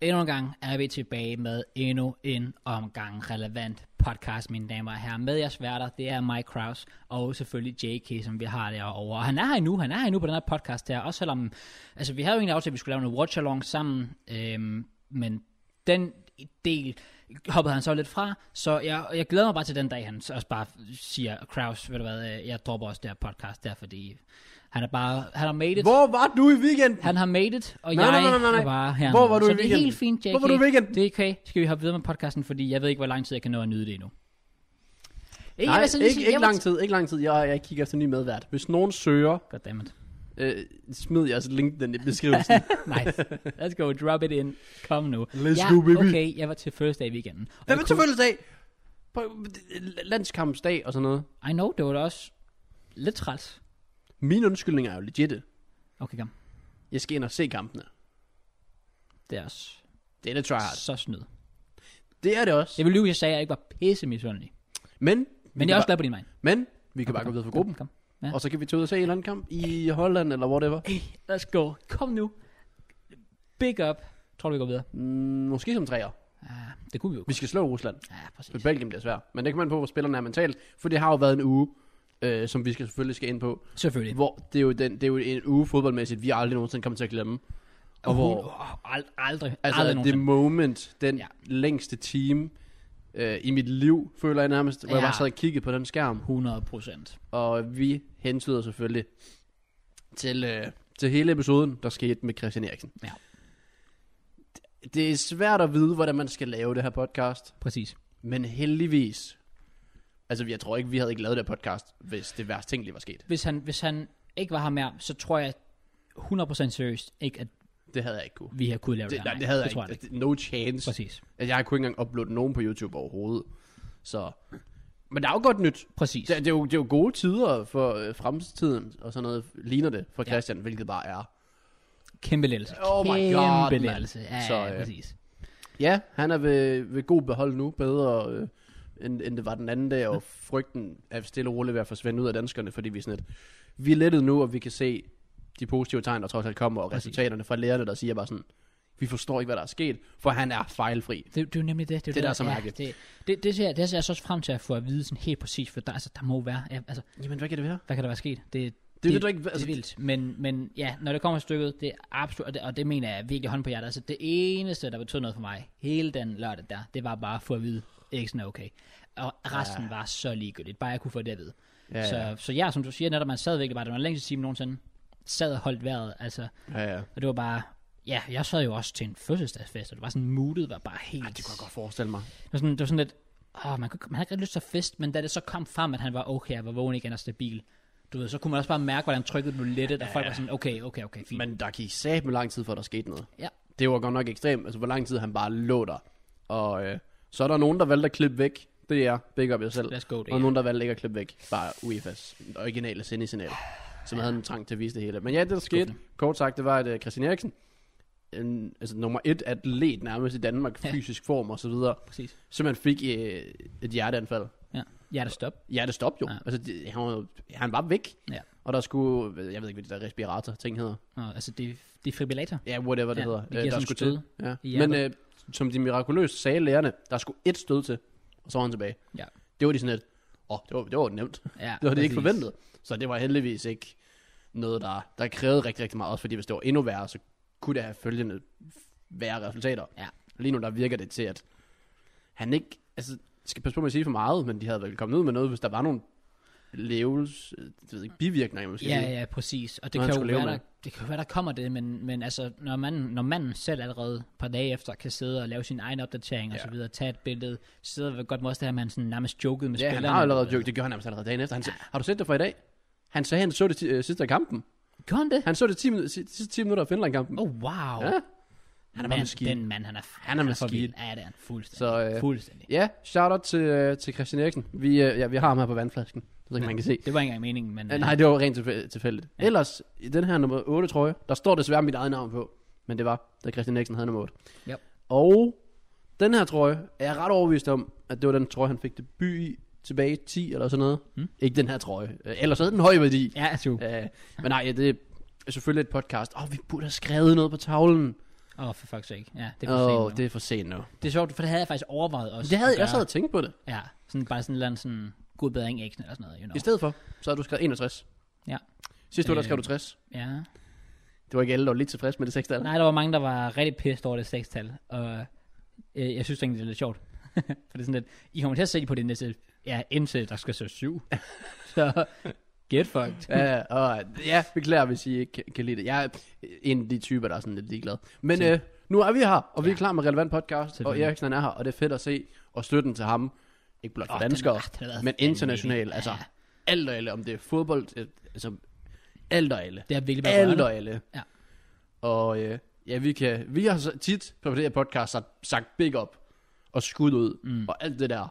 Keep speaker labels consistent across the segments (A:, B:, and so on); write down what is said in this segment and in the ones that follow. A: Endnu en gang er vi tilbage med endnu en omgang relevant podcast, mine damer og herrer. Med jeres værter, det er Mike Kraus og selvfølgelig JK, som vi har derovre. Og han er her nu, han er her nu på den her podcast her, også selvom, altså vi havde jo egentlig aftalt, at vi skulle lave nogle watch-along sammen, øhm, men den del hoppede han så lidt fra, så jeg, jeg glæder mig bare til den dag, han så også bare siger, Kraus, ved du hvad, øh, jeg dropper også det her podcast der, fordi han er bare, han har made it.
B: Hvor var du i weekenden?
A: Han har made it, og
B: Nej,
A: jeg
B: nej, nej, nej, nej.
A: er bare her.
B: Hvor
A: nu.
B: var du
A: så
B: i
A: det er
B: weekenden?
A: helt fint, JK.
B: Hvor var du i weekenden?
A: Det er okay. Skal vi hoppe videre med podcasten, fordi jeg ved ikke, hvor lang tid jeg kan nå at nyde det endnu. Ikke,
B: Nej,
A: jeg vil så lige
B: ikke,
A: sige-
B: ikke
A: jeg var-
B: lang tid, ikke lang tid. Jeg, jeg kigger efter en ny medvært. Hvis nogen søger,
A: Goddammit.
B: øh, smid jeres link den i beskrivelsen.
A: Nice. Let's go. Drop it in. Kom nu.
B: Let's
A: ja,
B: go, baby.
A: okay. Jeg var til første dag i weekenden. Og
B: Hvad
A: jeg
B: var
A: kunne-
B: tilfældigdag? Landskampsdag og sådan noget.
A: I know, det var da også lidt træls.
B: Mine undskyldninger er jo legitte.
A: Okay, kom.
B: Jeg skal ind og se kampene.
A: Det er også
B: Det er det tryhard.
A: så snyd.
B: Det er det også.
A: Jeg vil lyve, hvis jeg sagde, at jeg ikke var pisse misundelig.
B: Men, vi
A: Men
B: kan
A: jeg er også
B: bare,
A: glad på din vej.
B: men vi kan bare gå videre fra gruppen.
A: Kom. Ja.
B: Og så kan vi tage ud og se en eller anden kamp i Holland eller whatever.
A: Let's go. Kom nu. Big up. Tror du, vi går videre?
B: Mm, måske som træer.
A: Ah, det kunne vi jo.
B: Vi skal slå Rusland.
A: Ja, præcis.
B: For Belgien bliver svært. Men det kan man på, hvor spillerne er mentalt. For det har jo været en uge, øh, som vi skal selvfølgelig skal ind på.
A: Selvfølgelig.
B: Hvor det er jo, den, det er jo en uge fodboldmæssigt, vi aldrig nogensinde kommer til at glemme. Og hvor
A: Oh, ald- aldrig, altså,
B: altså,
A: aldrig
B: det
A: nogensinde.
B: moment, den
A: Ja.
B: ja. længste time øh, i mit liv, føler jeg nærmest, hvor ja. jeg
A: Ja.
B: bare sad og kiggede på den skærm.
A: 100 procent.
B: Og vi hentyder selvfølgelig til, øh, til hele episoden, der skete med Christian Eriksen.
A: Ja.
B: Det- Det er svært at vide, hvordan man skal lave det her podcast.
A: Præcis.
B: Men heldigvis, altså jeg tror ikke, vi havde ikke lavet det her podcast, hvis det værste ting lige var sket.
A: Hvis han, hvis han ikke var her mere, så tror jeg 100% seriøst ikke, at
B: Det havde jeg ikke kunne.
A: vi har kunnet lave det,
B: Det,
A: her.
B: nej, det havde
A: det
B: jeg
A: tror
B: ikke. Det- No chance.
A: Præcis.
B: Altså, jeg kunne ikke engang uploade nogen på YouTube overhovedet. Så, men der er jo godt nyt.
A: Præcis.
B: Det, det, er, jo, det er jo gode tider for øh, fremtiden, og sådan noget ligner det for Christian, ja. hvilket bare er.
A: Kæmpe lettelse.
B: Oh my
A: Kæmpe
B: god, mand.
A: lettelse. Ja,
B: Så,
A: så, øh...
B: øh,
A: præcis.
B: Ja, han er ved, ved god behold nu, bedre øh, end, end det var den anden dag, og frygten er stille og roligt ved at forsvinde ud af danskerne, fordi vi er sådan et, vi er lettet nu, og vi kan se de positive tegn, der trods alt kommer, og
A: Præcis.
B: resultaterne fra lærerne, der siger bare sådan, vi forstår ikke, hvad der er sket, for han er fejlfri.
A: Det, det er jo nemlig det. Det, er jo
B: Det er der, som er
A: ja,
B: mærkeligt.
A: det, det, det, ser, jeg- det ser jeg så også frem til at få at vide sådan helt præcis, for der, altså, der må være, ja, altså,
B: Jamen, hvad kan det være?
A: hvad kan der være sket? Det,
B: Det, det, det, ikke,
A: Altså,
B: altså,
A: det er vildt, men, men ja, når det kommer til stykket, det er absolut, og det, og det mener jeg virkelig hånd på hjertet. Altså, det eneste, der betød noget for mig hele den lørdag der, det var bare at få at vide, Eriksen er okay. Og resten ja. var så ligegyldigt, bare jeg kunne få det at vide.
B: Ja,
A: så,
B: ja.
A: så ja, som du siger, netop man sad virkelig bare, det var den længste time nogensinde, sad og holdt vejret, altså,
B: ja, ja.
A: og det var bare, ja, jeg sad jo også til en fødselsdagsfest, og det var sådan, moodet var bare helt...
B: Ej, det kunne jeg godt forestille mig.
A: Det var sådan, det var sådan lidt, åh, man, kunne, man havde ikke rigtig lyst til at fest, men da det så kom frem, at han var okay, og var vågen igen og stabil, du ved, så kunne man også bare mærke, hvordan trykket blev lettet, og folk var sådan, okay, okay, okay, fint.
B: Men der gik sat med lang tid, før der skete noget.
A: ja,
B: Det var godt nok ekstremt, altså hvor lang tid han bare lå der. Og øh, så er der nogen, der valgte at klippe væk. Det er jeg. Big up jer selv.
A: Let's go, det er
B: og nogen, der valgte ikke at klippe væk. Bare UEFA's originale sendesignal, som havde en trang til at vise det hele. Men ja, det der skete, kort sagt, det var, at øh, Christian Eriksen, en, altså nummer et atlet nærmest i Danmark,
A: Ja.
B: fysisk form og så videre,
A: præcis.
B: simpelthen fik øh, et hjerteanfald.
A: Ja, ja det stop.
B: Ja, det stoppede jo.
A: Ja.
B: Ja. Altså, det, han, var, jo- han var væk.
A: Ja.
B: Og der skulle, jeg ved ikke, hvad det der respirator-ting hedder.
A: Nå, altså, det, det er fibrillator.
B: Ja, whatever
A: Ja,
B: det ja, hedder.
A: det
B: Øh,
A: giver
B: der
A: sådan
B: skulle
A: et
B: til. Ja.
A: i
B: Men øh, som de mirakuløst sagde lærerne, der skulle et stød til, og så var han tilbage.
A: Ja.
B: Det var de sådan lidt, åh, det var, det var nemt.
A: Ja,
B: Det var det
A: præcis.
B: ikke forventet. Så det var heldigvis ikke noget, der, der krævede rigtig, rigtig meget. Også fordi hvis det var endnu værre, så kunne det have følgende værre resultater.
A: Ja.
B: Lige nu der virker det til, at han ikke, altså jeg skal passe på med at sige for meget, men de havde vel kommet ud med noget, hvis der var nogle leves, øh, jeg ved ikke, bivirkninger, måske.
A: Ja, ja, præcis. Og det
B: Nå, han
A: kan, jo
B: skulle leve
A: være,
B: med
A: der, det kan jo være, der kommer det, men, men altså, når manden, når manden selv allerede et par dage efter kan sidde og lave sin egen opdatering og
B: Ja.
A: så videre, tage et billede, sidde og godt med også det her, man sådan nærmest jokede med
B: Ja, han
A: spillerne.
B: har allerede joket. Det gjorde han nærmest allerede dagen efter. Han sagde, har du set det for i dag? Han sagde, han så det ti- øh, sidste af kampen.
A: Gjorde han det?
B: Han så det 10 minutter, sidste 10 minutter af Finland-kampen.
A: Oh, wow.
B: Ja. Han er bare
A: mand,
B: maskine.
A: Den mand, han er,
B: er maskine.
A: for vild. Ja, det er han. Fuldstændig.
B: Så, øh,
A: fuldstændig.
B: Ja, shout-out til, øh, til Christian Eriksen. Vi, øh, ja, vi har ham her på vandflasken, så ikke man kan se.
A: Det var ikke engang meningen, men...
B: Ja,
A: øh,
B: nej, det var rent tilfæ- tilfældigt.
A: Ja.
B: Ellers, i den her nummer 8 trøje, der står desværre mit eget navn på. Men det var, da Christian Eriksen havde nummer 8.
A: Ja.
B: Og den her trøje er jeg ret overbevist om, at det var den trøje, han fik debut i tilbage i 10 eller sådan noget.
A: Mm.
B: Ikke den her trøje. Øh, Ellers havde den høj værdi.
A: Ja, altså, true.
B: Øh, men nej, ja, det er selvfølgelig et podcast. Åh, oh, vi burde have skrevet noget på tavlen.
A: Åh, oh, for fuck's sake. Ja, det er for oh,
B: Åh, oh,
A: sent
B: det
A: det...
B: er for sent nu.
A: det er sjovt, for det havde jeg faktisk overvejet også.
B: Det havde
A: at
B: jeg også
A: gøre.
B: havde tænkt på det.
A: Ja, sådan bare sådan en eller anden sådan god bedring eksen eller sådan noget, you know.
B: I stedet for, så har du skrevet 61.
A: Ja.
B: Sidste uge, der skrev
A: Øh.
B: du 60.
A: Ja.
B: Det var ikke alle, der var lidt tilfreds med det sekstal.
A: Nej, der var mange, der var rigtig pissed over det sekstal, og øh, jeg synes egentlig, det er lidt sjovt. for det er sådan lidt, I kommer til at se på det næste, ja, indtil der skal så syv. så get fucked.
B: Ja, Øh, og, ja, beklager, hvis I ikke kan- kan lide det. Jeg er en af de typer, der er sådan lidt ligeglad. Men øh, nu er vi her, og vi er klar med relevant podcast, og
A: Selvfølgelig.
B: Eriksen er her, og det er fedt at se, og støtten til ham, ikke blot for
A: Åh,
B: oh,
A: den-
B: danskere,
A: ah, den har været
B: men
A: vanvittig.
B: internationalt, altså
A: Ja.
B: alt og alle, om det er fodbold, øh, altså alt og alle.
A: Det har virkelig været
B: Alt
A: rørende.
B: og alle.
A: Ja.
B: Og øh, ja, vi, kan, vi har så tit på det her podcast sagt, sagt big up og skud ud, mm. og alt det der.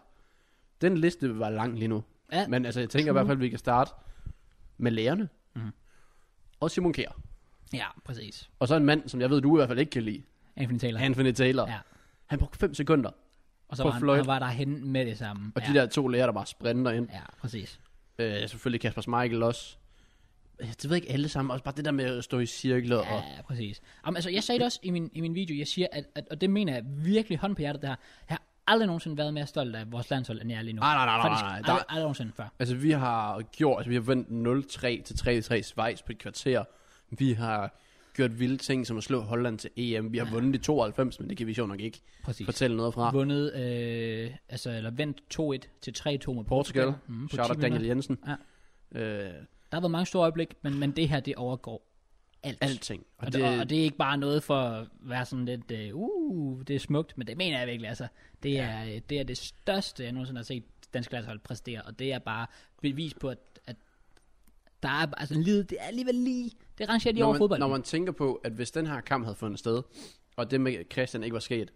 B: Den liste vil være lang lige nu.
A: Ja.
B: Men altså, jeg tænker i hvert fald, at vi kan starte med lærerne. Mm.
A: Mm-hmm.
B: Og Simon Kjær.
A: Ja, præcis.
B: Og så en mand, som jeg ved, du i hvert fald ikke kan lide.
A: Anthony Taylor.
B: Anthony Taylor.
A: Ja.
B: Han brugte 5 sekunder.
A: Og så
B: på
A: var han,
B: Floyd.
A: han var derhen med det samme.
B: Og
A: ja.
B: ja. de der to lærere, der bare sprinter ind.
A: Ja, præcis.
B: Øh, selvfølgelig Kasper Schmeichel også. Øh, Det ved jeg ikke alle sammen. Også bare det der med at stå i cirkler. Ja. Og,
A: Ja, præcis. Jamen, altså, jeg sagde det også i min, i min video, jeg siger, at, at, og det mener jeg virkelig hånd på hjertet, det her. Jeg har aldrig nogensinde været mere stolt af vores landshold, end jeg er lige nu.
B: Nej, nej, nej, nej,
A: Faktisk
B: nej, nej. Der-
A: Aldrig, aldrig nogensinde før.
B: Altså, vi har gjort, altså, vi har vendt 0-3 til 3-3 Schweiz på et kvarter. Vi har gjort vilde ting, som at slå Holland til EM. Vi har vundet i 92, men det kan vi sjovt nok ikke
A: Præcis.
B: fortælle noget fra.
A: Vundet, øh, altså, eller vendt 2-1 til 3-2 mod
B: Portugal,
A: Portugal.
B: mm,
A: på
B: shout
A: 10
B: out Daniel
A: minutter.
B: Jensen.
A: Ja.
B: Øh,
A: Der har været mange store øjeblik, men, men det her, det overgår alt.
B: alting.
A: Og, det, og, og det er ikke bare noget for at være sådan lidt, øh, uh, det er smukt, men det mener jeg virkelig, altså. Det er, øh, det er det største, jeg nogensinde har set dansk landshold præstere, og det er bare bevis på, at, at der er, altså, livet, det er alligevel lige, det rangerer lige
B: når,
A: over
B: man,
A: fodbold.
B: når man tænker på, at hvis den her kamp havde fundet sted, og det med Christian ikke var sket,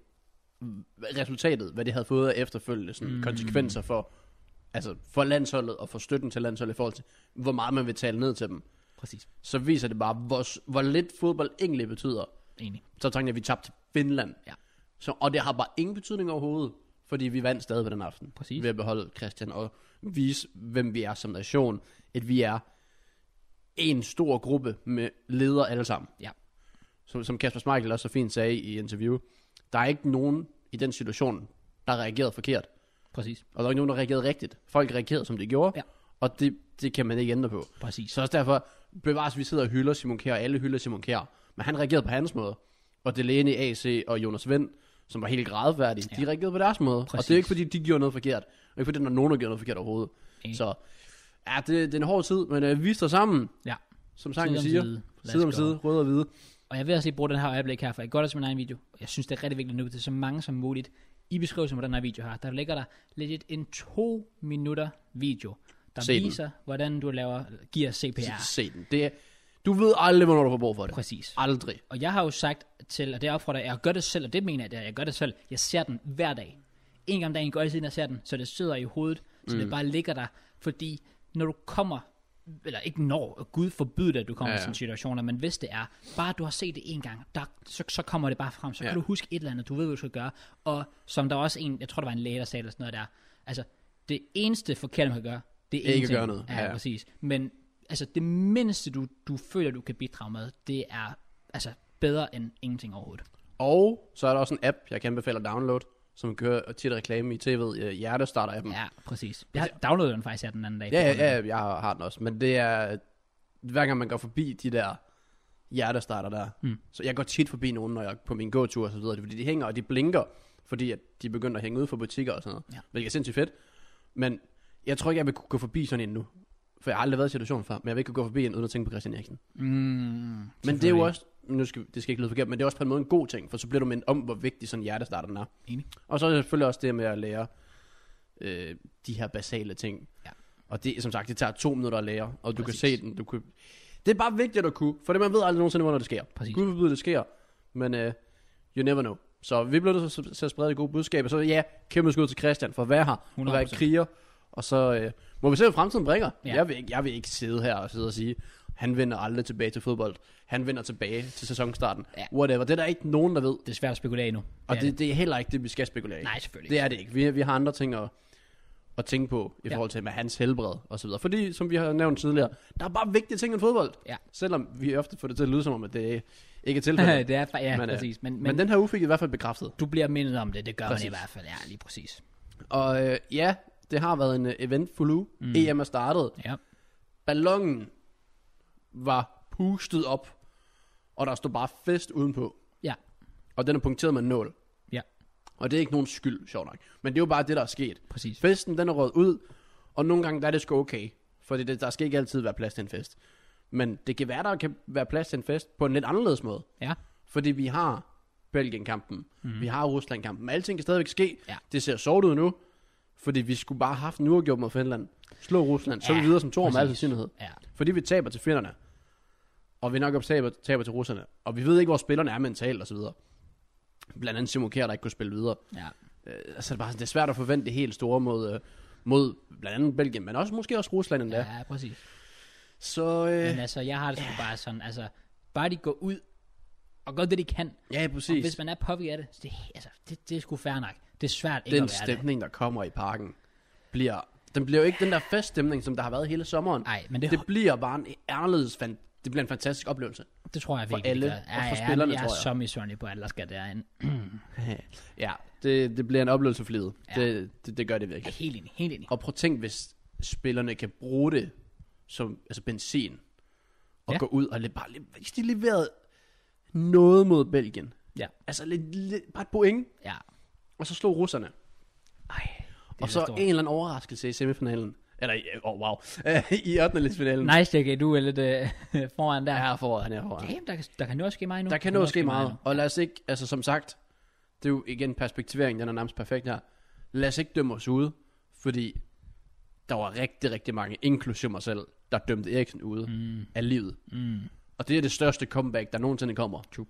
B: hvad- resultatet, hvad det havde fået af efterfølgende sådan, mm. konsekvenser for, altså for landsholdet og for støtten til landsholdet i forhold til, hvor meget man vil tale ned til dem,
A: Præcis,
B: så viser det bare, hvor, s- hvor lidt fodbold egentlig betyder.
A: egentlig.
B: Så tænkte jeg, at vi tabte til Finland.
A: Ja.
B: Så, og det har bare ingen betydning overhovedet, fordi vi vandt stadig på den aften.
A: Præcis.
B: Ved at beholde Christian og vise, hvem vi er som nation. At vi er en stor gruppe med ledere alle sammen.
A: Ja.
B: Som, som Kasper Schmeichel også så fint sagde i interview, der er ikke nogen i den situation, der reagerede forkert.
A: Præcis,
B: Og der er ikke nogen, der reagerede rigtigt. Folk reagerede, som de gjorde.
A: Ja.
B: Og det, det kan man ikke ændre på.
A: præcis.
B: Så også derfor, bevares vi sidder og hylder Simon Kjær, og alle hylder Simon Kjær. Men han reagerede på hans måde. Og Delaney, AC og Jonas Vind, som var helt gradværdige, ja. de reagerede på deres måde. Præcis. Og det er
A: Præcis.
B: ikke fordi, de gjorde noget forkert. Og ikke fordi, der er nogen, der gjorde noget forkert overhovedet.
A: Enig.
B: Så ja, det, det er en hård tid, men øh, vi står sammen,
A: Ja.
B: som sangen
A: Side om
B: siger.
A: side. Lad
B: Side om
A: os gå.
B: side, rød og hvide.
A: Og jeg vil også lige bruge den her øjeblik her, for jeg går også min egen video. Jeg synes, det er rigtig vigtigt nu til så mange som muligt. I beskrivelsen på den her video her, der ligger der legit en to minutter video, der
B: Se den.
A: viser, hvordan du laver, giver
B: Ja.
A: CPR.
B: Se den. Det er, du ved aldrig, hvornår du får brug for det.
A: Præcis.
B: Aldrig.
A: Og jeg har jo sagt til, og det opfordrer jeg, jeg gør det selv, og det mener jeg, det er, jeg gør det selv. Jeg ser den hver dag. En gang om dagen går jeg siden, jeg ser den, så det sidder i hovedet, så mm. det bare ligger der. Fordi når du kommer, eller ikke når, og Gud forbyder det, at du kommer
B: Ja,
A: ja, i
B: ja.
A: sådan situationer, men hvis det er, bare du har set det en gang, der, så, så kommer det bare frem, så
B: Ja.
A: ja. kan du huske et eller andet, du ved, hvad du skal gøre. Og som der var også en, jeg tror, der var en læge, der sagde eller sådan noget der, altså, det eneste forkerte, man kan gøre, det er
B: Ikke
A: ingenting.
B: gøre noget,
A: Ja,
B: ja.
A: ja, præcis. Men altså, det mindste, du, du føler, du kan bidrage med, det er altså bedre end ingenting overhovedet.
B: Og så er der også en app, jeg kan anbefale at downloade, som kører tit reklame i tv'et. øh, Hjertestarter appen.
A: Ja, præcis. Jeg har downloadet den faktisk her den anden dag.
B: Ja, ja, ja, jeg har, har den også. Men det er, hver gang man går forbi de der hjertestarter der, mm. så jeg går tit forbi nogen, når jeg er på min gåtur og så videre, Det er, fordi de hænger og de blinker, fordi at de begynder at hænge ud for butikker og sådan noget,
A: Ja.
B: hvilket er sindssygt fedt. Men jeg tror ikke, jeg vil kunne gå forbi sådan en nu, for jeg har aldrig været i situationen før, men jeg vil ikke kunne gå forbi en uden at tænke på Christian Eriksen.
A: Mm,
B: Men det er jo også, nu skal, det skal ikke lyde forkert, men det er også på en måde en god ting, for så bliver du mindet om, hvor vigtig sådan hjertestarteren er.
A: Enig.
B: Og så er det selvfølgelig også det med at lære øh, de her basale ting.
A: Ja.
B: Og det, som sagt, det tager to minutter at lære, og du
A: Præcis.
B: kan se den. Du kan... Det er bare vigtigt at kunne, for det man ved aldrig nogensinde, hvornår det sker.
A: Præcis.
B: Gud forbyde, det sker, men øh, you never know. Så vi bliver nødt til at- til at sprede det gode budskab, og så ja, kæmpe skud til Christian for at være her, og være
A: 100%.
B: kriger, og så øh, må vi se, hvad fremtiden bringer.
A: Ja.
B: Jeg, vil ikke, jeg vil ikke sidde her og sidde og sige, han vender aldrig tilbage til fodbold, han vender tilbage til sæsonstarten,
A: Ja.
B: whatever. Det er der ikke nogen, der ved,
A: Det er svært at spekulere endnu.
B: og
A: er
B: det, det er heller ikke det, vi skal spekulere i.
A: Nej, selvfølgelig
B: Det er det ikke. Vi, vi har andre ting at, at tænke på i
A: Ja.
B: forhold til med hans helbred og så videre. Fordi, som vi har nævnt tidligere, der er bare vigtige ting end fodbold.
A: Ja.
B: Selvom vi ofte får det til at lyde som om, at det ikke er tilfældet.
A: det er, fa- ja,
B: Men,
A: men,
B: øh,
A: præcis. Men, men,
B: men, men den her uge fik vi i hvert fald bekræftet.
A: du bliver mindet om det, det gør præcis.
B: Præcis.
A: man i hvert fald. Ja, lige præcis.
B: Og øh, ja, det har været en øh, eventful uge. Mm. EM er startet.
A: Ja.
B: Ballonen var pustet op, og der stod bare fest udenpå.
A: Ja.
B: Og den er punkteret med en nål.
A: Ja.
B: Og det er ikke nogen skyld, sjov nok. Men det er jo bare det, der er sket.
A: Præcis.
B: Festen, den er røget ud, og nogle gange der er det sgu okay. For det, der skal ikke altid være plads til en fest. Men det kan være, der kan være plads til en fest på en lidt anderledes måde.
A: Ja.
B: Fordi vi har Belgien-kampen, mm. vi har Rusland-kampen. Alting kan stadigvæk ske.
A: Mhm. Ja.
B: Det ser sort ud nu, fordi vi skulle bare have haft en uafgjort mod Finland. Slå Rusland, så er
A: Ja,
B: vi videre som to med al
A: præcis.
B: sandsynlighed.
A: Ja.
B: Fordi vi taber til finderne, og vi nok også taber, taber til russerne, og vi ved ikke, hvor spillerne er mentalt osv. Blandt andet Simon Kjær, der ikke kunne spille videre.
A: Ja.
B: Øh, altså, det er, bare, sådan, det er svært at forvente det helt store mod, øh, mod blandt andet Belgien, men også måske også Rusland endda. Ja.
A: Ja, præcis.
B: Så
A: Men
B: øh,
A: altså, jeg har det sgu bare sådan, altså, bare de går ud og gør det, de kan.
B: ja,
A: Og
B: præcis.
A: hvis man er påvirket af det, så det, altså, det, det er sgu fair nok. Det er svært ikke
B: den
A: at være det.
B: stemning, der kommer i parken, bliver, den bliver jo ikke den der feststemning, som der har været hele sommeren.
A: Nej, men det,
B: Det bliver bare en anderledes, fan, det bliver en fantastisk oplevelse.
A: det tror jeg virkelig.
B: alle,
A: det gør.
B: og for spillerne,
A: jeg, jeg
B: tror jeg.
A: er så misundelig på, at der skal derind.
B: ja, det, det bliver en oplevelse for livet.
A: Ja.
B: Ja. Det, det, det gør det
A: Jeg
B: virkelig.
A: er helt enig, helt enig.
B: Og prøv at tænk, hvis spillerne kan bruge det som altså benzin, og
A: Ja.
B: ja. gå ud og lidt, bare, lidt- hvis de leverede noget mod Belgien.
A: Ja.
B: Altså lidt, lidt, bare et point,
A: Ja.
B: og så slog russerne.
A: Ej, det
B: Og så en eller anden overraskelse i semifinalen. Eller, i- åh, oh, wow, i 8. finalen.
A: Nice, JK, du er lidt øh, foran der.
B: Ja, foran, han er foran.
A: Damn, der, kan, der kan nå at ske mig nu.
B: Der kan nå at ske meget,
A: nu.
B: og lad os ikke, altså som sagt, det er jo igen perspektivering, den er nærmest perfekt her. Lad os ikke dømme os ude, fordi der var rigtig, rigtig mange, inklusive mig selv, der dømte Eriksen ude mm. af livet.
A: Mm.
B: Og det er det største comeback, der nogensinde kommer.
A: True.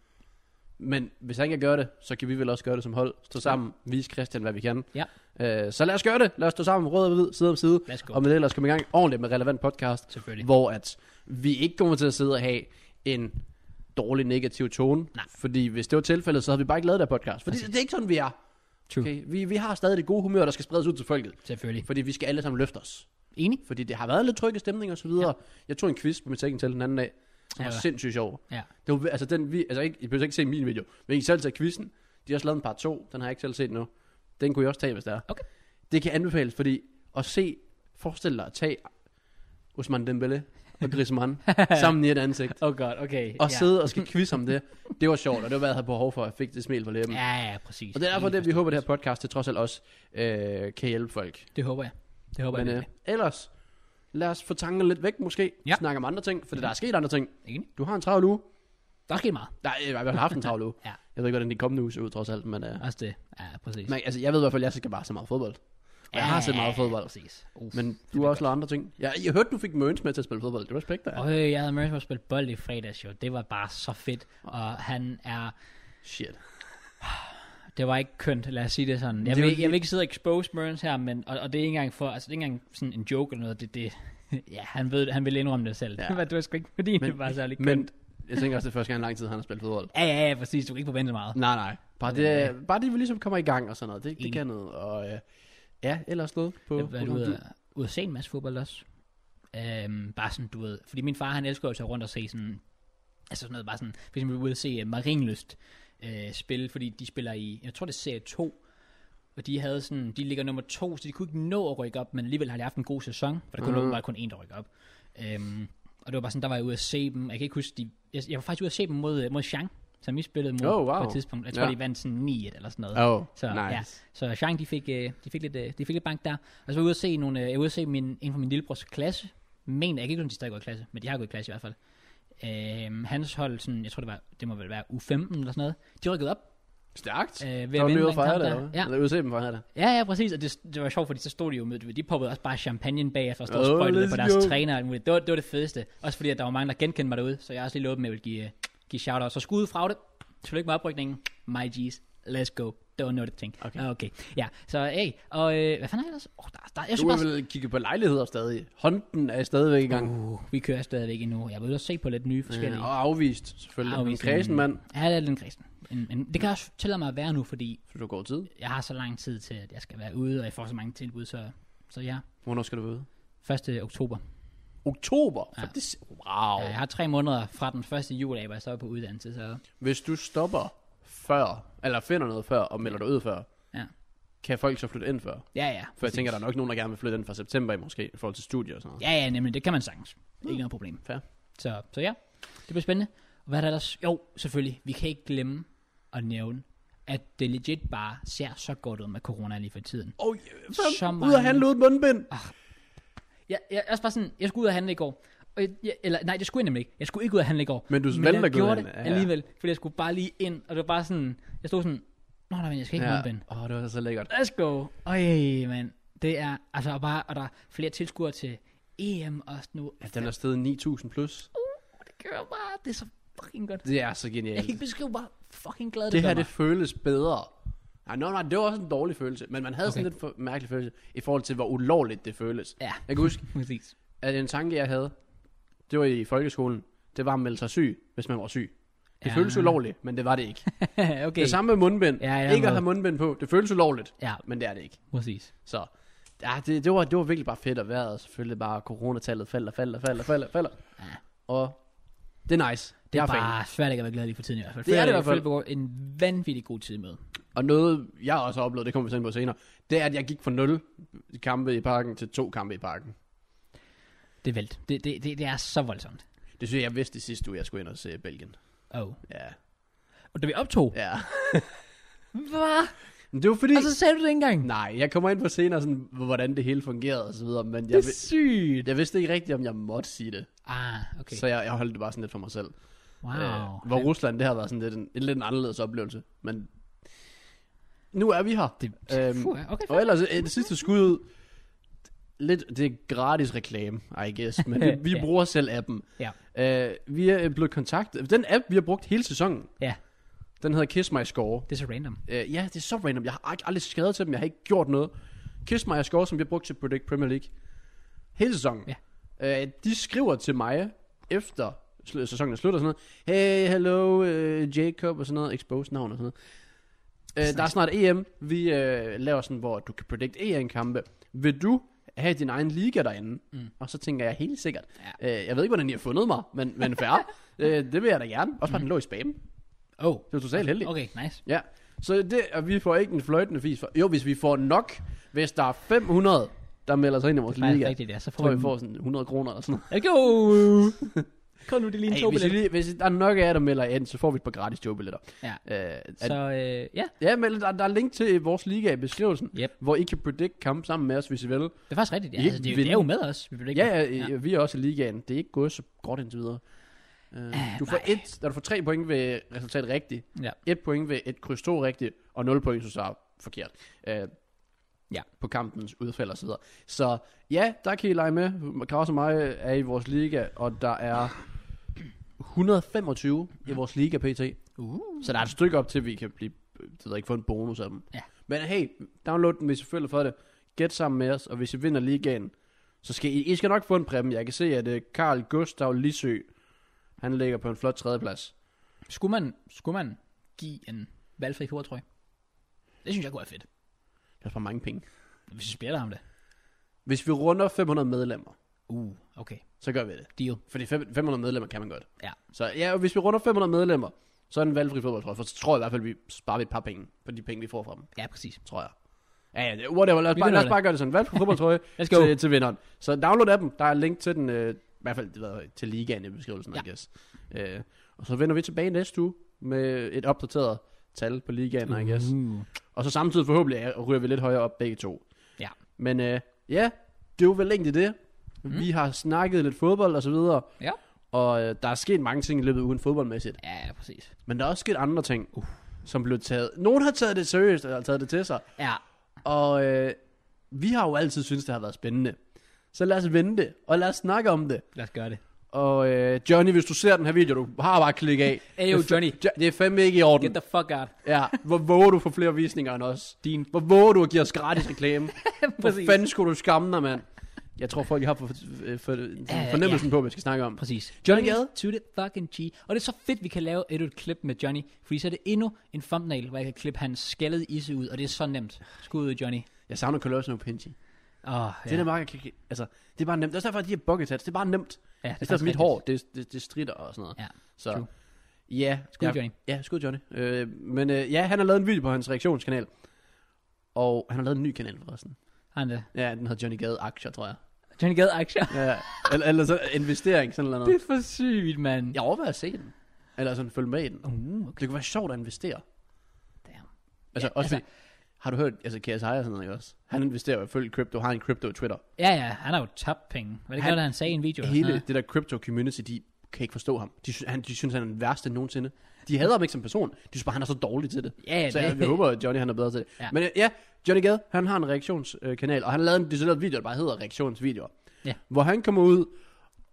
B: Men hvis han kan gøre det, så kan vi vel også gøre det som hold. Stå sammen, vise Christian, hvad vi kan.
A: Ja.
B: Øh, så lad os gøre det. Lad os stå sammen, rød og hvid, side om side.
A: Lad os gå.
B: Og med det, lad os komme i gang ordentligt med relevant podcast
A: Selvfølgelig.
B: hvor at vi ikke kommer til at sidde og have en dårlig negativ tone.
A: Nej.
B: Fordi hvis det var tilfældet, så havde vi bare ikke lavet der podcast. Fordi det er ikke sådan, vi er.
A: True.
B: Okay? Vi, vi har stadig det gode humør, der skal spredes ud til folket.
A: Selvfølgelig.
B: Fordi vi skal alle sammen løfte os.
A: Enig?
B: Fordi det har været lidt trygge stemning og så videre. Ja. Jeg tog en quiz på mit til den anden dag,
A: Ja,
B: som ja, var
A: hva?
B: sindssygt sjov.
A: Ja.
B: Det var, altså, den, vi, altså ikke, I behøver ikke se min video, men I kan selv tage quizzen. De har også lavet en par to, den har jeg ikke selv set nu. Den kunne jeg også tage, hvis der er.
A: Okay.
B: Det kan anbefales, fordi at se, forestil dig at tage Usman Dembele og Griezmann sammen i et ansigt.
A: Oh god, okay.
B: Og sidde og skal quiz om det. Det var sjovt, og det var, hvad jeg havde behov for. Jeg fik det smil på læben.
A: Ja, ja, præcis.
B: Og det er derfor,
A: Enig
B: det, vi
A: forstået.
B: håber, det her podcast, det trods alt også øh, kan hjælpe folk.
A: Det håber jeg. Det håber
B: Men
A: jeg.
B: øh,
A: virkelig.
B: ellers, lad os få tankerne lidt væk måske.
A: Ja. Mm-hmm.
B: Ja. Snakke om andre ting, for der er sket andre ting.
A: Enig.
B: Du har en travl uge.
A: Der er sket meget.
B: Nej, jeg har i hvert fald haft en travl uge.
A: Ja.
B: Jeg ved ikke, hvordan de kommende uge ser ud, trods alt. Men, øh,
A: Også Altså, det. Ja, præcis.
B: men altså, jeg ved i hvert fald, at jeg skal bare se meget fodbold. Og jeg har set meget fodbold.
A: Præcis. Uf.
B: Men du har også lavet andre ting. Jeg, jeg hørte, du fik Mørens med til at spille fodbold. Det respekter jeg.
A: Og øh, jeg havde Mørens at spille bold i fredags jo. Det var bare så fedt. Og han er...
B: Shit.
A: Det var ikke kønt, lad os sige det sådan. Jeg
B: det
A: vil,
B: var
A: ikke,
B: lige-
A: jeg vil ikke sidde og expose Mørens her, men, og, og, det er ikke engang for... Altså, det er ikke engang sådan en joke eller noget. Det, det, ja, han, ved, han ville indrømme det selv.
B: Ja.
A: Ja. det var sgu ikke, fordi men, det
B: Men-
A: var særlig kønt. Men,
B: Men jeg tænker også, det er første gang i lang tid, han har spillet fodbold.
A: ja, ja, ja, præcis. Du kan ikke forvente så meget.
B: Nej, nej. Bare det, bare det vi ligesom kommer i gang og sådan noget. Det,
A: Enig.
B: det kan noget. Og øh, ja, ellers noget på...
A: Jeg har været
B: på-
A: ude, at- ude at se en masse fodbold også. Øhm, bare sådan, du ved, fordi min far, han elsker jo at tage rundt og se sådan, altså sådan noget, bare sådan, for eksempel ude at se uh, Marinlyst øh, spille, fordi de spiller i, jeg tror det er serie 2, og de havde sådan, de ligger nummer 2, så de kunne ikke nå at rykke op, men alligevel har de haft en god sæson, for der kunne
B: Mhm.
A: mm. kun en, der rykke op. Øhm, og det var bare sådan, der var jeg ude at se dem, jeg kan ikke huske, de, jeg, jeg var faktisk ude at se dem mod, øh, mod Shang, som I spillede mod
B: Oh, wow.
A: på et tidspunkt. Jeg tror,
B: Ja.
A: de vandt sådan 9 eller sådan noget.
B: Åh, oh,
A: Så, ja.
B: nice.
A: Så Shang, de fik, øh, de fik, lidt, øh, de fik lidt bank der. Og så var jeg ude at se, nogle, øh, jeg var ude at se min, en fra min lillebrors klasse. Men jeg kan ikke, om de stadig går i klasse, men de har gået i klasse i hvert fald. Øh, hans hold, sådan, jeg tror det, var, det må vel være U15 eller sådan noget, de rykkede op.
B: Stærkt.
A: Øh, ved at
B: Så
A: vinde
B: var du ude
A: den
B: og fejre
A: kamp
B: det,
A: der.
B: eller hvad?
A: Ja.
B: Eller ude at se dem fejre det.
A: Ja, ja, præcis, og det, det var sjovt, fordi så stod de jo med, du ved, de poppede også bare champagne bagefter og stod og
B: Oh,
A: sprøjtede
B: let's
A: på deres
B: go.
A: træner. og alt muligt. Det var, det var det fedeste. Også fordi, at der var mange, der genkendte mig derude, så jeg har også lige lovet dem, at jeg ville give, øh, give shout-out. Så skud fra det. Tillykke med oprykningen. My G's. Let's go. Det var noget, det ting.
B: Okay.
A: okay. Ja, så hey, og øh, hvad fanden er ellers? Oh, der, der, jeg
B: Du
A: synes
B: har
A: bare,
B: vel kigge på lejligheder stadig. Hånden er stadigvæk i gang.
A: uh, vi kører stadigvæk endnu. Jeg vil også se på lidt nye forskellige.
B: Ja, Øh, og afvist, selvfølgelig. Afvist. En kredsen mand,
A: Ja, det er lidt en kredsen. En, en, det kan også tillade mig at være nu, fordi
B: for du går tid.
A: jeg har så lang tid til, at jeg skal være ude, og jeg får så mange tilbud, så, så ja.
B: Hvornår skal du være ude?
A: 1. oktober.
B: Oktober? Ja. Det, wow.
A: Ja, jeg har tre måneder fra den første juli af, hvor jeg så er på uddannelse, så
B: Hvis du stopper før, eller finder noget før, og melder dig ud før,
A: ja.
B: kan folk så flytte ind før?
A: Ja, ja.
B: For jeg tænker, der er nok nogen, der gerne vil flytte ind fra september i måske, i forhold til studier og sådan noget.
A: Ja, ja, nemlig, det kan man sagtens. Det er ikke noget problem.
B: Fair.
A: Så, så ja, det bliver spændende. Og hvad er der ellers? Jo, selvfølgelig, vi kan ikke glemme at nævne, at det legit bare ser så godt ud med corona lige for tiden.
B: Oh,
A: Så
B: yeah, ud
A: mange- Ah,
B: og handle uden mundbind.
A: Jeg, jeg, jeg, bare sådan, jeg skulle ud og handle i går. Og jeg, jeg, eller, nej, det skulle jeg nemlig ikke. Jeg skulle ikke ud og handle i går.
B: Men du
A: men
B: valgte
A: jeg
B: at gå ud og
A: gjorde det
B: handle, ja, ja.
A: alligevel, fordi jeg skulle bare lige ind, og det var bare sådan, jeg stod sådan, Nå, nej, men jeg skal ikke ja. mundbind.
B: Åh, oh, det var så lækkert.
A: Let's go. Øj, mand. Det er, altså og bare, og der er flere tilskuere til E EM også nu.
B: Ja, den er stedet 9000 plus.
A: Uh. Det gør bare, det er så fucking godt.
B: Det er så
A: Jeg kan
B: genialt.
A: ikke beskrive, hvor fucking glad det,
B: Det
A: gør
B: her,
A: mig.
B: det føles bedre. Nej, no, nej, det var også en dårlig følelse. Men man havde okay. sådan lidt for, mærkelig følelse i forhold til, hvor ulovligt det føles.
A: Ja,
B: Jeg kan huske,
A: præcis.
B: at en tanke, jeg havde, det var i folkeskolen, det var at melde sig syg, hvis man var syg. Det
A: Ja.
B: ja. føles ulovligt, men det var det ikke. Okay.
A: okay.
B: Det samme med mundbind.
A: Ja, jeg er
B: ikke
A: med.
B: at have mundbind på. Det føles ulovligt,
A: Ja,
B: men det er det ikke.
A: præcis.
B: Så ja, det, det, var, det var virkelig bare fedt at være, og selvfølgelig bare coronatallet falder, falder, falder, falder, falder.
A: Ja.
B: Og det er nice.
A: Det er
B: jeg fan.
A: bare svært ikke at være glad lige for tiden i hvert fald.
B: Det er
A: Føler
B: det i
A: jeg-
B: hvert fald.
A: føler, vi går en vanvittig god tid med.
B: Og noget, jeg også har oplevet, det kommer vi til på senere, det er, at jeg gik fra 0 kampe i parken til to kampe i parken.
A: Det er vildt. Det, det, det, det er så voldsomt.
B: Det synes jeg, jeg vidste i sidste uge, jeg skulle ind og se Belgien.
A: Oh.
B: Ja.
A: Og da vi optog.
B: ja.
A: Hvad?
B: Men det var fordi...
A: Altså sagde du det ikke engang?
B: Nej, jeg kommer ind på senere, sådan, hvordan det hele fungerede og så videre, men
A: Det
B: jeg,
A: er
B: vi-
A: sygt.
B: jeg vidste ikke rigtigt, om jeg måtte sige det.
A: Ah, okay.
B: Okay. Så jeg, jeg holdt det bare sådan lidt for mig selv.
A: wow.
B: Øh, hvor Rusland, det har været sådan lidt en, en lidt en anderledes oplevelse, men nu er vi her.
A: det,
B: øhm,
A: Puh, okay,
B: Og ellers, øh, det sidste skud ud, lidt, det er gratis reklame, I guess, men vi, vi
A: Ja.
B: bruger selv appen.
A: Ja.
B: Øh, vi er øh, blevet kontaktet, den app, vi har brugt hele sæsonen,
A: Ja.
B: den hedder Kiss My Score.
A: det er så random.
B: Øh, ja, det er så random, jeg har ald- aldrig skrevet til dem, jeg har ikke gjort noget. Kiss My Score, som vi har brugt til Predict Premier League, hele sæsonen. Øh, de skriver til mig, efter sl- sæsonen er slut og sådan noget, hey, hello, øh, Jacob og sådan noget, expose navn og sådan noget. Øh, der er snart EM, vi øh, laver sådan, hvor du kan predict EM-kampe. Vil du have din egen liga derinde? Mm. Og så tænker jeg helt sikkert, ja. øh, jeg ved ikke, hvordan I har fundet mig, men, men fair, øh, det vil jeg da gerne. Også bare, mm. den lå i spam. Det
A: Oh.
B: var totalt heldigt.
A: Okay, nice.
B: Ja, så det, og vi får ikke en fløjtende fis. For, jo, hvis vi får nok, hvis der er 500, der melder sig ind i vores
A: Det er faktisk
B: liga,
A: rigtigt, ja. Så får
B: tror
A: vi
B: jeg, vi får sådan 100 kroner eller sådan noget.
A: Let's go! Kom nu, det er lige en
B: Hey, hvis, I
A: tobillet.
B: lige, hvis I- der er nok af jer, der melder jer ind, så får vi et par gratis jobbilletter.
A: Ja.
B: Øh,
A: Så
B: at,
A: øh, ja,
B: ja, men der, der er link til vores liga i beskrivelsen,
A: Yep.
B: hvor I kan predict kamp sammen med os, hvis I vil.
A: det er faktisk rigtigt. Ja,
B: I kan
A: altså, det, er jo-
B: vinde.
A: det er jo med os. Vi bliver ikke
B: Ja, ja, ja, vi er også i ligaen. Det er ikke gået så godt indtil videre. Øh, du, får
A: Ah, nej.
B: et, når du får tre point ved resultat rigtigt,
A: Ja.
B: et point ved et kryds to rigtigt, og 0 point, hvis du svarer forkert. Øh,
A: Ja.
B: på kampens udfald og så videre. Så ja, der kan I lege med. Kraus og mig er i vores liga, og der er 125 i vores liga pt.
A: Uh.
B: Så der er et stykke op til, at vi kan blive, det ved jeg ikke, få en bonus af dem.
A: Ja.
B: Men hey, download den, hvis I føler for det. Get sammen med os, og hvis I vinder ligaen, så skal I, I skal nok få en præmie. Jeg kan se, at øh, Karl Gustav Lisø, han ligger på en flot tredjeplads.
A: Skulle man, skulle man give en valgfri hovedtrøje? Det synes jeg kunne være fedt.
B: Det er for mange penge.
A: Hvis vi spiller ham det.
B: Hvis vi runder 500 medlemmer,
A: Uh, okay.
B: så gør vi det.
A: Deal.
B: Fordi fem- 500 medlemmer kan man godt.
A: Ja.
B: Så ja, og hvis vi runder 500 medlemmer, så er den valgfri fodboldtrøje. For så tror jeg i hvert fald, at vi sparer et par penge på de penge, vi får fra dem.
A: Ja, præcis.
B: tror jeg. Ja, ja, det- whatever. Lad os,
A: Vi
B: bare,
A: finder
B: lad os bare gøre det sådan. Valg på fodboldtrøje
A: Let's go.
B: til, til vinderen. Så download appen. Der er link til den, øh, i hvert fald det var, til ligaen i beskrivelsen,
A: Ja.
B: ja. I guess. Øh, og så vender vi tilbage næste uge med et opdateret tal på ligaen, I guess.
A: Uh.
B: Og så samtidig forhåbentlig er- ryger vi lidt højere op begge to.
A: Ja.
B: Men øh, ja, det er jo vel egentlig det. Mm. Vi har snakket lidt fodbold og så videre.
A: Ja.
B: Og øh, der er sket mange ting i løbet af ugen fodboldmæssigt.
A: Ja, ja, præcis.
B: Men der er også sket andre ting, uh. som blev taget. Nogen har taget det seriøst og har taget det til sig.
A: Ja,
B: Og øh, vi har jo altid synes det har været spændende. Så lad os vente det, og lad os snakke om det.
A: lad os gøre det.
B: Og øh, Johnny, hvis du ser den her video, du har bare klik af.
A: Ayo,
B: Det er fa-
A: Johnny.
B: Jo- Det er fandme ikke i orden.
A: Get the fuck out.
B: Ja, hvor våger du for flere visninger end os?
A: Din.
B: Hvor våger du at give os gratis reklame?
A: Præcis.
B: hvor fanden skulle du skamme dig, mand? Jeg tror folk har for, for, for, fornemmelsen på, hvad vi skal snakke om.
A: Præcis.
B: Johnny
A: Johnny
B: Gade.
A: to the fucking G. Og det er så fedt, vi kan lave et, et klip med Johnny. Fordi så er det endnu en thumbnail, hvor jeg kan klippe hans skaldede isse ud. Og det er så nemt. Skud ud, Johnny.
B: Jeg savner Colossal Pinchi.
A: Åh,
B: Ja.
A: ja.
B: Det der marker, kan- altså, det er bare nemt. Det er også derfor, at de her bucket hats, det er bare nemt.
A: ja,
B: I stedet for mit hår, det, det, det strider og sådan noget.
A: Ja,
B: så,
A: true.
B: Ja,
A: Skud,
B: jeg-
A: Johnny.
B: Ja, skud Johnny. Øh, men øh, ja, han har lavet en video på hans reaktionskanal. Og han har lavet en ny kanal forresten.
A: Han det.
B: Ja, den hedder Johnny Gade Aktier, tror jeg.
A: Johnny Gade aktier.
B: Ja, eller, eller så investering, sådan noget.
A: Det er for sygt, mand.
B: Jeg overvejer at se den. Eller sådan følge med i den.
A: Uh, okay.
B: Det kunne være sjovt at investere.
A: Damn.
B: Altså,
A: Ja,
B: ja, også
A: altså-
B: altså, fordi, har du hørt, altså KSI og sådan noget, ikke også? Han investerer jo følge krypto, har en krypto og Twitter.
A: Ja, ja, han har jo tabt penge. Var det ikke
B: Han-
A: noget, han sagde i en video? eller sådan
B: Hele
A: noget?
B: det der crypto community, de kan ikke forstå ham. De, sy- han, de synes, han er den værste nogensinde. De hader ham ikke som person. De synes bare, han er så dårlig til det.
A: Ja,
B: så
A: det-
B: jeg, jeg håber, at Johnny han er bedre til det.
A: Ja.
B: Ja. Men øh, ja, Johnny Gade, han har en reaktionskanal, og han har lavet en decideret video, der bare hedder reaktionsvideoer.
A: Ja.
B: Hvor han kommer ud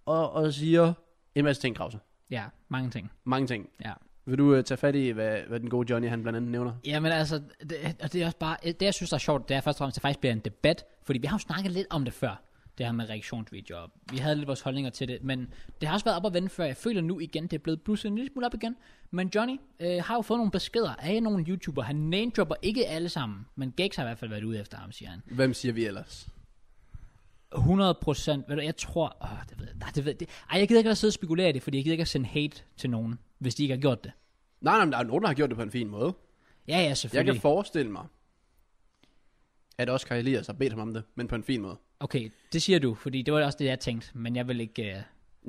B: og, og siger en masse ting, Krause.
A: Ja, mange ting.
B: Mange ting.
A: Ja.
B: Vil du øh, tage fat i, hvad, hvad den gode Johnny han blandt andet nævner?
A: Jamen altså, det, og det er også bare, det jeg synes der er sjovt, det er først og fremmest, at det faktisk bliver en debat, fordi vi har jo snakket lidt om det før, det her med reaktionsvideoer. Vi havde lidt vores holdninger til det, men det har også været op og vende før. Jeg føler nu igen, det er blevet blusset en lille smule op igen. Men Johnny øh, har jo fået nogle beskeder af nogle YouTuber. Han namedropper ikke alle sammen, men Gex har i hvert fald været ude efter ham, siger han.
B: Hvem siger vi ellers?
A: 100 procent, ved du, jeg tror, åh, det ved jeg, nej, det ved jeg, det, ej, jeg gider ikke at sidde og spekulere i det, fordi jeg gider ikke at sende hate til nogen, hvis de ikke har gjort det.
B: Nej, nej, men der er nogen, der har gjort det på en fin måde.
A: Ja, ja,
B: Jeg
A: selvfølgelig.
B: kan forestille mig, at også Kai Elias har bedt ham om det, men på en fin måde.
A: Okay, det siger du, fordi det var også det, jeg tænkte, men jeg vil ikke... Øh,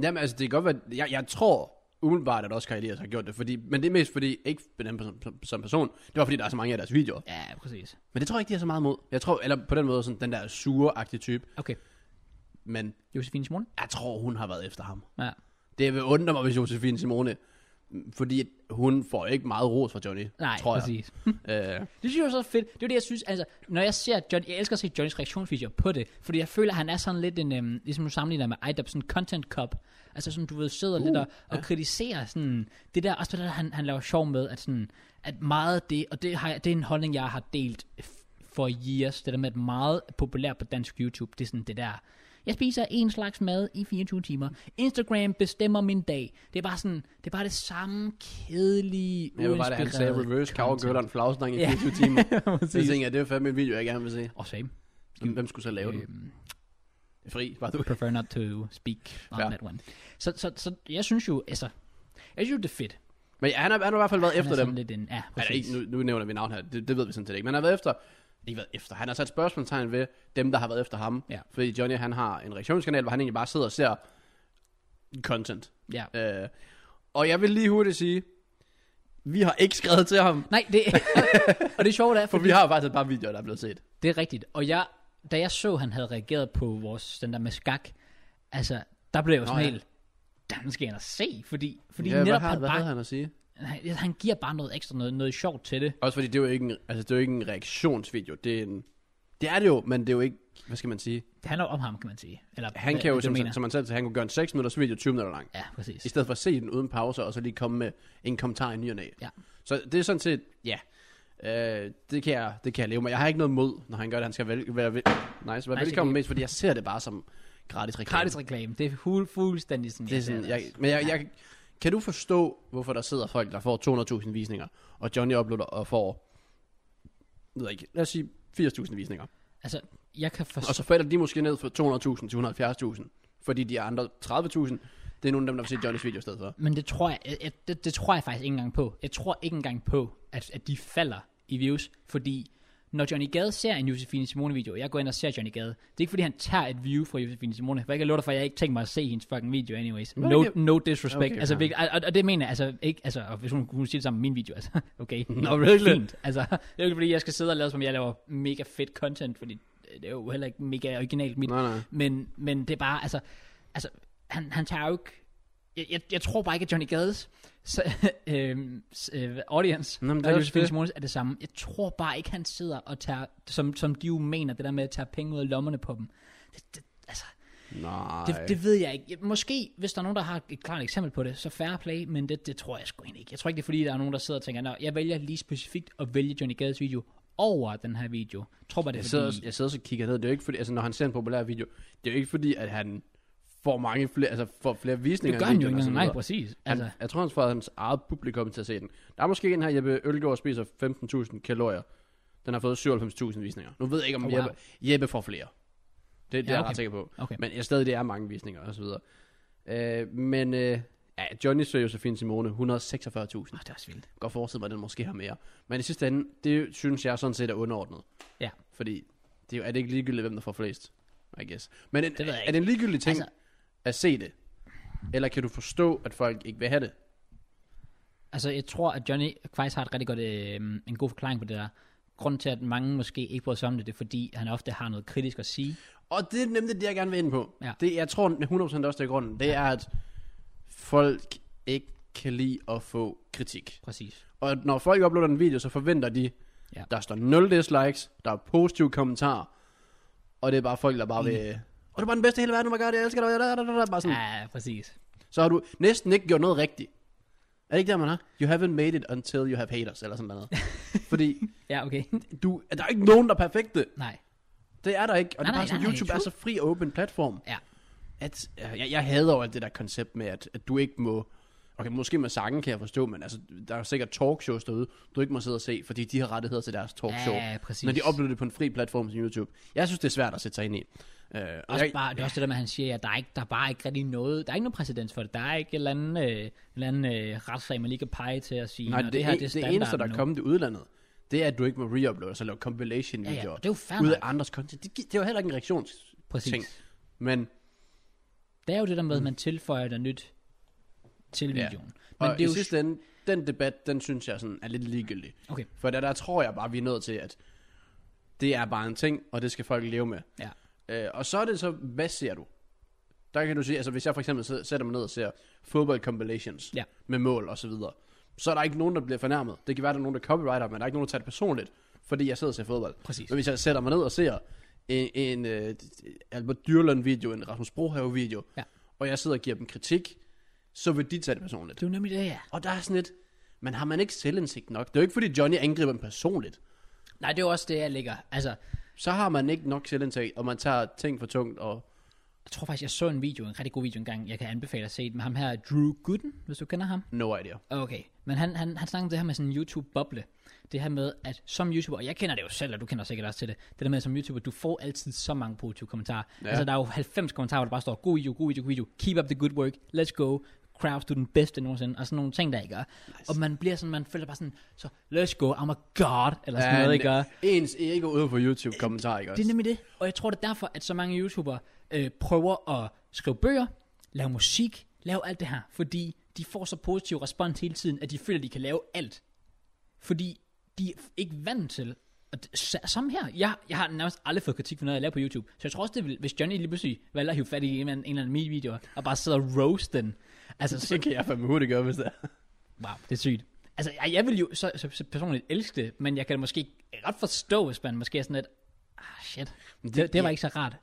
B: Jamen altså, det kan godt være, jeg, jeg tror umiddelbart, at også Kai Elias har gjort det, fordi, men det er mest fordi, ikke på dem som, som, som person, det var fordi, der er så mange af deres videoer.
A: ja, præcis.
B: Men det tror jeg ikke, de har så meget mod. Jeg tror, eller på den måde, sådan den der sure-agtige type,
A: Okay,
B: men
A: Josefine Simone?
B: jeg tror, hun har været efter ham.
A: Ja.
B: Det vil undre mig, hvis Josefine Simone, fordi hun får ikke meget ros fra Johnny,
A: Nej,
B: tror jeg.
A: præcis.
B: Øh,
A: Det synes jeg er så fedt. Det er jo det, jeg synes, altså, når jeg ser John, jeg elsker at se Johnnys reaktionsvideoer på det, fordi jeg føler, at han er sådan lidt en, øhm, ligesom du sammenligner med IDOP, sådan en content cup. Altså sådan, du ved, sidder uh, lidt og, og ja. kritiserer sådan, det der, også det der, han, han laver sjov med, at sådan, at meget af det, og det, har, jeg- det er en holdning, jeg har delt f- for years, det der med, at meget populært på dansk YouTube, det er sådan det der, jeg spiser en slags mad i 24 timer. Instagram bestemmer min dag. Det er bare sådan, det er bare det samme kedelige,
B: jeg vil bare, at han sagde
A: uinspirerede
B: reverse
A: content.
B: cowgirl og en flagstang i
A: Ja.
B: 24 timer. Så
A: Præcis.
B: tænkte jeg, det er fandme en video, jeg gerne vil se.
A: Og same.
B: Hvem, hvem skulle så lave den?
A: Øhm,
B: Fri, var du?
A: prefer not to speak on
B: Ja.
A: that one. Så, så, så jeg synes jo, altså, jeg synes jo, det er fedt. Han
B: Men han har, han har i hvert fald været
A: er
B: efter
A: sådan
B: dem.
A: Lidt en, ja,
B: Altså,
A: præcis.
B: ikke, nu, nu nævner vi navn her, det, det ved vi sådan set ikke. Men han har været efter, ikke været efter, han har sat spørgsmålstegn ved dem, der har været efter ham.
A: Ja.
B: Fordi Johnny, han har en reaktionskanal, hvor han egentlig bare sidder og ser content.
A: ja.
B: Øh, og jeg vil lige hurtigt sige, vi har ikke skrevet til ham,
A: Nej, det, og det sjove er,
B: for vi har faktisk et par videoer, der er blevet set.
A: Det er rigtigt. Og jeg, da jeg så, han havde reageret på vores, den der med skak, altså, der blev jeg jo
B: Nå,
A: sådan
B: ja.
A: helt, der skal jeg ind og se, fordi, fordi ja, netop
B: hvad, har,
A: han
B: hvad havde
A: bare,
B: han at sige?
A: han, han giver bare noget ekstra, noget, noget sjovt til det.
B: Også fordi det er jo ikke en, altså, det er jo ikke en reaktionsvideo, det er en... Det er det jo, men det er jo ikke, hvad skal man sige?
A: Det handler jo om ham, kan man sige. Eller,
B: Han
A: hvad-
B: kan jo,
A: hvad du
B: som,
A: mener.
B: som han selv sagde, han kunne gøre en 6 minutters video 20 minutter lang.
A: Ja, præcis.
B: I stedet for at se den uden pauser, og så lige komme med en kommentar i ny og næ.
A: Ja.
B: Så det er sådan set, ja, øh, det, kan jeg, det kan jeg leve med. Jeg har ikke noget mod, når han gør det. Han skal vel, være, vel, nice, være
A: Nice
B: velkommen
A: idé.
B: mest, fordi jeg ser det bare som gratis reklame.
A: Gratis reklame. Det er fu- fuldstændig sådan,
B: det er
A: jeg ser
B: sådan,
A: det
B: jeg,
A: også.
B: men jeg, jeg, kan du forstå, hvorfor der sidder folk, der får 200.000 visninger, og Johnny uploader og får, jeg ved ikke, lad os sige 80.000 visninger.
A: Altså, jeg kan forstå...
B: Og så falder de måske ned fra 200.000 til 170.000, fordi de andre 30.000, det er nogle af dem, der vil se Johnnys video i stedet for.
A: Men det tror jeg, jeg, jeg det, det tror jeg faktisk ikke engang på. Jeg tror ikke engang på, at, at de falder i views, fordi når Johnny Gade ser en Josefine Simone video, jeg går ind og ser Johnny Gade, det er ikke fordi han tager et view fra Josefine Simone, for jeg kan love dig for, at jeg ikke tænker mig at se hendes fucking video anyways.
B: Nå,
A: No,
B: det-
A: no disrespect. Okay,
B: Okay,
A: altså,
B: fair.
A: virkelig, og, og, og, det mener jeg, altså ikke, altså, og hvis hun kunne sige det sammen med min video, altså, okay.
B: Nå, virkelig?
A: Fint. Altså, det er jo ikke fordi, jeg skal sidde og lade, som om jeg laver mega fedt content, fordi det er jo heller ikke mega originalt mit
B: Nej, nej.
A: men, men det er bare, altså, altså han, han tager jo ikke, jeg, jeg, jeg tror bare ikke, at Johnny Gades så, øhm, s- øh, audience
B: Nå, men det
A: og
B: er også
A: Josefine
B: det.
A: Simonis er det samme. Jeg tror bare ikke, han sidder og tager, som, som de jo mener, det der med at tage penge ud af lommerne på dem. Det, det, altså,
B: Nej.
A: det, det ved jeg ikke. Jeg- Måske, hvis der er nogen, der har et klart eksempel på det, så fair play, men det, det tror jeg sgu egentlig ikke. Jeg tror ikke, det er fordi, der er nogen, der sidder og tænker, Nå, jeg vælger lige specifikt at vælge Johnny Gades video over den her video. Jeg tror bare, det er
B: Jeg
A: fordi...
B: sidder, også- jeg sidder også og kigger ned. Det er jo ikke fordi, altså når han ser en populær video, det er jo ikke fordi, at han får mange flere, altså får flere visninger.
A: det gør han
B: end
A: jo
B: videoen
A: ikke
B: og
A: engang.
B: sådan
A: Nej,
B: noget.
A: præcis.
B: Han,
A: Altså,
B: jeg tror, han får hans eget publikum til at se den. Der er måske en her, Jeppe Ølgaard spiser 15.000 kalorier. Den har fået 97.000 visninger. Nu ved jeg ikke, om
A: Oh,
B: oh,
A: wow.
B: Jeppe, Jeppe får flere. Det, det ja, okay. er jeg
A: okay.
B: ret sikker på.
A: Okay.
B: Men jeg stadig, det er mange visninger og så videre. Øh, men øh, ja, Johnny søger Josefine Simone 146.000.
A: Oh, det er også vildt.
B: godt forestille mig, at den måske har mere. Men i sidste ende, det synes jeg sådan set er underordnet.
A: Ja.
B: Fordi det er, jo- er det ikke ligegyldigt, hvem der får flest, I guess. Men en,
A: Det ved jeg
B: er det en ligegyldig ting
A: Altså-
B: altså... at se det? Eller kan du forstå, at folk ikke vil have det?
A: Altså, jeg tror, at Johnny faktisk har et rigtig godt, øh, en god forklaring på det der. Grunden til, at mange måske ikke bryder sig om det, det er, fordi han ofte har noget kritisk at sige.
B: Og det er nemlig det, jeg gerne vil ind på.
A: Ja.
B: Det, jeg tror med 100% også, det er grunden. Det er, at folk ikke kan lide at få kritik.
A: Præcis.
B: Og når folk uploader en video, så forventer de,
A: Ja.
B: der står 0 dislikes, der er positive kommentarer, og det er bare folk, der
A: Mm.
B: bare vil... Og du er bare den bedste i hele verden, oh my god, jeg elsker dig, da, da, da, da, bare sådan.
A: Ja, præcis.
B: Så har du næsten ikke gjort noget rigtigt. Er det ikke der, man har? You haven't made it until you have haters, eller sådan noget. Fordi
A: Ja, okay.
B: du, der er ikke nogen, der er perfekte.
A: Nej.
B: Det er der ikke. Og
A: Nej,
B: det er
A: nej,
B: bare sådan,
A: nej, nej,
B: YouTube er
A: true.
B: så fri og åben platform.
A: Ja.
B: At, øh, jeg, jeg hader jo alt det der koncept med, at, at du ikke må... Okay, måske med sangen kan jeg forstå, men altså, der er jo sikkert talkshows derude, du ikke må sidde og se, fordi de har rettigheder til deres talkshow.
A: Ja, præcis.
B: Når de uploader det på en fri platform som YouTube. Jeg synes, det er svært at sætte sig ind i. Øh, og
A: Også
B: jeg,
A: bare, det er også det der med, at han siger, at der er, ikke, der er bare ikke rigtig noget, der er ikke nogen præcedens for det. Der er ikke en eller anden, øh, en eller anden øh, retssag, man lige kan pege til at sige,
B: nej,
A: "Nå,
B: det, det,
A: her
B: her,
A: det er
B: det, det eneste, der
A: standarden nu."
B: er kommet i udlandet, det er, at du ikke må reuploade, så lave
A: ja, ja,
B: compilation-videoer.
A: og det er jo fair
B: ud
A: nok.
B: af andres content. Det, gi- det er jo heller ikke en reaktions
A: Præcis.
B: ting. Men
A: Det er jo det der med, at man tilføjer der nyt til
B: Mm. Ja.
A: videoen.
B: Men
A: Men
B: og
A: det er
B: i
A: jo...
B: sidste ende, den debat, den synes jeg sådan er lidt ligegyldig.
A: Okay,
B: For der, der tror jeg bare, vi er nødt til, at det er bare en ting, og det skal folk leve med.
A: ja.
B: Øh, og så er det så, hvad ser du? Der kan du sige, altså hvis jeg for eksempel sidder- sætter mig ned og ser fodbold compilations
A: Ja.
B: med mål og så videre, så er der ikke nogen, der bliver fornærmet. Det kan være, der er nogen, der copyrighter, men der er ikke nogen, der tager det personligt, fordi jeg sidder og ser fodbold.
A: Præcis.
B: Men hvis jeg sætter mig ned og ser en, en uh, Albert Dyrlund-video, en Rasmus Brohave-video,
A: Ja.
B: og jeg sidder og giver dem kritik, så vil de tage det personligt.
A: Det er jo nemlig det, ja.
B: Og der er sådan lidt, men har man ikke selvindsigt nok? Det er jo ikke, fordi Johnny angriber dem personligt.
A: Nej, det er jo også det, jeg ligger. Altså,
B: Så har man ikke nok selvindsigt, og man tager ting for tungt, og
A: jeg tror faktisk, jeg så en video, en rigtig god video engang, jeg kan anbefale at se den med ham her, Drew Gooden, hvis du kender ham.
B: no idea.
A: Okay, men han, han, han snakker om det her med sådan en YouTube-boble. Det her med, at som YouTuber, og jeg kender det jo selv, og du kender sikkert også til det, det der med, at som YouTuber, du får altid så mange positive kommentarer. Ja. Altså, der er jo 90 kommentarer, hvor der bare står, god video, god video, god video, keep up the good work, let's go, Kraus, du er den bedste nogensinde, og sådan nogle ting, der ikke er. Nice. Og man bliver sådan, man føler bare sådan, så let's go, I'm a god, eller sådan ja, noget,
B: en-
A: ikke er.
B: Ens ego ude på YouTube-kommentar, ikke
A: Det
B: også?
A: er nemlig det. Og jeg tror, det er derfor, at så mange YouTubere øh, prøver at skrive bøger, lave musik, lave alt det her. Fordi de får så positiv respons hele tiden, at de føler, at de kan lave alt. Fordi de er ikke vant til... Og det, sa- samme her. Jeg, jeg har nærmest aldrig fået kritik for noget, jeg laver på YouTube. Så jeg tror også, det vil, hvis Johnny lige pludselig valgte at hive fat i en, eller anden- en eller anden min video, og bare sidder og roast den. Altså, så,
B: Det kan jeg fandme hurtigt gøre, hvis det er.
A: wow, det er sygt. Altså, jeg, jeg vil jo så, så, så personligt elske det, men jeg kan måske ikke ret forstå, hvis man måske er sådan lidt, ah, shit,
B: Men
A: det,
B: det-
A: det, det var ikke så rart.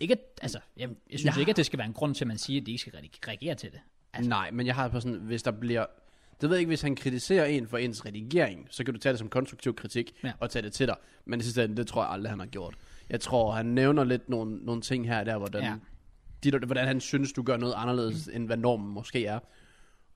A: Ikke, at- altså, jeg, jeg synes
B: Ja.
A: ja. ikke, at det skal være en grund til, at man siger, at de ikke skal re- reagere til det. Altså,
B: Nej, men jeg har på sådan, hvis der bliver... Det ved jeg ikke, hvis han kritiserer en for ens redigering, så kan du tage det som konstruktiv kritik
A: Ja.
B: ja. og tage det til dig. Men det sidste ende, det tror jeg aldrig, han har gjort. Jeg tror, han nævner lidt nogle, nogle ting her og der, hvordan,
A: Ja.
B: ja. dit, hvordan han synes, du gør noget anderledes, mm. end hvad normen måske er.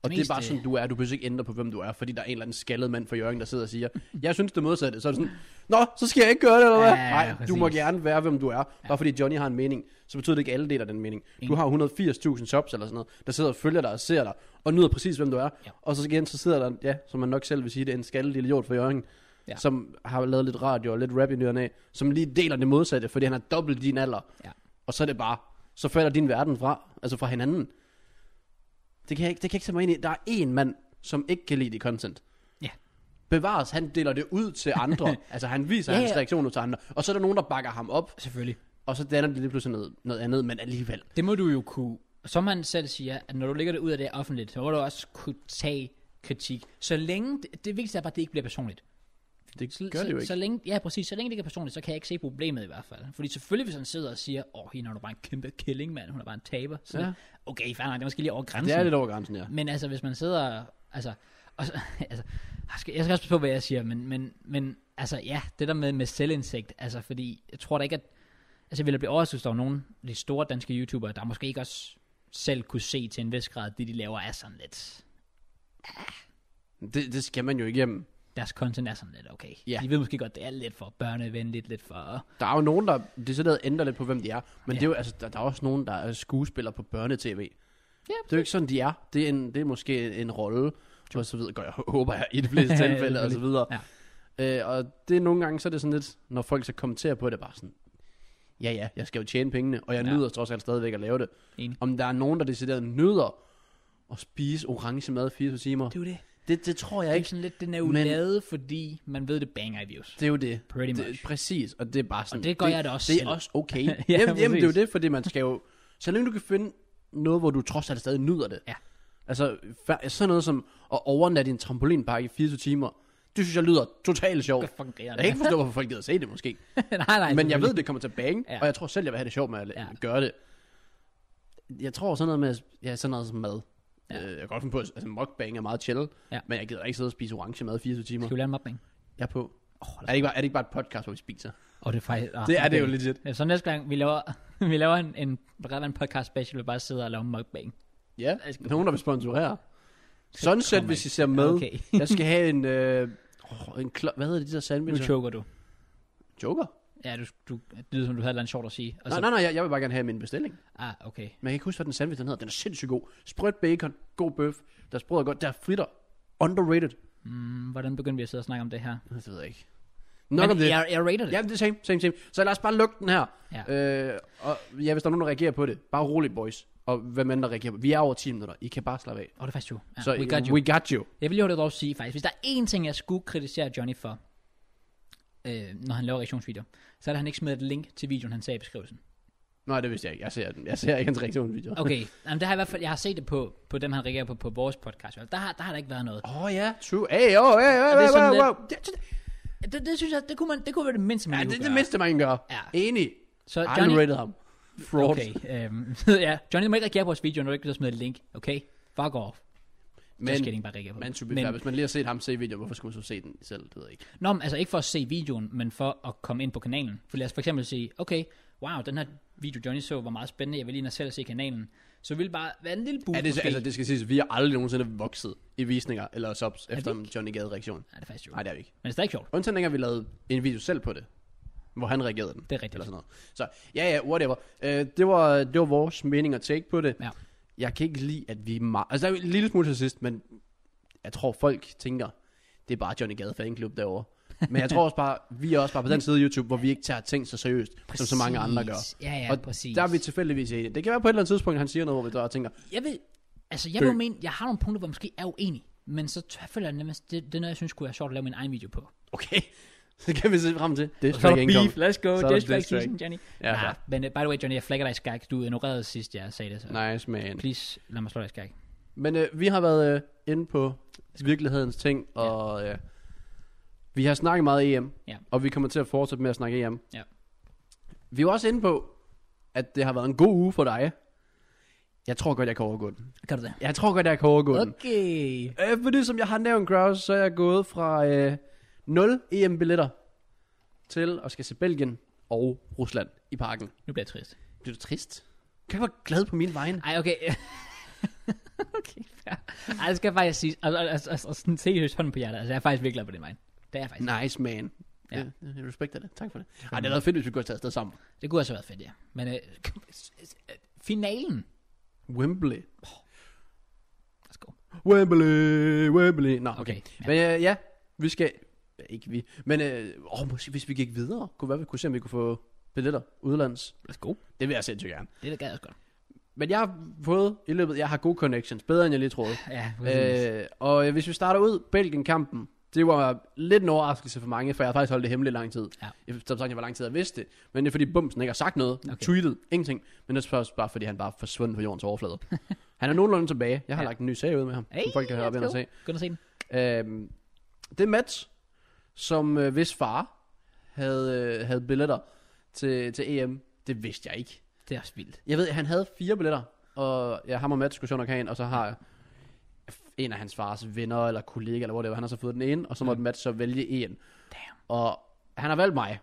B: Og det er
A: Mest,
B: bare
A: øh,
B: sådan, du er. Du behøver ikke ændre på, hvem du er, fordi der er en eller anden skaldet mand fra Jørgen, der sidder og siger, jeg synes det modsatte. Så er det sådan, nå, så skal jeg ikke gøre det, eller hvad?
A: Ja, ja,
B: Nej,
A: ja,
B: du må
A: præcis.
B: gerne være, hvem du er. Bare fordi Johnny har en mening, så betyder det ikke, at alle deler den mening. Du har 180.000 subs eller sådan noget, der sidder og følger dig og ser dig, og nyder præcis, hvem du er.
A: Ja.
B: Og så igen, så sidder der, ja, som man nok selv vil sige, det er en skaldet idiot fra Jørgen,
A: Ja.
B: som har lavet lidt radio og lidt rap i nyerne af, som lige deler det modsatte, fordi han har dobbelt din alder.
A: Ja.
B: Og så er det bare, så falder din verden fra, altså fra hinanden. Det kan jeg ikke, det kan jeg ikke sætte mig ind i. Der er én mand, som ikke kan lide det content
A: ja.
B: bevares, han deler det ud til andre. altså han viser
A: Ja,
B: ja,
A: ja.
B: hans reaktion ud til andre. Og så er der nogen, der bakker ham op,
A: Selvfølgelig.
B: og så danner det lige pludselig noget, noget andet, men alligevel.
A: Det må du jo kunne, som man selv siger, at når du lægger det ud af det offentligt, så må du også kunne tage kritik. Så længe, det, det vigtigste er bare, at det ikke bliver personligt.
B: Det
A: så, Så længe, ja, præcis. Så længe det ikke er personligt, så kan jeg ikke se problemet i hvert fald. Fordi selvfølgelig, hvis han sidder og siger, åh, hende hun er bare en kæmpe killing, mand. Hun er bare en taber. Så
B: Ja.
A: ja. okay, fair nok, det er måske lige over grænsen.
B: det er lidt over grænsen, ja.
A: Men altså, hvis man sidder, altså, og så, altså jeg, skal, jeg skal også passe på, hvad jeg siger, men, men, men altså, ja, det der med, med selvindsigt, altså, fordi jeg tror da ikke, at, altså, jeg ville blive overrasket, hvis der var nogle af de store danske YouTubere, der måske ikke også selv kunne se til en vis grad, at det de laver er sådan lidt.
B: Det, det skal man jo igennem.
A: deres content er sådan lidt okay.
B: Ja.
A: De ved måske godt, det er lidt for børnevenligt, lidt for...
B: Der er jo nogen, der decideret ændrer lidt på, hvem de er. Men ja. det er jo, altså, der, der er også nogen, der er skuespillere på børnetv.
A: Ja,
B: Det er jo ikke sådan, de er. Det er, en, det er måske en, en rolle, og så videre. Godt, jeg håber jeg i de fleste tilfælde, og så videre. Ja. Øh, og det er nogle gange, så er det sådan lidt, når folk så kommenterer på det, er bare sådan, ja ja, jeg skal jo tjene pengene, og jeg
A: Ja.
B: ja. nyder trods alt stadigvæk at lave det.
A: Enig.
B: Om der er nogen, der decideret nyder at spise orange mad 24 timer,
A: Det er jo det.
B: det, det tror
A: Det
B: jeg
A: er jo
B: ikke.
A: sådan lidt, den er jo
B: Men-
A: lavet, fordi man ved, det banger i views.
B: Det er jo det.
A: Pretty
B: det,
A: much.
B: Præcis, og det er bare sådan.
A: det gør jeg da også
B: Det er
A: selv.
B: også okay.
A: Ja,
B: ja, jamen, jamen, det er jo
A: præcis.
B: det, fordi man skal jo... Så længe du kan finde noget, hvor du trods alt stadig nyder det.
A: Ja.
B: Altså, fa- sådan noget som at overnatte i en trampolinpark i 24 timer, det synes jeg lyder totalt sjovt.
A: Det er fucking
B: Jeg
A: griner.
B: kan ikke forstå, hvorfor folk gider se det måske.
A: nej, nej.
B: Men jeg ved,
A: selvfølgelig.
B: det kommer til at bange,
A: Ja.
B: ja. og jeg tror selv, jeg vil have det sjovt med at
A: Ja.
B: ja. gøre det. Jeg tror sådan noget med, ja, sådan noget som mad.
A: Ja.
B: Ja. Jeg kan godt finde på, at altså, mukbang er meget chill,
A: Ja.
B: ja. men jeg gider ikke sidde og spise orange mad i 24 timer.
A: Skal vi lave en mobning?
B: Jeg er på.
A: Åh,
B: Er det, ikke bare, er det ikke bare et podcast, hvor vi spiser?
A: Og det er faktisk... ah,
B: Det er det jo
A: okay.
B: legit.
A: Ja, Så næste gang, vi laver, vi laver en, en, en, en podcast special, vi bare sidder og laver mukbang.
B: Ja, nogen, der vil sponsorere.
A: kommer
B: Sunset, hvis I ser med.
A: Okay.
B: jeg skal have en... Øh, åh, en klo- hvad hedder de der
A: Nu
B: sandwich?
A: choker du.
B: Joker?
A: Ja, du, du, det lyder som, du havde et eller andet sjovt at sige. Og
B: Nej, nej, nej, jeg, jeg vil bare gerne have min bestilling. Men
A: Ah, okay.
B: jeg kan ikke huske, hvad den sandwich den hedder. Den er sindssygt god. Sprødt bacon, god bøf, der er sprød og godt, der er fritter. Underrated.
A: Mm, hvordan begyndte vi at sidde og snakke om det her?
B: Det ved jeg ikke. Nok
A: Men
B: om det.
A: Jeg, jeg rater det.
B: Ja, det er same, same, same. Så lad os bare lukke den her.
A: Ja.
B: Øh, og ja, hvis der er nogen, der reagerer på det, bare roligt, boys. Og hvem end der reagerer på Vi er over 10 minutter. I kan bare slappe af.
A: Og det er faktisk jo. Ja,
B: Så
A: we got you.
B: We got you.
A: Jeg vil lige hurtigt dog sige faktisk, hvis der er én ting, jeg skulle kritisere Johnny for, øh, når han laver reaktionsvideoer, så er det, at han ikke smed et link til videoen, han sagde i beskrivelsen.
B: Nej, det vidste jeg ikke. Jeg ser, den. jeg ser ikke hans reaktionsvideo.
A: Okay, Jamen, det har jeg i hvert fald, jeg har set det på, på dem, han reagerer på, på vores podcast. Der, har, der har der ikke været noget.
B: Åh oh, ja, true. Hey, oh, hey, hey,
A: det
B: hey,
A: er sådan
B: wow,
A: lidt-
B: wow. Det, det,
A: Det, det synes jeg, det kunne, man, det kunne være det mindste, man
B: ja,
A: kunne
B: det, det
A: gøre.
B: mindste, man kan gøre.
A: Ja.
B: Enig.
A: Så
B: Johnny...
A: Johnny,
B: Underrated ham. Fraud.
A: okay, øhm, ja, Johnny du må ikke reagere på vores video, når du ikke vil smide et link, okay? Fuck off. Men, Just kidding,
B: Men,
A: bare reagere på
B: men,
A: det.
B: to be fair, hvis man lige har set ham se videoen, hvorfor skulle man så se den selv? Det ved jeg ikke.
A: Nå, men altså ikke for at se videoen, men for at komme ind på kanalen. For lad os for eksempel sige, okay, wow, den her video Johnny så var meget spændende, jeg vil lige ind og selv se kanalen. Så vil bare være en lille boost
B: Ja, det,
A: Uh, måske.
B: altså, det skal siges, vi har aldrig nogensinde vokset i visninger eller subs efter
A: det
B: en Johnny Gade-reaktion.
A: Nej, det er faktisk jo.
B: Nej, det er vi ikke.
A: Men det er stadig sjovt.
B: Undtagen dengang vi lavede en video selv på det, hvor han reagerede den.
A: Det er rigtigt.
B: Eller sådan noget. Så ja, ja, whatever. Øh, det, var, det var vores mening at take på det.
A: Ja.
B: Jeg kan ikke lide, at vi er meget... Altså, der er jo en lille smule til sidst, men jeg tror, folk tænker, det er bare Johnny Gade fanklub derovre. Men jeg tror også bare, vi er også bare på den side af YouTube, hvor vi ikke tager ting så seriøst, som så mange andre gør.
A: Præcis. Ja, ja,
B: og
A: præcis.
B: Der er vi tilfældigvis enige. Det kan være på et eller andet tidspunkt, han siger noget, hvor vi der tænker,
A: Jeg vil, altså jeg
B: Dø.
A: vil jo mene, jeg har nogle punkter, hvor jeg måske er uenig. Men så t- føler jeg nemmest, det, det er noget, jeg synes kunne være sjovt at lave min egen video på.
B: okay, så kan vi se frem til. Det er income.
A: let's go,
B: Så er der diss track diss track. season,
A: Johnny.
B: Ja,
A: nah, men uh, by the way, Johnny, jeg flækker dig i skak. Du ignorerede sidst, jeg sagde det, så
B: Nice, man.
A: please lad mig slå dig i skak.
B: Men øh, vi har været øh, inde på virkelighedens ting, og øh, vi har snakket meget EM,
A: Ja.
B: og vi kommer til at fortsætte med at snakke EM.
A: Ja.
B: Vi er jo også inde på, at det har været en god uge for dig. Jeg tror godt, jeg kan overgå den.
A: Kan du det?
B: Jeg tror godt, jeg kan overgå den.
A: Okay.
B: Øh, fordi som jeg har nævnt, Kraus, så er jeg gået fra øh, 0 EM-billetter til at skal se Belgien og Rusland i parken.
A: Nu bliver jeg trist.
B: Bliver du trist? Kan jeg være glad på min vegne?
A: Ej, okay. okay, fair. Ej, det skal jeg faktisk sige. Altså, altså, altså, altså sådan seriøst hånden på hjertet. Altså, jeg er faktisk virkelig glad på det, mine. Det er jeg faktisk.
B: Nice, man.
A: Ja.
B: Ja. Jeg, jeg respekterer det. Tak for det. Ej, det havde været fedt, hvis vi kunne have taget afsted sammen.
A: Det kunne også have været fedt, ja. Men øh, finalen.
B: Wembley.
A: Let's go.
B: Wembley, Wembley. Nå, okay.
A: Okay.
B: okay.
A: Ja.
B: Men øh, ja, vi skal... Ikke vi. Men øh, åh, måske, hvis vi gik videre, kunne være, vi kunne se, om vi kunne få billetter udenlands.
A: Let's go.
B: Det vil jeg sindssygt gerne.
A: Det, det gad jeg også godt.
B: Men jeg har fået i løbet... Jeg har gode connections. Bedre, end jeg lige troede.
A: Ja, øh,
B: øh, og øh, hvis vi starter ud, Belgien-kampen. Det var lidt en overraskelse for mange, for jeg har faktisk holdt det hemmeligt lang tid.
A: Ja.
B: Jeg, som sagt, jeg var lang tid, jeg vidste det. Men det er fordi Bumsen ikke har sagt noget,
A: Okay.
B: okay. tweetet, ingenting. Men det er også bare fordi, han bare er forsvundet på jordens overflade. han er nogenlunde tilbage. Jeg har
A: Ja.
B: ja. lagt en ny serie ud med ham,
A: Hey,
B: som folk kan høre op
A: let's
B: ind og
A: go.
B: se.
A: Gå ind og se den.
B: Øhm, det match, som øh, hvis far havde, øh, havde billetter til, til EM, det vidste jeg ikke.
A: Det er også vildt.
B: Jeg ved, han havde fire billetter, og ja, ham og Matt skulle sjovt nok have en, og så har jeg en af hans fars venner eller kollega, eller hvor det var, han har så fået den ene, og så måtte Matt så vælge en.
A: Damn.
B: Og han har valgt mig.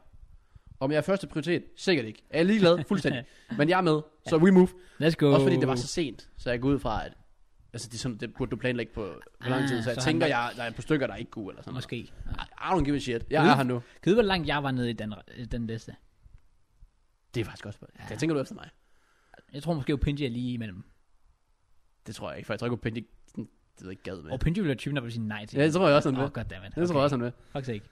B: Om jeg er første prioritet? Sikkert ikke. Jeg er ligeglad, fuldstændig. Men jeg er med, så we move.
A: Let's go.
B: Også fordi det var så sent, så jeg går ud fra, at Altså, det, er sådan, det burde du planlægge på hvor lang tid.
A: Ah,
B: Så jeg
A: så
B: tænker,
A: han-
B: jeg, der er et par stykker, der ikke kunne, eller sådan noget.
A: Måske. Ja.
B: I don't give a shit. Jeg
A: Ude.
B: er her nu.
A: Kan du vide, hvor langt jeg var nede i den, i den liste?
B: Det er faktisk godt spørgsmål.
A: Ja.
B: Ja. Jeg tænker du efter mig.
A: Jeg tror måske, at Opinji er lige imellem.
B: Det tror jeg ikke, for jeg tror ikke, Opinji, det ved ikke gad med.
A: Og Opinji ville være typen, der ville sige nej til.
B: Ja, det tror jeg også, han
A: Åh,
B: vil.
A: oh, goddammit.
B: Det tror jeg også, han vil.
A: Faktisk ikke.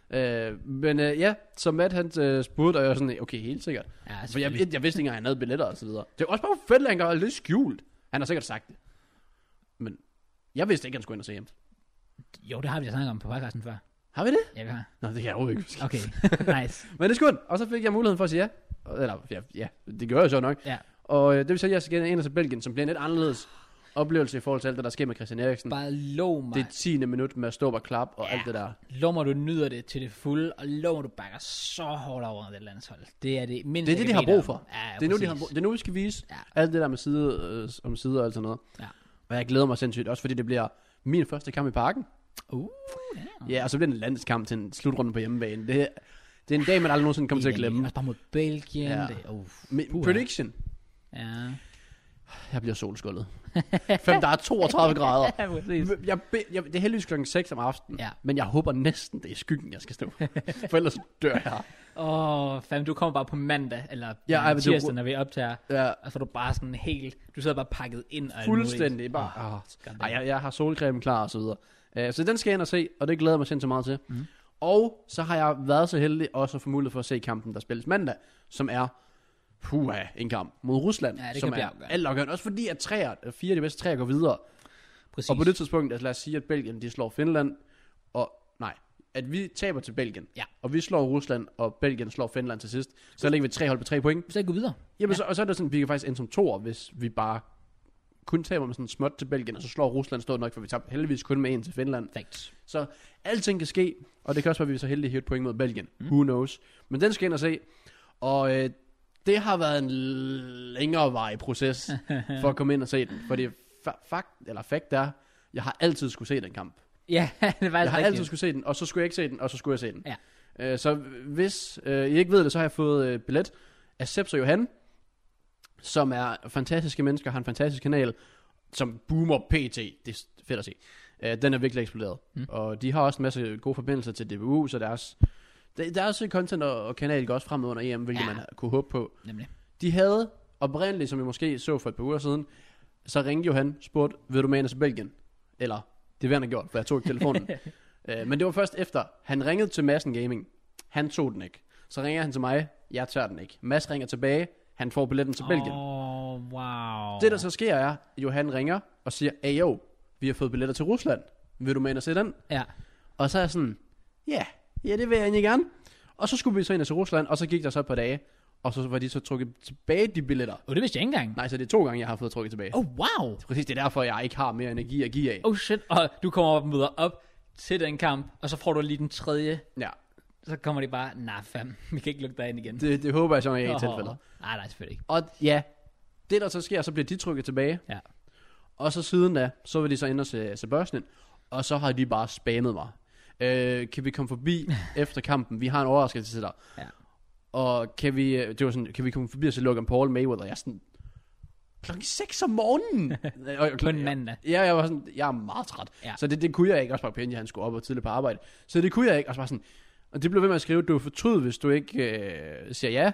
B: Øh, men øh, ja, så Matt han øh, spurgte, og jeg var sådan, okay, helt sikkert.
A: Ja,
B: For jeg,
A: selvfølgelig.
B: jeg, jeg vidste ikke engang, at han havde billetter og så videre. Det er også bare fedt, at han gør det lidt skjult. Han har sikkert sagt det. Men jeg vidste ikke, at han skulle ind og se ham.
A: Jo, det har vi da snakket om på podcasten før.
B: Har vi det?
A: Ja, vi har.
B: Nå, det kan jeg overhovedet ikke huske.
A: Okay, nice.
B: Men det er skønt. Og så fik jeg muligheden for at sige ja. Eller, ja, ja det gør jeg så nok.
A: Ja.
B: Og øh, det vil sige, at jeg skal ind til Belgien, som bliver en lidt anderledes oplevelse i forhold til alt det, der sker med Christian Eriksen.
A: Bare lov mig.
B: Det tiende minut med at stå og klap og
A: Ja.
B: ja. alt det der.
A: Lov mig, du nyder det til det fulde, og lov mig, du bakker så hårdt over det landshold. Det er det mindste,
B: Det er det,
A: jeg
B: de
A: kan
B: har
A: bede dig
B: brug
A: om.
B: for.
A: Ja,
B: det, er nu, de har,
A: præcis.
B: brug- det er nu, vi skal vise
A: Ja.
B: ja. alt det der med side, øh, om side og alt sådan noget.
A: Ja.
B: Og jeg glæder mig sindssygt, også fordi det bliver min første kamp i parken.
A: Uh, ja.
B: Ja, og så bliver det en landskamp til en slutrunde på hjemmebane. Det, det er en dag, man aldrig nogensinde kommer til at
A: Det er
B: glemme.
A: Også bare mod Belgien. Ja.
B: Ja.
A: Det, uh,
B: Min
A: Puha.
B: prediction.
A: ja.
B: Jeg bliver solskuldet. Fem, der er 32 grader.
A: ja, præcis.
B: Jeg, be- jeg, det er heldigvis klokken 6 om aftenen,
A: Ja.
B: men jeg håber næsten, det er i skyggen, jeg skal stå. For ellers dør jeg.
A: Åh, oh, fam, du kommer bare på mandag, eller
B: Ja, ej,
A: ja,
B: men det er jo-
A: tirsdag, når vi optager.
B: Ja,
A: Og så er du bare sådan helt, du sidder bare pakket ind. Og er modig.
B: fuldstændig. Bare,
A: Åh,
B: oh,
A: goddammit.
B: Ej, jeg, jeg har solcremen klar og så videre. Øh, Så den skal jeg ind og se, og det glæder jeg mig sindssygt meget til.
A: Mhm.
B: Mm. Og så har jeg været så heldig også at få mulighed for at se kampen, der spilles mandag, som er puha, en kamp mod Rusland,
A: Ja, det kan
B: som
A: blive
B: er
A: afgørende.
B: alt afgørende. Også fordi, at træer, øh, fire af de bedste træer går videre.
A: Præcis.
B: Og på det tidspunkt, altså lad os sige, at Belgien de slår Finland, og nej, at vi taber til Belgien,
A: Ja.
B: og vi slår Rusland, og Belgien slår Finland til sidst, så ligger vi tre hold på tre point.
A: Så jeg går videre.
B: Jamen, ja. så, og så er det sådan, at vi kan faktisk ende som toer, hvis vi bare kun taber med sådan småt til Belgien, og så slår Rusland stort nok, for vi tabte heldigvis kun med en til Finland.
A: Facts.
B: Så alting kan ske, og det kan også være, at vi er så heldige at hive et point mod Belgien. Mm. Who knows? Men den skal ind og se. Og øh, det har været en længerevarig proces for at komme ind og se den. Fordi fa- fakt, eller fakt er, jeg har altid skulle se den kamp.
A: Ja, det var
B: Jeg har
A: rigtigt.
B: altid skulle se den, og så skulle jeg ikke se den, og så skulle jeg se den.
A: Ja.
B: Øh, så hvis øh, I ikke ved det, så har jeg fået øh, billet af Seps og Johan, som er fantastiske mennesker, har en fantastisk kanal, som boomer pt. Det er fedt at se. Øh, den er virkelig eksploderet.
A: Mm.
B: Mm. Og de har også en masse gode forbindelser til DBU, så deres, de- deres content og, og kanal går også fremad under EM, hvilket
A: Ja.
B: ja. man kunne håbe på.
A: Nemlig.
B: De havde oprindeligt, som vi måske så for et par uger siden, så ringte Johan, spurgte, vil du med ind til Belgien? Eller, det vil han have gjort, for jeg tog ikke telefonen. øh, men det var først efter, han ringede til Massen Gaming. Han tog den ikke. Så ringer han til mig, jeg tør den ikke. Mads ringer tilbage, han får billetten til Belgien.
A: Åh, oh, wow.
B: Det der så sker er, at Johan ringer og siger, hey jo, vi har fået billetter til Rusland. Vil du med ind og se den?
A: Ja.
B: Og så er jeg sådan, ja, yeah, ja, det vil jeg egentlig gerne. Og så skulle vi så ind til Rusland, og så gik der så et par dage, og så var de så trukket tilbage de billetter.
A: Og oh, det vidste jeg ikke engang.
B: Nej, så det er to gange, jeg har fået trukket tilbage.
A: Oh, wow.
B: Præcis, det er derfor, jeg ikke har mere energi at give af.
A: Oh shit. Og du kommer op og møder op til den kamp, og så får du lige den tredje.
B: Ja,
A: Så kommer de bare, nej nah, fam, vi kan ikke lukke dig ind igen.
B: det, det håber jeg så ikke i
A: Åh,
B: tilfældet.
A: Nej, nej, selvfølgelig ikke.
B: Og ja, det der så sker, så bliver de trukket tilbage.
A: Ja.
B: Og så siden da, så vil de så ind og se, se børsnen, og så har de bare spammet mig. Øh, kan vi komme forbi efter kampen? Vi har en overraskelse til dig.
A: Ja.
B: Og kan vi, øh, det var sådan, kan vi komme forbi og se Logan Paul Mayweather? Jeg er sådan, klokken 6 om morgenen. Øh, og-
A: På en mandag.
B: Ja, jeg var sådan, jeg er meget træt.
A: Ja.
B: Ja. Så det, det kunne jeg ikke. Også bare penge, han skulle op og tidligt på arbejde. Så det kunne jeg ikke. Og så bare sådan, og det blev ved med at skrive, du er fortryd, hvis du ikke øh, siger ja.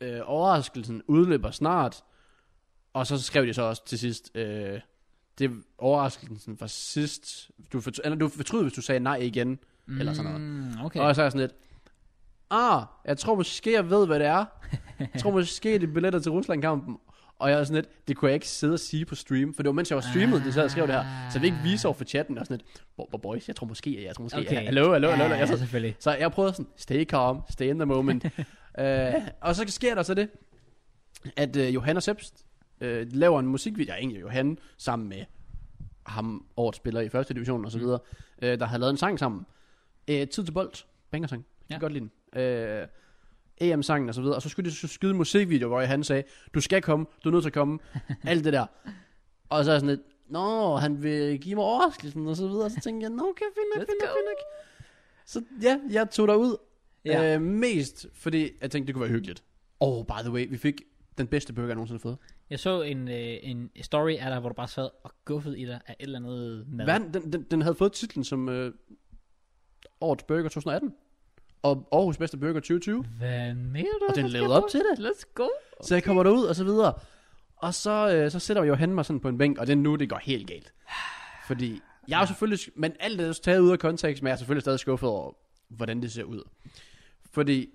B: Øh, overraskelsen udløber snart. Og så skrev de så også til sidst, øh, det overraskelsen fra sidst. Du er fortryd, eller du er fortryd, hvis du sagde nej igen. Mm. Eller sådan noget.
A: Mm, okay.
B: Okay. Og så er jeg sådan lidt, ah, jeg tror måske, jeg ved, hvad det er. Jeg tror måske, det er billetter til Rusland-kampen. Og jeg er sådan lidt, det kunne jeg ikke sidde og sige på stream, for det var mens jeg var streamet, det sad og skrev det her. Så jeg vil ikke vise over for chatten, og sådan lidt, "Bo- bo- boys, jeg tror måske, jeg tror måske, okay. hallo, hallo, hallo. hallo."
A: Ja,
B: Jeg
A: ja,
B: sad,
A: selvfølgelig.
B: så jeg prøvede sådan, stay calm, stay in the moment. øh, og så sker der så det, at øh, Johan og Sebst øh, laver en musikvideo, ja, egentlig Johan, sammen med ham, årets spiller i første division
A: Mm.
B: og så videre, øh, der havde lavet en sang sammen. Øh, Tid til bold, bangersang, jeg kan
A: Ja.
B: ja. godt lide den. Øh, EM-sangen og så videre, og så skulle de så skyde en musikvideo, hvor han sagde, du skal komme, du er nødt til at komme, alt det der. Og så er jeg sådan lidt, nå, han vil give mig overraskelsen og så videre, og så tænkte jeg, nå, okay, fint nok,
A: Let's
B: fint nok,
A: go.
B: fint nok. Så ja, jeg tog derud,
A: Ja.
B: ja. øh, mest fordi jeg tænkte, det kunne være hyggeligt. Oh, by the way, vi fik den bedste burger, jeg nogensinde har fået.
A: Jeg så en, øh, en story af dig, hvor du bare sad og guffede i dig af et eller andet mad.
B: Verden, den, den, den havde fået titlen som øh, Årets Burger 2018. Og Aarhus Bedste Burger 2020.
A: Hvad mener du?
B: Og den
A: der
B: levede
A: sker
B: op
A: på?
B: til det.
A: Let's go.
B: Så jeg kommer derud, og så videre. Og så, øh, så sætter jeg jo han mig sådan på en bænk, og det er nu, det går helt galt. Fordi jeg er jo selvfølgelig, men alt det er taget ud af kontekst, men jeg er selvfølgelig stadig skuffet over, hvordan det ser ud. Fordi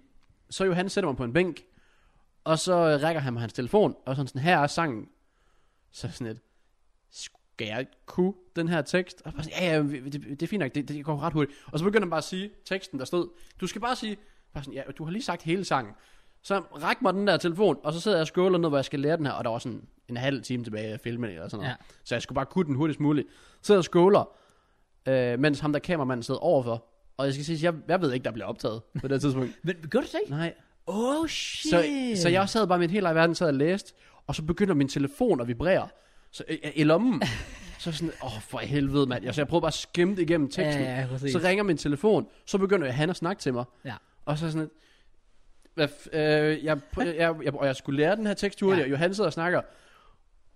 B: så jo han sætter mig på en bænk, og så øh, rækker han mig hans telefon, og sådan sådan, her er sangen. Så sådan et, skal jeg kunne den her tekst? Og bare sådan, ja, ja, vi- det, det er fint nok, det, det går ret hurtigt. Og så begynder han bare at sige, teksten der stod, du skal bare sige, bare sådan, ja, du har lige sagt hele sangen. Så ræk mig den der telefon, og så sidder jeg og scroller ned, hvor jeg skal lære den her, og der var sådan en halv time tilbage af filmen eller sådan noget.
A: Ja.
B: Ja. Så jeg skulle bare kunne den hurtigst muligt. Så jeg og scroller, øh, mens ham der kameramanden sidder overfor, og jeg skal sige, jeg, jeg ved ikke, der bliver optaget på det tidspunkt.
A: Men gør du det ikke?
B: Nej.
A: Oh shit.
B: Så, så jeg sad bare min hele verden sad og læste, og så begynder min telefon at vibrere så, øh, øh, i lommen. så sådan, åh for helvede mand. Så jeg prøvede bare at skimte igennem teksten.
A: Ja, ja, ja, præcis.
B: så ringer min telefon, så begynder han at snakke til mig.
A: Ja.
B: Og så sådan et, hvad f- øh, jeg, pr- jeg, jeg, og jeg skulle lære den her tekst hurtigt,
A: Ja.
B: ja. og Johan sidder og snakker.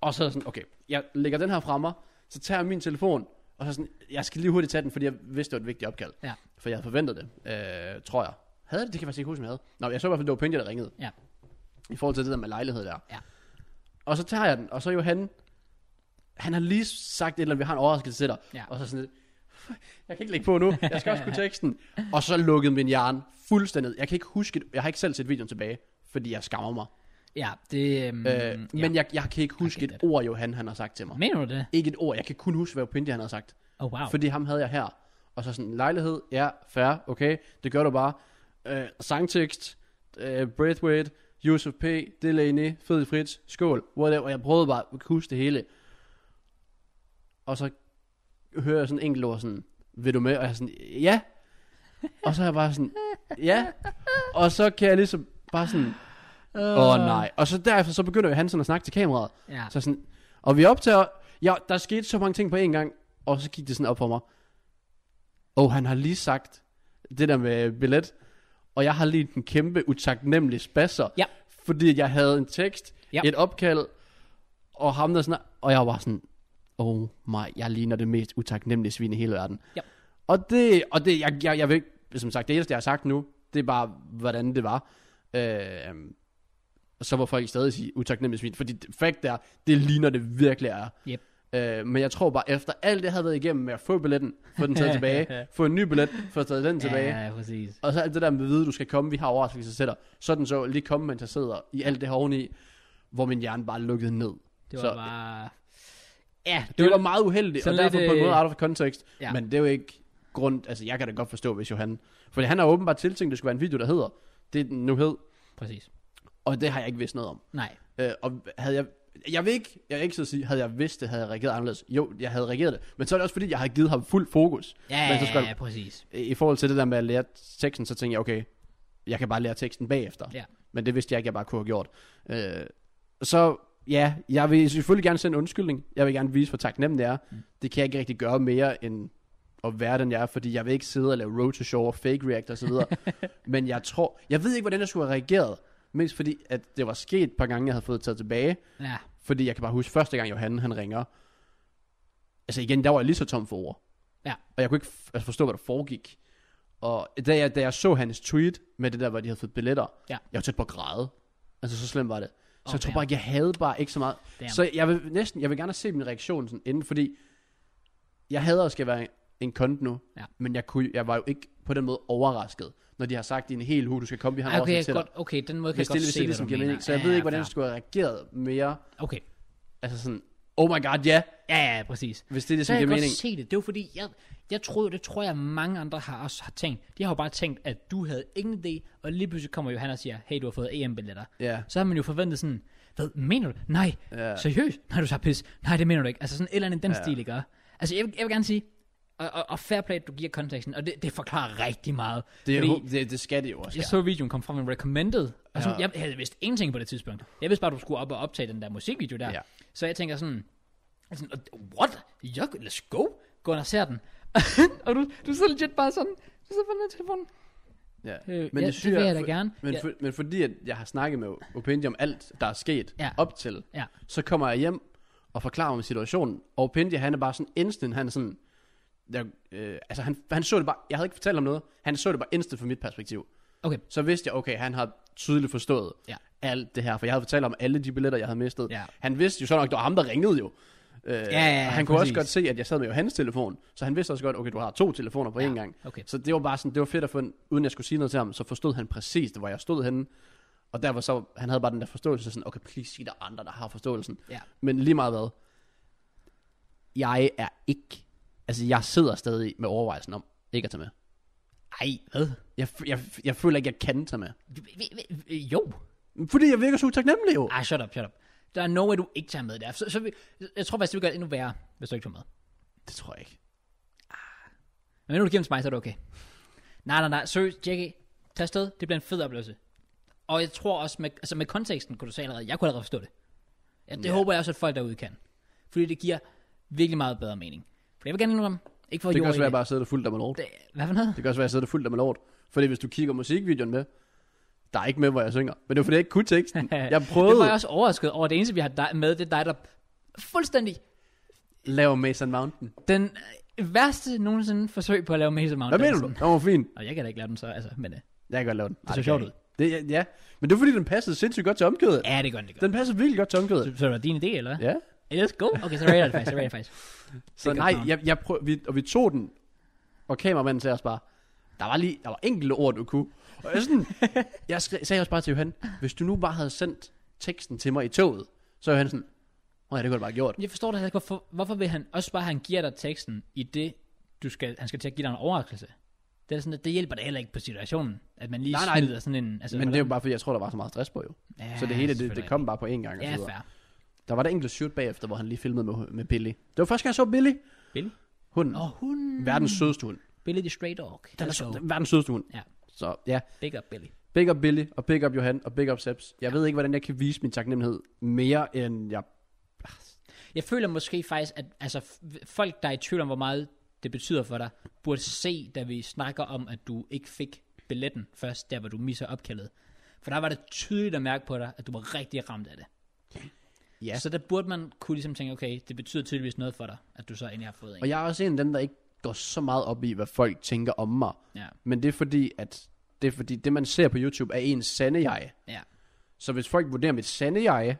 B: Og så er jeg sådan, okay, jeg lægger den her fremme, så tager jeg min telefon, og så sådan, jeg skal lige hurtigt tage den, fordi jeg vidste, det var et vigtigt opkald.
A: Ja.
B: For jeg havde forventet det, øh, tror jeg. Havde jeg det? Det kan jeg faktisk ikke huske, om jeg havde. Nå, jeg så i hvert fald, det var Pinja, der ringede.
A: Ja.
B: I forhold til det der med lejlighed der.
A: Ja.
B: Og så tager jeg den, og så er Johan, han har lige sagt et eller andet, vi har en overraskelse til dig.
A: Ja.
B: Og så sådan lidt, jeg kan ikke lægge på nu, jeg skal også kunne teksten. Og så lukkede min hjerne fuldstændig. Jeg kan ikke huske, det. jeg har ikke selv set videoen tilbage, fordi jeg skammer mig.
A: Ja, det... Øhm,
B: Mm, øh, men
A: Mm, ja.
B: jeg, jeg kan ikke huske
A: get
B: et
A: that.
B: ord, Johan han har sagt til mig.
A: Mener du det?
B: Ikke et ord, jeg kan kun huske, hvad Pindy han har sagt.
A: Oh wow.
B: Fordi ham havde jeg her. Og så sådan, lejlighed, ja, fair, okay, det gør du bare. Øh, sangtekst, øh, Braithwaite, Yusuf P., Delaney, Fed Fritz, Skål, whatever. Og jeg prøvede bare at huske det hele. Og så hører jeg sådan en enkelt ord sådan, vil du med? Og jeg er sådan, ja. Og så er jeg bare sådan, ja. Og så kan jeg ligesom bare sådan, åh oh, nej. Og så derefter, så begynder han sådan at snakke til kameraet.
A: Ja.
B: Så sådan, og vi optager, ja, der skete så mange ting på én gang, og så gik det sådan op for mig. Og han har lige sagt det der med billet, og jeg har lige en kæmpe utaknemmelig spasser,
A: Ja.
B: fordi jeg havde en tekst,
A: Ja.
B: et opkald, og ham der sådan, og jeg var sådan, oh my, jeg ligner det mest utaknemmelige svin i hele verden.
A: Ja.
B: Og det, og det, jeg, jeg, jeg vil ikke, som sagt, det eneste, jeg har sagt nu, det er bare, hvordan det var. Øh, så var folk stadig sige utaknemmelig svin. Fordi det- fact er, det ligner det virkelig er.
A: Yep.
B: Øh, men jeg tror bare, efter alt det, jeg havde været igennem med at få billetten, få den taget tilbage, få en ny billet, få taget den tilbage,
A: Ja, ja, præcis.
B: og så alt det der med at vide, du skal komme, vi har overraskelse til dig. Sådan så lige komme, mens jeg sidder i alt det her oveni, hvor min hjerne bare lukkede ned.
A: Det var
B: så,
A: så, bare... Ja,
B: det, det var meget uheldigt, og
A: sådan
B: derfor
A: lidt,
B: på en måde
A: øh,
B: out of context.
A: Ja.
B: Ja. Men det er jo ikke grund... Altså, jeg kan da godt forstå, hvis Johan... For han har åbenbart tiltænkt, at det skulle være en video, der hedder... Det den nu hed,
A: Præcis.
B: og det har jeg ikke vidst noget om.
A: Nej.
B: Øh, og havde jeg... Jeg vil ikke, jeg vil ikke så sige, havde jeg vidst det, havde jeg reageret anderledes. Jo, jeg havde reageret det. Men så er det også fordi, jeg havde givet ham fuld fokus.
A: Ja,
B: Men så skal
A: ja, præcis.
B: I forhold til det der med at lære teksten, så tænkte jeg, okay, jeg kan bare lære teksten bagefter.
A: Ja.
B: Men det vidste jeg ikke, jeg bare kunne have gjort. Øh, så ja, jeg vil selvfølgelig gerne sende en undskyldning. Jeg vil gerne vise, hvor taknemmelig jeg er. Mm. Det kan jeg ikke rigtig gøre mere end at være den jeg er, fordi jeg vil ikke sidde og lave road to show og fake react og så videre. Men jeg tror, jeg ved ikke, hvordan jeg skulle have reageret. Mest fordi, at det var sket et par gange, jeg havde fået taget tilbage.
A: Ja,
B: Fordi jeg kan bare huske, første gang Johan han ringer, altså igen, der var jeg lige så tom for ord.
A: Ja.
B: Og jeg kunne ikke f- altså forstå, hvad der foregik. Og da jeg, da jeg så hans tweet med det der, hvor de havde fået billetter,
A: Ja.
B: jeg var tæt på at græde. Altså så slemt var det. Så
A: Åh,
B: jeg tror
A: damn.
B: bare, jeg havde bare ikke så meget.
A: Damn.
B: Så jeg vil næsten, jeg vil gerne se min reaktion sådan inden, fordi jeg hader at skal være en kont nu,
A: Ja.
B: men jeg, kunne, jeg var jo ikke på den måde overrasket, når de har sagt i en hel uge, du skal komme, vi har en
A: okay, jeg
B: overraskelse
A: kan
B: til dig.
A: godt, okay, den måde kan
B: Hvis
A: jeg
B: det,
A: godt
B: hvis
A: se, hvad
B: det ligesom
A: du
B: giver
A: mener.
B: mening. Så jeg
A: Ja,
B: ved
A: ja,
B: ikke, hvordan jeg
A: fair.
B: skulle have reageret mere.
A: Okay,
B: Altså sådan, oh my god, ja. Yeah.
A: ja, ja, præcis.
B: Hvis det er det,
A: Så
B: som
A: jeg
B: giver
A: kan
B: mening.
A: godt se det. Det er jo fordi, jeg, jeg troede, det tror jeg mange andre har også har tænkt. De har jo bare tænkt, at du havde ingen idé, og lige pludselig kommer Johan og siger, hey, du har fået EM-billetter.
B: Ja.
A: Så har man jo forventet sådan, hvad mener du? Nej,
B: Ja.
A: seriøst? Nej, du tager pis. Nej, det mener du ikke. Altså sådan et eller andet i den ja. stil, ikke? Altså jeg, vil- jeg vil gerne sige, og, og, og fair play, at du giver konteksten, og det, det forklarer rigtig meget.
B: Det, er
A: Fordi-
B: jo, det, det skal det jo også.
A: Jeg
B: Ja.
A: så videoen kom fra min recommended, og sådan,
B: Ja.
A: jeg havde vidst ingenting på det tidspunkt. Jeg vidste bare, at du skulle op og optage den der musikvideo der.
B: Ja.
A: Så jeg tænker sådan, sådan what? Jeg, let's go. Gå ind og ser den. og du, du sidder legit bare sådan, du sidder på den her telefon.
B: Ja.
A: Øh,
B: Men
A: ja,
B: det, syge
A: det vil
B: er-
A: jeg da
B: for-
A: gerne.
B: Men,
A: Ja.
B: for, men fordi at jeg har snakket med Opinji om alt, der er sket
A: Ja.
B: ja. op til,
A: Ja.
B: så kommer jeg hjem og forklarer om situationen. Og Opinji, han er bare sådan instant, han er sådan... Jeg, øh, altså han, han så det bare, jeg havde ikke fortalt ham noget, han så det bare instant fra mit perspektiv.
A: Okay.
B: Så vidste jeg, okay, han har tydeligt forstået
A: Ja.
B: alt det her, for jeg havde fortalt om alle de billetter, jeg havde mistet.
A: Ja.
B: Han vidste jo så nok, det var ham, der ringede jo. Øh, ja,
A: ja,
B: han kunne
A: præcis.
B: også godt se, at jeg sad med Johans telefon, så han vidste også godt, okay, du har to telefoner på én
A: Ja,
B: gang.
A: okay.
B: Så det var bare sådan, det var fedt at få, en- uden jeg skulle sige noget til ham, så forstod han præcis, hvor jeg stod henne. Og derfor så, han havde bare den der forståelse, sådan, okay, please sig, der er andre, der har forståelsen.
A: Ja.
B: Men lige meget hvad, jeg er ikke, altså jeg sidder stadig med overvejelsen om, ikke at tage med.
A: Ej, hvad?
B: Jeg, f- jeg, f- jeg føler ikke, jeg kan tage med.
A: Vi- vi- vi- vi- Jo.
B: Fordi jeg virker så utaknemmelig jo.
A: Ej, shut up, shut up. Der er no way, du ikke tager med der. Så, så vi, jeg tror faktisk, det vil gøre det endnu værre, hvis du ikke tager med.
B: Det tror jeg ikke.
A: Men nu er du giver mig, så er det okay. Nej, nej, nej. Seriøst, Jackie. Tag afsted. Det bliver en fed oplevelse. Og jeg tror også, med, altså med konteksten kunne du se allerede, jeg kunne allerede forstå det. Ja, det
B: Ja.
A: håber jeg også, at folk derude kan. Fordi det giver virkelig meget bedre mening. For jeg vil gerne indrømme, ikke for
B: Det kan
A: jord
B: også
A: i
B: være, at jeg bare sidder fuldt af med lort.
A: det. Hvad for noget?
B: Det kan også være, at jeg sidder fuldt af med lort. Fordi hvis du kigger musikvideoen med, der er ikke med, hvor jeg synger. Men det var fordi, jeg ikke kunne teksten. Jeg prøvede
A: Det var
B: at
A: jeg også overrasket over. Det eneste, vi har dig med, det er dig, der fuldstændig
B: lave Mason Mountain.
A: den øh, værste nogensinde forsøg på at lave Mason
B: Hvad
A: Mountain.
B: mener du? Det var fint.
A: Og jeg kan da ikke lave den så, altså, men øh,
B: Jeg kan godt lave den.
A: så
B: Ej,
A: sjovt
B: kan jeg ikke. Det, ja, ja, men det var fordi, den passede sindssygt godt til omkødet.
A: ja, det gør den, det gør
B: Den passede virkelig godt til omkødet.
A: den. Så, så det var din idé, eller hvad?
B: Ja.
A: Yeah. Let's go. Okay, så rater jeg det faktisk, så rater jeg det faktisk.
B: Så
A: godt
B: nej,
A: navn.
B: jeg, jeg prøv, vi, og vi tog den, og kameramanden sagde også bare, der var lige, der var enkelte ord, du kunne. Og jeg, sådan, jeg skre, sagde også bare til Johan, hvis du nu bare havde sendt teksten til mig i toget, så er Johan sådan, åh ja, det kunne du bare have gjort.
A: Jeg forstår det heller ikke, hvorfor, hvorfor vil han også bare, han giver dig teksten i det, du skal, han skal til at give dig en overraskelse. Det, er sådan, at det hjælper da heller ikke på situationen, at man lige nej,
B: Nej, nej.
A: smider nej. sådan en... Altså,
B: Men det er jo bare fordi, jeg tror, der var så meget stress på jo.
A: Ja,
B: Ja, så det altså. hele, det, det
A: selvfølgelig.
B: kom bare på én gang. Og
A: Ja,
B: så videre.
A: fair.
B: der var der enkelt shoot bagefter, hvor han lige filmede med, med Billy. Det var første gang, jeg så Billy.
A: Billy?
B: Hunden.
A: Og hun...
B: Verdens sødeste hund.
A: Billy the Stray Dog.
B: Den er
A: Let's go.
B: så, verdens sødeste hund.
A: Ja,
B: Så ja,
A: big up Billy.
B: big up Billy, og big up Johan, og big up Seps. Jeg ved ikke, hvordan jeg kan vise min taknemmelighed mere, end jeg...
A: Jeg føler måske faktisk, at altså, f- folk, der er i tvivl om, hvor meget det betyder for dig, burde se, da vi snakker om, at du ikke fik billetten først, der hvor du misser opkaldet. For der var det tydeligt at mærke på dig, at du var rigtig ramt af det.
B: Ja.
A: Så der burde man kunne ligesom tænke, okay, det betyder tydeligvis noget for dig, at du så endelig har fået en.
B: Og jeg er også en af dem, der ikke går så meget op i, hvad folk tænker om mig.
A: Ja,
B: Men det er fordi, at det, er fordi, det man ser på YouTube, er ens sande jeg.
A: ja.
B: Så hvis folk vurderer mit sande jeg,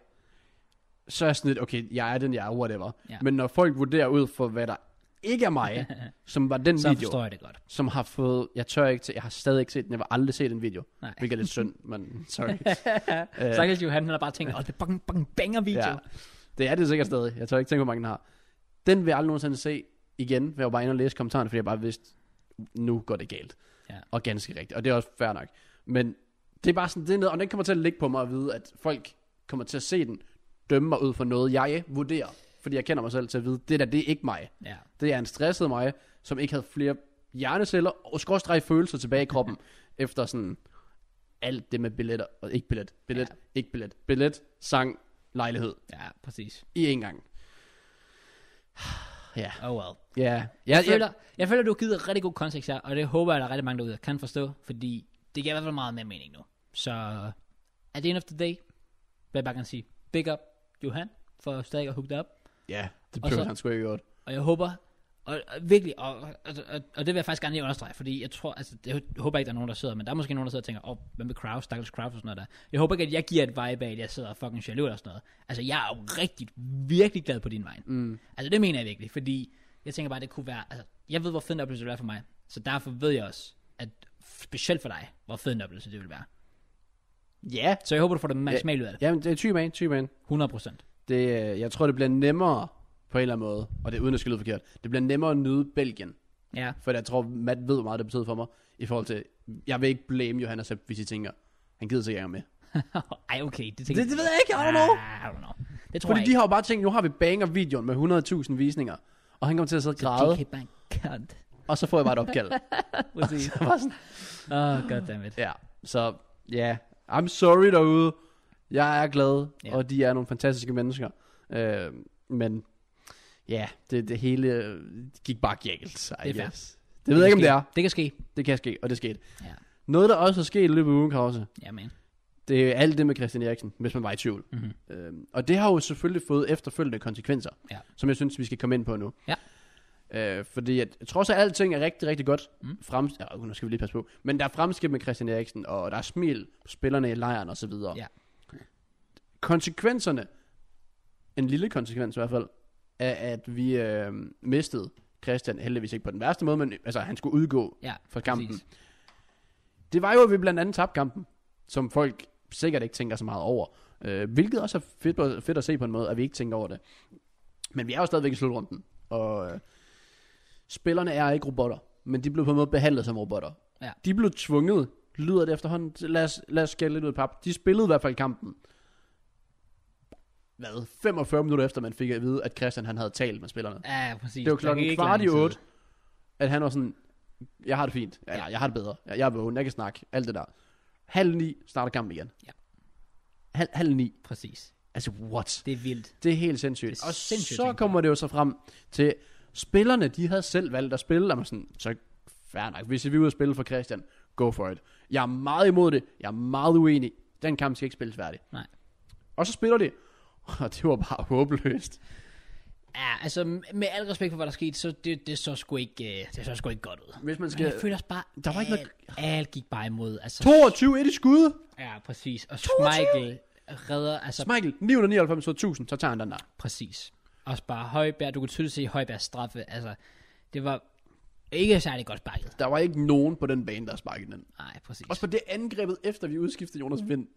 B: så er jeg sådan lidt, okay, jeg er den jeg er, whatever.
A: Ja.
B: Ja. Men når folk vurderer ud for, hvad der ikke er mig, som var den
A: Så
B: video,
A: forstår jeg det godt.
B: som har fået, jeg tør ikke til, jeg har stadig ikke set den, jeg har aldrig set den video,
A: Nej.
B: hvilket er lidt synd, men sorry.
A: Øh. Stakkels Johan, han har bare tænkt, åh, det er fucking, fucking banger video.
B: ja. Det er det sikkert stadig, jeg tør ikke tænke, hvor mange den har. Den vil jeg aldrig nogensinde se igen, for jeg var bare inde og læse kommentaren, fordi jeg bare vidste, nu går det galt.
A: Ja.
B: Og ganske rigtigt, og det er også fair nok. Men det er bare sådan, det er noget, og den kommer til at ligge på mig at vide, at folk kommer til at se den, dømme mig ud for noget, jeg vurderer, fordi jeg kender mig selv til at vide, det der, det er ikke mig.
A: ja.
B: Det er en stresset mig, som ikke havde flere hjerneceller og skorstræk følelser tilbage i kroppen, efter sådan alt det med billetter, og ikke billet, billet,
A: Ja.
B: ja. ikke billet, billet, sang, lejlighed,
A: Ja, præcis.
B: i én gang. Ja,
A: Oh well.
B: ja, ja,
A: Jeg
B: ja,
A: føler, jeg føler, du har givet rigtig god kontekst her, og det håber jeg, der er rigtig mange derude, der kan forstå, fordi det giver i hvert fald meget mere mening nu. Så at the end of the day, vil jeg bare gerne sige, big up Johan, for stadig at hugge dig op,
B: ja, det
A: Og så-
B: behøver han sgu ikke gjort.
A: og jeg håber, og, og virkelig, og, og, og, og, det vil jeg faktisk gerne lige understrege, fordi jeg tror, altså, det håber jeg ikke, der er nogen, der sidder, men der er måske nogen, der sidder og tænker, åh, oh, hvem vil Kraus, stakkels Kraus og sådan noget der. Jeg håber ikke, at jeg giver et vibe af, at jeg sidder og fucking jaloux eller sådan noget. Altså, jeg er jo rigtig, virkelig glad på din vej. Mm. Altså, det mener jeg virkelig, fordi jeg tænker bare, det kunne være, altså, jeg ved, hvor fed en oplevelse det vil være for mig, så derfor ved jeg også, at specielt for dig, hvor fed en oplevelse det vil være.
B: Ja,
A: Så jeg håber, du får det maksimalt ud af det.
B: ja, men det er typen af, typen af.
A: 100%.
B: Det, øh, jeg tror, det bliver nemmere på en eller anden måde, og det er uden at skyde forkert. Det bliver nemmere at nyde Belgien,
A: Ja.
B: for jeg tror, Matt ved, hvor meget det betød for mig, i forhold til, jeg vil ikke blame Johannes, Sepp, hvis I tænker, han gider sig ikke engang med.
A: Ej, okay. Det,
B: Det, det ved jeg ikke, I don't know.
A: Ah, I don't know. Det tror
B: Fordi
A: jeg
B: de har jo bare tænkt, nu har vi banger-videoen med 100.000 visninger, og han kommer til at sidde og græde,
A: ikke. De kan bare cunt.
B: og så får jeg bare et opkald.
A: Præcis.
B: Så Altså, bare sådan,
A: Åh, oh, goddammit.
B: ja, så ja, I'm sorry derude. Jeg er glad,
A: Ja.
B: og de er nogle fantastiske mennesker. Øh, men ja, det, det hele øh, gik bare galt,
A: er
B: I
A: fair.
B: guess. Det ved jeg ikke, om det er.
A: Det kan ske.
B: Det kan ske, og det skete.
A: Ja.
B: Noget, der også er sket i løbet af ugen, Krause,
A: Ja, man.
B: det er alt det med Christian Eriksen, hvis man var i tvivl.
A: Mhm.
B: Øhm, og det har jo selvfølgelig fået efterfølgende konsekvenser,
A: Ja.
B: som jeg synes, vi skal komme ind på nu.
A: Ja.
B: Øh, fordi at, trods af alting er rigtig, rigtig godt,
A: Mm.
B: mm. frem, ja, nu skal vi lige passe på, men der er fremskridt med Christian Eriksen, og der er smil på spillerne i lejren osv.
A: Ja.
B: Konsekvenserne, en lille konsekvens i hvert fald, er, at vi øh, mistede Christian, heldigvis ikke på den værste måde, men altså, han skulle udgå
A: Ja,
B: for kampen.
A: præcis.
B: Det var jo, at vi blandt andet tabte kampen, som folk sikkert ikke tænker så meget over. Øh, hvilket også er fedt, at- fedt at se på en måde, at vi ikke tænker over det. Men vi er jo stadigvæk i slutrunden, og øh, spillerne er ikke robotter, men de blev på en måde behandlet som robotter.
A: Ja.
B: De blev tvunget, lyder det efterhånden, lad os, lad os skælde lidt ud i pap. De spillede i hvert fald kampen. Hvad? 45 minutter efter, man fik at vide, at Christian han havde talt med spillerne.
A: Ja, præcis.
B: Det var
A: Der gik
B: klokken
A: ikke
B: kvart i
A: lang tid.
B: otte, at han var sådan, jeg har det fint, ja, jeg har det bedre, jeg jeg er vågen, jeg kan snakke, alt det der. Halv ni starter kampen igen.
A: Ja.
B: Halv, halv ni.
A: Præcis.
B: Altså, what?
A: Det er vildt.
B: Det er helt sindssygt.
A: Det er
B: og
A: sindssygt,
B: så
A: tænker
B: kommer det jo så frem til, spillerne, de havde selv valgt at spille, og man sådan, så fair nok, hvis vi er ude og spille for Christian, go for it. Jeg er meget imod det, jeg er meget uenig, den kamp skal ikke spilles færdig.
A: Nej.
B: Og så spiller de, og det var bare håbløst.
A: Ja, altså med al respekt for, hvad der skete, så det, det så sgu ikke, øh, det så sgu ikke godt ud.
B: Hvis man
A: Men jeg
B: skal...
A: føler også bare,
B: Der var ikke
A: alt, alt gik bare imod. Altså,
B: 22-1 i skud!
A: Ja, præcis. Og Michael redder, altså
B: Michael, 999 så 1000, så tager han den der.
A: præcis. Også bare Højbjerg, du kunne tydeligt se Højbjergs straffe, altså det var ikke særlig godt sparket.
B: Der var ikke nogen på den bane, der sparkede den.
A: Nej, præcis.
B: Også på det angrebet, efter vi udskiftede Jonas Vind.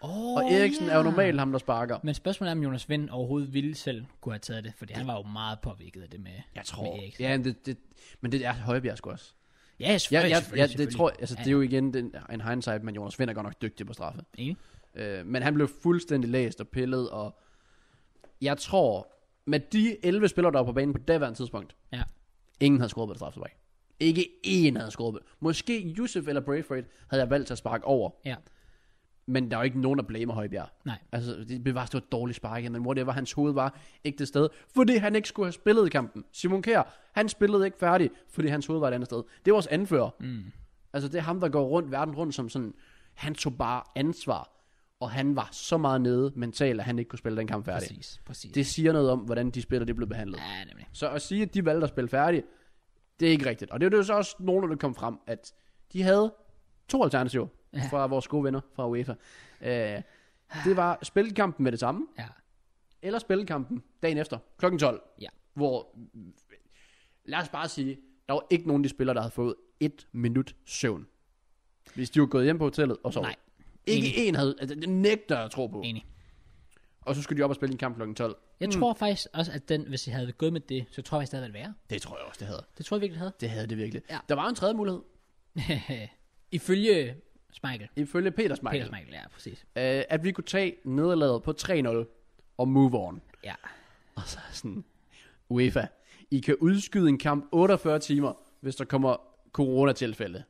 A: oh,
B: Og Eriksen er jo normalt ham, der sparker.
A: Men spørgsmålet er, om Jonas Vind overhovedet ville selv kunne have taget det, fordi han var jo meget påvirket af det med
B: Jeg
A: Med Eriksen.
B: Ja, men det, det, men det er Højbjerg sgu også.
A: Ja,
B: Ja,
A: selvfølgelig.
B: jeg,
A: selvfølgelig,
B: jeg, det
A: selvfølgelig.
B: tror, altså,
A: Ja,
B: det er jo igen den, en hindsight, men Jonas Vind er godt nok dygtig på straffe.
A: Enig.
B: Øh, men han blev fuldstændig læst og pillet, og jeg tror, med de 11 spillere, der var på banen på daværende tidspunkt,
A: Ja.
B: ingen havde scoret på det straffespark. Ikke én havde scoret på det. Måske Yusuf eller Braithwaite havde jeg valgt til at sparke over,
A: Ja,
B: Men der er jo ikke nogen, der blamer Højbjerg.
A: Nej.
B: Altså, det blev bare stået et dårligt spark, men hvor det var, hans hoved var ikke det sted, fordi han ikke skulle have spillet i kampen. Simon Kjær, han spillede ikke færdig, fordi hans hoved var et andet sted. Det var vores anfører. Mm. Altså, det er ham, der går rundt verden rundt som sådan, han tog bare ansvar, og han var så meget nede mentalt, at han ikke kunne spille den kamp færdig. Præcis.
A: præcis. præcis.
B: Det siger noget om, hvordan de spiller, det blev behandlet.
A: Ja, nemlig.
B: Så at sige, at de valgte at spille færdig, det er ikke rigtigt. Og det er jo så også nogen, der kom frem, at de havde to alternativer
A: Ja.
B: ja. fra vores gode venner fra UEFA. Øh, det var spille kampen med det samme,
A: Ja.
B: eller spille kampen dagen efter, kl. 12.
A: Ja.
B: Hvor, lad os bare sige, der var ikke nogen af de spillere, der havde fået et minut søvn. Hvis de var gået hjem på hotellet og så.
A: Nej.
B: Ikke en havde, altså, det nægter jeg at tro på.
A: Enig.
B: Og så skulle de op og spille en kamp kl. 12.
A: Jeg mm. tror faktisk også, at den, hvis jeg havde gået med det, så tror jeg faktisk, det havde været værre.
B: Det tror jeg også, det havde.
A: Det tror jeg virkelig, det havde.
B: Det havde det virkelig.
A: Ja.
B: Der var en tredje mulighed.
A: Ifølge Michael.
B: Ifølge Peters Michael.
A: Peter Michael, ja, præcis.
B: øh, at vi kunne tage nederlaget på 3-0 og move on.
A: Ja,
B: Og så er sådan, UEFA, I kan udskyde en kamp 48 timer, hvis der kommer coronatilfælde.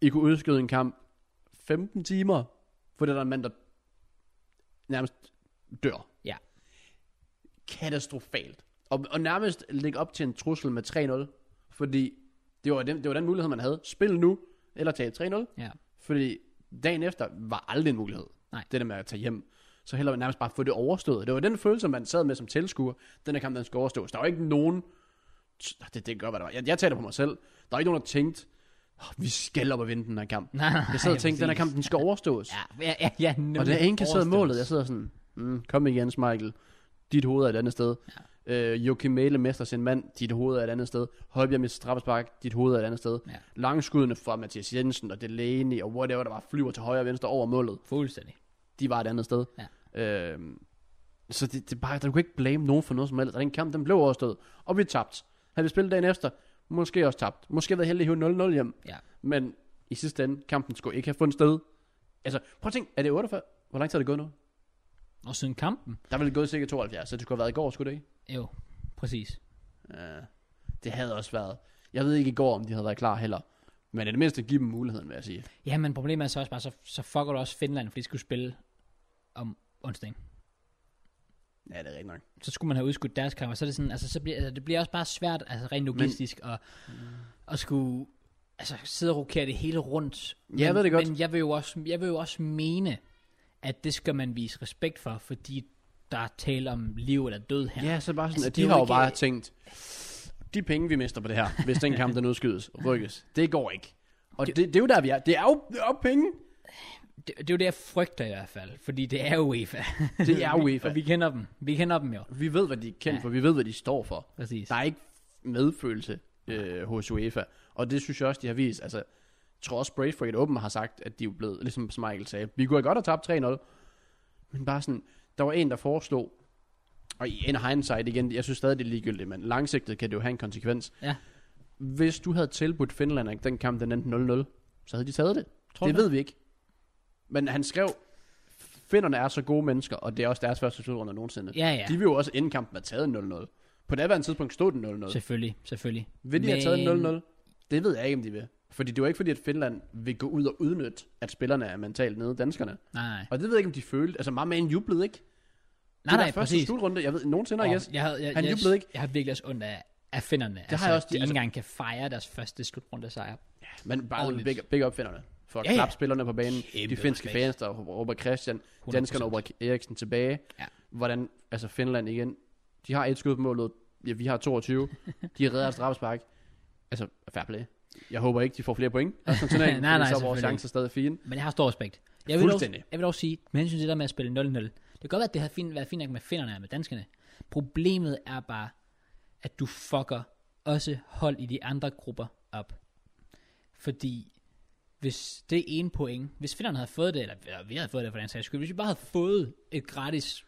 B: I kunne udskyde en kamp 15 timer, for det er der en mand, der nærmest dør.
A: Ja.
B: Katastrofalt. Og, og nærmest lægge op til en trussel med 3-0, fordi det var, den, det var den mulighed, man havde. Spil nu, eller tag 3-0.
A: ja.
B: Fordi dagen efter var aldrig en mulighed.
A: Nej.
B: Det der med at tage hjem. Så hellere nærmest bare få det overstået. Det var den følelse, man sad med som tilskuer. Den her kamp, den skal overstås. Der var ikke nogen... Det, det gør, hvad der var. Jeg, jeg taler på mig selv. Der var ikke nogen, der tænkte, "Åh, vi skal op og vinde den her kamp.
A: Nej, nej,
B: Jeg sad og tænkte, den her
A: præcis.
B: kamp, den skal overstås.
A: Ja, ja, ja, ja
B: og da ingen kasserede målet, jeg sidder sådan, mm, kom igen, Michael. Dit hoved er et andet sted. Ja. Øh, Joachim Mæle mester sin mand, dit hoved er et andet sted. Højbjerg mister straffespark, dit hoved er et andet sted
A: Ja,
B: langskuddene fra Mathias Jensen og Delaney og whatever, der var flyver til højre og venstre over målet,
A: fuldstændig.
B: de var et andet sted. Ja. Øhm, så det, det er bare, du kan ikke blame nogen for noget som helst. Og den kamp, den blev overstået, og vi tabte. Havde vi spillet dagen efter, måske også tabt. Måske været heldig at hive 0-0 hjem,
A: Ja,
B: men i sidste ende, kampen skulle ikke have fundet sted. Altså, prøv at tænke, er det 48? Hvor lang tid er det gået nu?
A: og siden kampen,
B: Der ville det gået cirka 72, så det skulle have været i går, skulle det ikke?
A: jo, præcis.
B: Ja, det havde også været. Jeg ved ikke i går, om de havde været klar heller. Men i det mindste give dem muligheden, vil jeg sige.
A: Ja, men problemet er så også bare, så, så fucker du også Finland, fordi de skulle spille om onsdagen.
B: Ja, det er rigtigt nok.
A: Så skulle man have udskudt deres kamp, og så er det sådan, altså, så bliver, altså det bliver også bare svært, altså rent logistisk, at, at skulle altså, sidde og rokere det hele rundt.
B: Ja, jeg ved det godt.
A: Men jeg vil, jo også, jeg vil jo også mene, at det skal man vise respekt for, fordi der er tale om liv eller død her.
B: Ja, så bare sådan,
A: Altså,
B: altså, at
A: det er jo
B: de har jo
A: ikke-
B: bare tænkt, de penge, vi mister på det her, hvis den kamp, den udskydes, rykkes, det går ikke. Og det, det, er jo der, vi er. Det er jo, det er jo penge.
A: Det, det er jo det, jeg frygter i hvert fald, fordi det er UEFA.
B: Det er UEFA.
A: og vi kender dem. Vi kender dem jo.
B: Vi ved, hvad de er kendt
A: Ja.
B: ja. for. Vi ved, hvad de står for.
A: Præcis.
B: Der er ikke medfølelse øh, hos UEFA. Og det synes jeg også, de har vist. Altså, jeg tror også, Braithwaite åben har sagt, at de er jo blevet, ligesom som Michael sagde, vi kunne godt have tabt 3-0. Men bare sådan, der var en, der foreslog, og i en hindsight igen, jeg synes stadig, det er ligegyldigt, men langsigtet kan det jo have en konsekvens.
A: Ja.
B: Hvis du havde tilbudt Finland, at den kamp den endte 0-0, så havde de taget det.
A: Tror
B: det
A: du det?
B: ved vi ikke. Men han skrev, finderne er så gode mennesker, og det er også deres første slutrunde nogensinde.
A: Ja, ja.
B: De vil jo også inden kampen have taget 0-0. På daværende tidspunkt stod den 0-0.
A: Selvfølgelig, selvfølgelig.
B: Vil de have taget
A: Men-
B: 0-0? Det ved jeg ikke, om de vil. Fordi det er jo ikke fordi, at Finland vil gå ud og udnytte, at spillerne er mentalt nede danskerne.
A: Nej, nej.
B: Og det ved jeg ikke, om de følte. Altså, Marman jublede ikke.
A: Nej, nej,
B: der første
A: præcis.
B: slutrunde, jeg ved, nogensinde,
A: Og
B: oh, yes.
A: jeg, havde, jeg,
B: Han
A: jeg,
B: jublede ikke.
A: Jeg har virkelig også ondt af, af finderne. Det
B: har jeg også.
A: De ikke
B: Altså-
A: engang kan fejre deres første slutrunde sejr.
B: Men bare
A: Ordentligt.
B: big, big up finderne. For at
A: Ja, ja.
B: ja, klappe spillerne på banen.
A: Kæmpe
B: de finske
A: respekt.
B: fans, der råber Christian. Danskerne råber Eriksen tilbage.
A: Ja.
B: Hvordan, altså Finland igen. De har et skud på målet. Ja, vi har 22. De redder et straffespark. Altså, fair play. Jeg håber ikke, de får flere point. resten af turneringen,
A: Nej,
B: fordi
A: nej,
B: så er vores
A: selvfølgelig.
B: chancer stadig fine.
A: Men jeg har stor respekt. Jeg vil dog,
B: Fuldstændig.
A: jeg vil dog sige, med hensyn til det der med at spille 0-0, det kan godt være, at det har fint, været fint nok med finderne og med danskerne. Problemet er bare, at du fucker også hold i de andre grupper op. Fordi hvis det er en point, hvis finderne havde fået det, eller eller vi havde fået det for den sags skyld, hvis vi bare havde fået et gratis,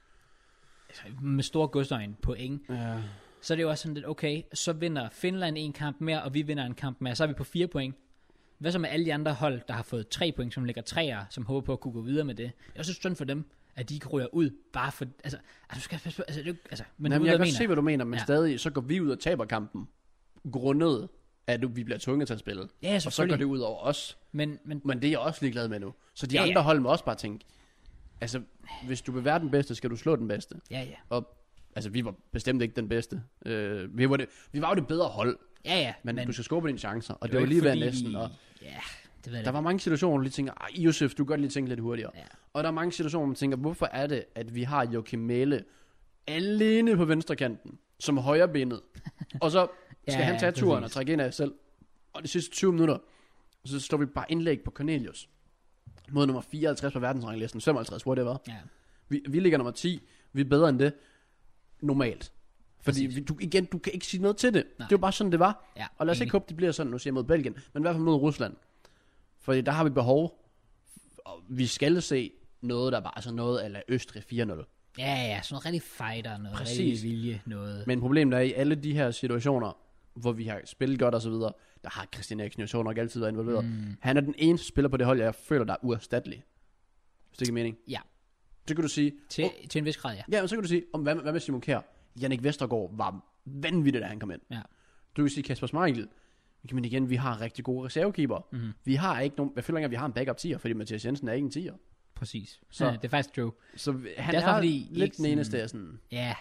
A: altså med store godsøjne point,
B: Ja.
A: så er det jo også sådan lidt, okay, så vinder Finland en kamp mere, og vi vinder en kamp mere, så er vi på fire point. Hvad så med alle de andre hold, der har fået tre point, som ligger treer, som håber på at kunne gå videre med det? Jeg synes synd for dem, at de ikke ryger ud, bare for, altså, altså du skal passe på, altså, det, er jo- altså men
B: Men Jamen,
A: du,
B: jeg
A: ved,
B: kan
A: hvad
B: godt
A: jeg
B: se,
A: mener.
B: hvad du mener, men
A: Ja.
B: ja. stadig, så går vi ud og taber kampen, grundet, at vi bliver tvunget til at spille.
A: Ja,
B: og så går
A: selvfølgelig.
B: det ud over os.
A: Men, men
B: Men det er jeg også ligeglad med nu. Så de
A: Ja,
B: ja,
A: ja.
B: andre hold må også bare tænke, altså, hvis du vil være den bedste, skal du slå den bedste.
A: ja, ja,
B: Og, altså, vi var bestemt ikke den bedste. Øh, vi, var det, vi var jo det bedre hold,
A: ja, ja.
B: men, men du skal skubbe dine chancer. Og det,
A: er
B: var
A: jo
B: lige
A: ikke
B: ved
A: fordi-
B: næsten. Og
A: Ja, det ved jeg
B: der
A: ikke.
B: var mange situationer, hvor du lige tænker, "Ej, Josef, du kan godt lige tænke lidt hurtigere.
A: Ja.
B: Og der er mange situationer, hvor man tænker, hvorfor er det, at vi har Joachim Mæle alene på venstre kanten, som højrebenet, og så skal
A: Ja,
B: ja, han tage turen
A: præcis.
B: og trække ind af selv. Og de sidste 20 minutter, så står vi bare indlæg på Cornelius. Mod nummer 54 på verdensranglisten, 55, hvor det var.
A: Ja.
B: Vi, vi ligger nummer 10, vi er bedre end det, normalt. Fordi
A: Præcis.
B: vi, du, igen, du kan ikke sige noget til det.
A: Nej.
B: Nej. Det var bare sådan, det var.
A: Ja,
B: Og lad os
A: enig.
B: ikke håbe, det bliver sådan, nu siger jeg mod Belgien, men i hvert fald mod Rusland. Fordi der har vi behov, og vi skal se noget, der bare er sådan noget, eller Østrig 4-0.
A: Ja, ja, sådan noget rigtig fighter, noget Præcis.
B: Præcis.
A: rigtig vilje, noget.
B: Men problemet er, i alle de her situationer, hvor vi har spillet godt og så videre, der har Christian Eriksen jo sjovt nok altid været involveret. Mm. Han er den eneste spiller på det hold, jeg føler, der er uerstattelig. Hvis det giver mening.
A: Ja,
B: Så kan du sige,
A: til, oh. til en vis grad, ja.
B: ja, men så kan du sige, om, hvad, med- hvad med Simon Kjær? Jannik Vestergaard var vanvittig, da han kom ind.
A: ja.
B: Du kan sige Kasper Schmeichel. Men igen, vi har rigtig gode reservekeeper.
A: Mhm.
B: Mm. Vi har ikke nogen... Jeg føler ikke, at vi har en backup 10'er, fordi Mathias Jensen er ikke en 10'er.
A: Præcis. Så.
B: Så-
A: Ja, det er faktisk true.
B: Så han
A: Det er
B: er,
A: også
B: er
A: fordi, I
B: fordi, lidt
A: ikke
B: den eneste, jeg sådan...
A: Ja.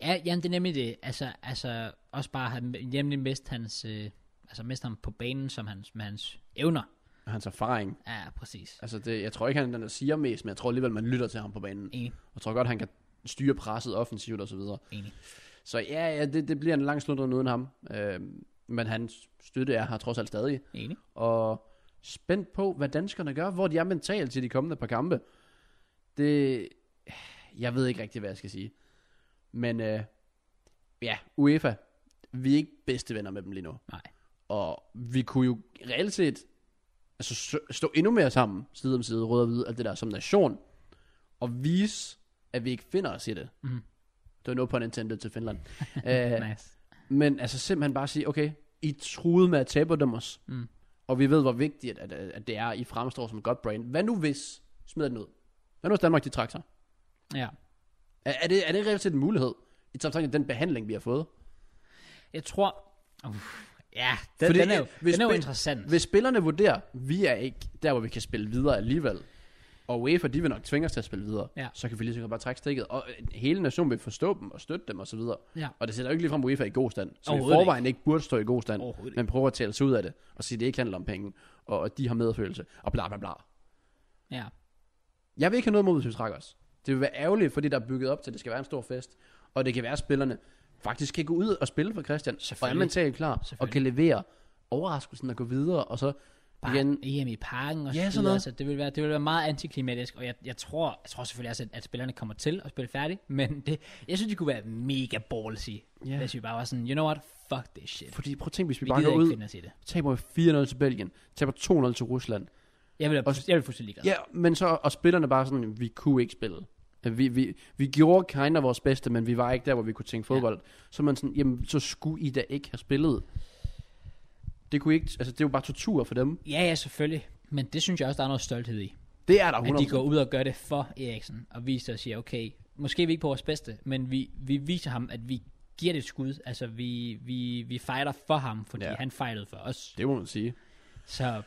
A: Ja, jamen det er nemlig det. Altså, altså også bare have nemlig mist hans, øh, altså mist ham på banen som hans, med hans evner.
B: Hans erfaring.
A: Ja, præcis.
B: Altså, det, jeg tror ikke, han er den, der siger mest, men jeg tror alligevel, man lytter til ham på banen.
A: Enig,
B: Jeg tror godt, han kan styre presset offensivt og så videre.
A: enig.
B: Så ja, ja det, det bliver en lang slutrunde uden ham. Øh, men hans støtte er her trods alt stadig.
A: Enig.
B: og spændt på, hvad danskerne gør, hvor de er mentalt til de kommende par kampe. Det, jeg ved ikke rigtig, hvad jeg skal sige. Men øh, ja, UEFA, vi er ikke bedste venner med dem lige nu.
A: Nej.
B: Og vi kunne jo reelt set altså, stå- stå endnu mere sammen, side om side, rød og hvid, alt det der som nation, og vise, at vi ikke finder os i det.
A: Mhm.
B: Det var noget på Nintendo til Finland. Øh, Æh,
A: Nice.
B: men altså simpelthen bare sige, okay, I truede med at taberdømme os.
A: Mm.
B: Og vi ved, hvor vigtigt at, at, at det er, I fremstår som et godt brand. Hvad nu hvis, smider den ud? Hvad nu hvis Danmark, de trak sig?
A: Ja.
B: Er, er, det, er det reelt set en mulighed? I samtidig den behandling, vi har fået.
A: Jeg tror... Uff, ja, den,
B: Fordi,
A: den, er jo,
B: øh, hvis
A: den er jo
B: spil-
A: interessant.
B: Hvis spillerne vurderer, vi er ikke der, hvor vi kan spille videre alligevel, Og UEFA, de vil nok tvinge os til at spille videre.
A: Ja.
B: Så kan vi lige så godt bare trække stikket. Og øh, hele nationen vil forstå dem og støtte dem osv. Og,
A: Ja.
B: og det sætter jo ikke ligefrem UEFA i god stand. Så i
A: Overhovedet
B: forvejen ikke. ikke burde stå i god stand.
A: Overhovedet ikke.
B: Men prøver at tale sig ud af det. Og sige, at det ikke handler om penge. Og, og de har medfølelse. Og bla bla bla.
A: Ja.
B: Jeg vil ikke have noget mod, hvis vi trækker os. Det vil være ærgerligt, fordi der er bygget op til, at det skal være en stor fest. Og det kan være, at spillerne faktisk kan gå ud og spille for Christian. Og er
A: Selvfølgelig.
B: mentalt klar. Og
A: Selvfølgelig.
B: kan levere overraskelsen og gå videre. Og så
A: Bare
B: igen,
A: EM i parken og
B: Ja,
A: ja,
B: sådan
A: sådan
B: noget.
A: noget. Så det vil være, det vil være meget antiklimatisk, og jeg, jeg, tror, jeg tror selvfølgelig også, at, at spillerne kommer til at spille færdigt, men det, jeg synes, det kunne være mega ballsy,
B: Ja.
A: yeah. hvis vi bare var sådan, you know what, fuck this shit.
B: Fordi prøv at tænke, hvis vi,
A: Vi
B: vi bare
A: gider
B: går
A: ikke
B: ud,
A: finde os i det.
B: taber 4-0 til Belgien, taber 2-0 til Rusland.
A: Jeg vil,
B: Og-
A: jeg vil fuldstændig ligeglad.
B: Ja, men så, og spillerne bare sådan, vi kunne ikke spille. Øh, Vi, vi, vi gjorde kind af vores bedste, men vi var ikke der, hvor vi kunne tænke fodbold. Ja. Så man sådan, jamen, så skulle I da ikke have spillet. Det kunne I ikke, altså det er jo bare tortur for dem.
A: Ja, ja, selvfølgelig. Men det synes jeg også, der er noget stolthed i.
B: Det er der 100%.
A: At de går ud og gør det for Eriksen, og viser og siger, okay, måske er vi ikke på vores bedste, men vi, vi viser ham, at vi giver det et skud. Altså, vi, vi, vi fighter for ham, fordi
B: Ja.
A: ja. han fejlede for os.
B: Det må man sige.
A: Så, ja,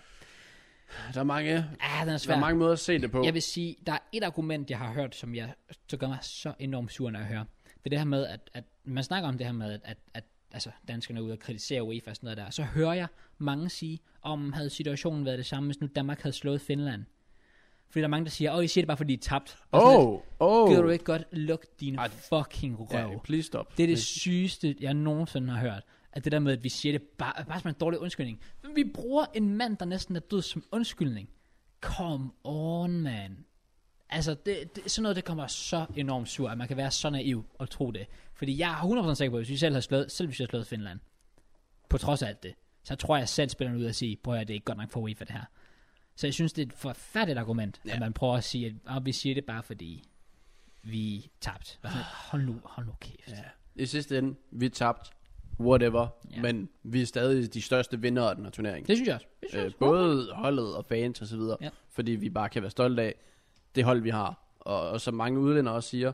B: Der er mange,
A: ah, den er
B: der
A: svær.
B: er mange måder at se det på.
A: Jeg vil sige, der er et argument, jeg har hørt, som jeg, så gør mig så enormt sur, når jeg hører. Det er det her med, at, at man snakker om det her med, at, at, at altså, danskerne er ude og kritisere UEFA og sådan noget der. Så hører jeg mange sige, om havde situationen været det samme, hvis nu Danmark havde slået Finland. Fordi der er mange, der siger, åh, I siger det bare, fordi I tabte. Og sådan lidt,
B: oh, oh.
A: Gider du ikke godt lukke din
B: Ej,
A: fucking røv?
B: Ja, please stop.
A: Det er det sygeste, jeg nogensinde har hørt. At det der med, at vi siger det bare, bare som en dårlig undskyldning. Men vi bruger en mand, der næsten er død som undskyldning. Come on, man. Altså, det, det, sådan noget, det kommer så enormt sur, at man kan være så naiv og tro det. Fordi jeg er 100% sikker på, at hvis vi selv havde slået, selv hvis vi havde slået Finland, på trods af alt det, så tror jeg selv spillerne ud og sige, prøv at høre, det er ikke godt nok for UEFA det her. Så jeg synes, det er et forfærdeligt argument, ja.
B: Ja.
A: at man prøver at sige, at "Åh, vi siger det bare fordi, vi tabte. Sådan lidt, Hold nu, hold nu kæft. Ja.
B: I sidste ende, vi tabte. Whatever.
A: Ja.
B: Ja. Men vi er stadig de største vinder af den her turnering.
A: Det synes jeg også. Det synes jeg
B: Øh,
A: også.
B: både holdet og fans og så videre,
A: Ja.
B: ja. fordi vi bare kan være stolte af det hold, vi har. Og, og som mange udlændere også siger,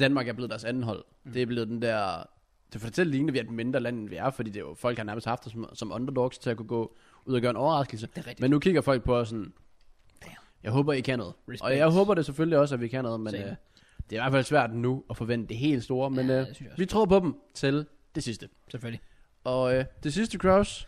B: Danmark er blevet deres anden hold. Mm. Det er blevet den der... Det fortæller lignende, at vi er et mindre land, end vi er, fordi det er jo, folk har nærmest haft os som, som underdogs til at kunne gå ud og gøre en overraskelse.
A: Det er rigtigt.
B: Men nu kigger folk på os sådan, jeg håber, I kan noget.
A: Respekt.
B: Og jeg håber det selvfølgelig også, at vi kan noget, men øh,
A: Same.
B: det er i hvert fald svært nu at forvente det helt store.
A: Ja,
B: Men ja,
A: det synes jeg også.
B: vi tror på dem til det sidste.
A: Selvfølgelig.
B: Og øh, det sidste cross,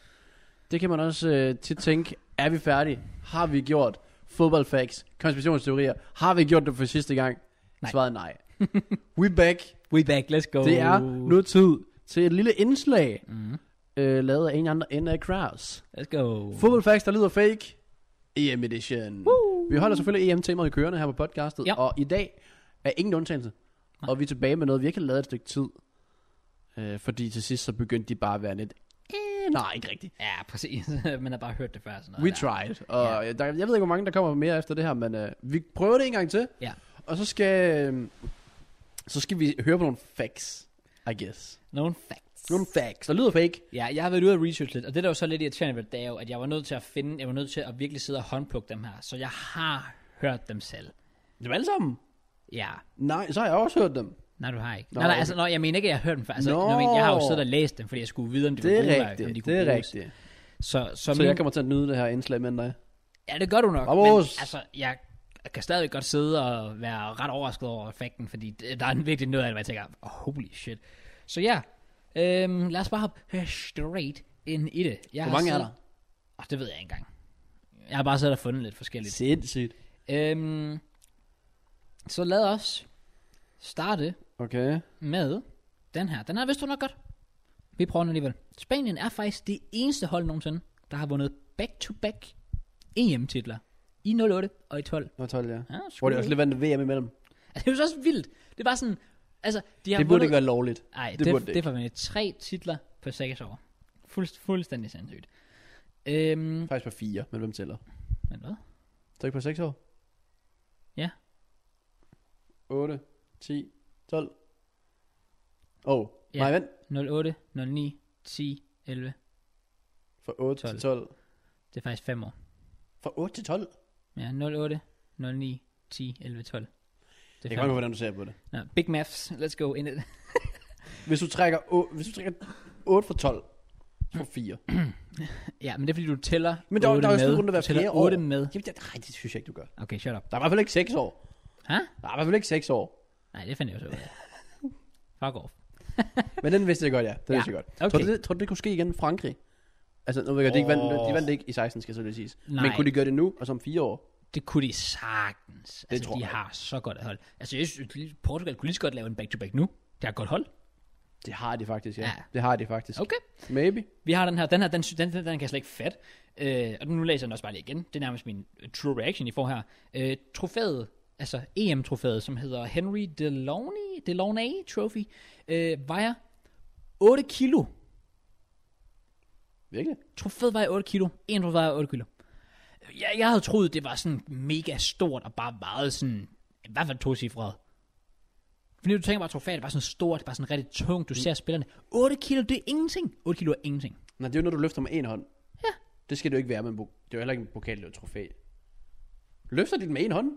B: det kan man også øh, tit tænke, er vi færdige? Har vi gjort fodboldfacts, konspirationsteorier? Har vi gjort det for sidste gang?
A: Nej.
B: Svaret er nej. We back.
A: We back, let's go.
B: Det er nu tid til et lille indslag, mm. øh, lavet af en andre end af Kraus.
A: Let's go.
B: Fodboldfacts, der lyder fake. EM Edition. Woo. Vi holder selvfølgelig EM-temaet i kørende her på podcastet,
A: Ja.
B: og i dag er ingen undtagelse. Og vi er tilbage med noget, vi ikke har lavet et stykke tid. Øh, fordi til sidst så begyndte de bare at være lidt, eh, nej, ikke rigtigt.
A: Ja, præcis. Man har bare hørt det før. Sådan noget
B: We
A: der.
B: tried. Og yeah. der, jeg ved ikke, hvor mange der kommer mere efter det her, men øh, vi prøver det en gang til.
A: Ja.
B: Og så skal, øh, så skal vi høre på nogle facts, I guess.
A: Nogle facts.
B: Nogle facts. Der lyder fake.
A: Ja, jeg har været ude og research lidt, og det der var så lidt irriterende ved det, det er jo, at jeg var nødt til at finde, jeg var nødt til at virkelig sidde og håndplukke dem her, så jeg har hørt dem selv.
B: Dem alle sammen?
A: Ja.
B: Nej, så har jeg også hørt dem.
A: Nej, du har ikke.
B: Nå,
A: nej, nej,
B: okay.
A: altså, nå, jeg mener ikke, at jeg har hørt dem før. Altså,
B: Nå.
A: nå. Men jeg har jo siddet og læst dem, fordi jeg skulle vide, om de
B: Det
A: kunne bruge
B: er
A: mig, om de
B: rigtigt.
A: kunne
B: Det er
A: bruges.
B: rigtigt.
A: Så, så,
B: Så jeg kommer til at nyde det her indslag med dig.
A: Ja, det gør du nok.
B: Vamos!
A: Men, altså, jeg kan stadigvæk godt sidde og være ret overrasket over effekten, fordi det- der er virkelig noget af det, hvor jeg tænker, oh, holy shit. Så ja, øhm, lad os bare hoppe straight ind i det. Jeg
B: Hvor
A: har
B: mange er
A: siddet-
B: der?
A: Åh, det ved jeg ikke engang. Jeg har bare siddet og fundet lidt forskelligt.
B: Sindssygt.
A: Øhm, så lad os starte
B: Okay.
A: med den her. Den her vidste du nok godt. Vi prøver den alligevel. Spanien er faktisk det eneste hold nogensinde, der har vundet back-to-back EM-titler. I 08 og i 12.
B: Nå, 12, ja.
A: Ja,
B: Hvor
A: skud.
B: det også lidt vandt VM imellem.
A: Altså, det er jo så også vildt. Det var sådan, altså, de har
B: Det burde ikke være lovligt.
A: Nej,
B: det
A: det,
B: burde det
A: det, det
B: ikke.
A: var med tre titler på seks år. Fuldst, fuldstændig sindssygt. Øhm,
B: Faktisk på fire, men hvem tæller?
A: men hvad?
B: Så ikke på 6 år?
A: Ja.
B: 8, 10, 12. Åh, oh,
A: Ja.
B: nej vent.
A: 08, 09, 10, 11.
B: Fra 8
A: 12.
B: til 12.
A: Det er faktisk fem år.
B: Fra 8 til 12?
A: Ja, 08, 09, 10, 11, 12.
B: Det
A: Det er
B: jeg kan godt
A: fem.
B: hvordan du ser på det.
A: Nå, big maths, let's go in it.
B: Hvis du trækker, å, hvis du trækker 8 fra 12, Jeg tror fire.
A: Mm. Ja, men det er fordi, du tæller
B: Men der, der er jo sådan en
A: med.
B: runde hver
A: du tæller
B: fjerde
A: 8
B: år.
A: med.
B: Jamen, det, nej, det synes jeg ikke, du gør.
A: Okay, shut up.
B: Der er i hvert fald ikke seks år.
A: Hæ?
B: Der er i hvert fald ikke seks år.
A: Nej, det fandt jeg jo så ud af. Fuck off.
B: Men den vidste jeg godt, ja. Den
A: Ja,
B: ja. vidste jeg godt.
A: okay.
B: Tror, du, det, tror du, det kunne ske igen i Frankrig? Altså, nu ved jeg, godt, de, ikke vandt,
A: Åh.
B: de vandt ikke i 16, skal så det siges.
A: Nej.
B: Men kunne de gøre det nu, og som fire år?
A: Det kunne de sagtens. altså,
B: tror
A: de
B: jeg.
A: har så godt et hold. Altså, jeg synes, Portugal kunne lige så godt lave en back-to-back nu. Det er et godt hold.
B: Det har de faktisk, ja.
A: Ja.
B: ja. Det har de faktisk.
A: Okay.
B: Maybe.
A: Vi har den her, den her, den, sy- den, den, den kan jeg slet ikke fat. Øh, og nu læser jeg den også bare lige igen. Det er nærmest min øh, true reaction, I får her. Øh, trofæet, altså EM-trofæet, som hedder Henry Deloney, Deloney Trophy, øh, vejer 8 kilo.
B: Virkelig?
A: Trofæet vejer 8 kilo. En trofæet vejer 8 kilo. Jeg, jeg havde troet, det var sådan mega stort og bare meget sådan, i hvert fald to cifre. Fordi du tænker bare, at trofæet var sådan stort, det var sådan rigtig tungt, du
B: Mm.
A: ser spillerne. 8 kilo, det er ingenting. 8 kilo er ingenting.
B: Nej, det er jo noget, du løfter med en hånd.
A: Ja.
B: Det skal det jo ikke være med en bu- Det er jo heller ikke en pokal, det er jo et trofæ. Løfter de den med en hånd?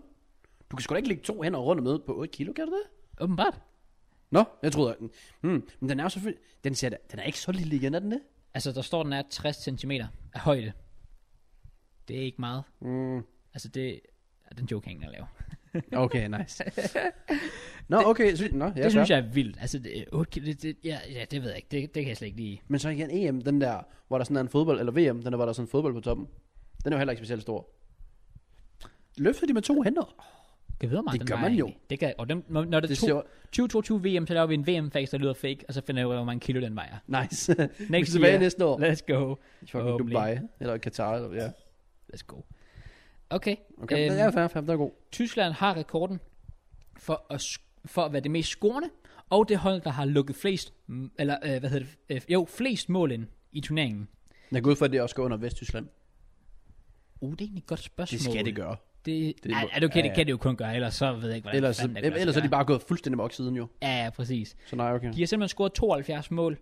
B: Du kan sgu da ikke lægge to hænder rundt med på 8 kilo, kan du det?
A: Åbenbart.
B: Nå, jeg troede, at den... Hmm, men den er jo selvfølgelig... Den, ser, da- den er ikke så lille igen, er den det?
A: Altså, der står, den er 60 cm af højde. Det er ikke meget.
B: Mm.
A: Altså, det er den joke, jeg ikke lave.
B: Okay, nice. Nå, okay. Sy- Nå, ja,
A: det synes jeg er vildt. Altså, det, 8 kilo, det, det, ja, ja, det ved jeg ikke. Det, det kan jeg slet ikke lide.
B: Men så igen EM, den der, hvor der sådan er en fodbold, eller VM, den der, hvor der er sådan en fodbold på toppen. Den er jo heller ikke specielt stor. Løfter de med to hænder?
A: Kan vide, hvor meget
B: Det
A: den
B: gør
A: vejer
B: man jo.
A: egentlig. Det kan, og dem, når når det,
B: Det
A: det to,
B: ser-
A: 2022 VM, så laver vi en VM-fax, der lyder fake, og så finder jeg ud af, hvor mange kilo den vejer.
B: Nice. Vi er
A: Next
B: tilbage
A: year.
B: næste år.
A: Let's go.
B: Fucking
A: Åbentlig.
B: Dubai, eller Katar, eller ja.
A: Let's go. Okay.
B: Okay,
A: øhm,
B: øhm, ja, fair, fair, den er god.
A: Tyskland har rekorden for at, sk- for at være det mest scorende, og det hold, der har lukket flest, mm, eller øh, hvad hedder det, øh, jo, flest mål ind i turneringen.
B: Jeg går ud fra, at det også går under Vesttyskland.
A: Uh, det er egentlig et godt spørgsmål.
B: Det skal det gøre.
A: Det,
B: Det
A: det,
B: må-
A: er, er det okay,
B: ja,
A: det
B: ja.
A: kan det jo kun gøre, ellers så ved jeg ikke, hvordan
B: Ellers,
A: fanden det kan
B: ellers
A: lade
B: er
A: sig
B: de bare gået fuldstændig mok siden jo.
A: gøre. Ja, ja, præcis.
B: Så nej, okay.
A: De har simpelthen scoret 72 mål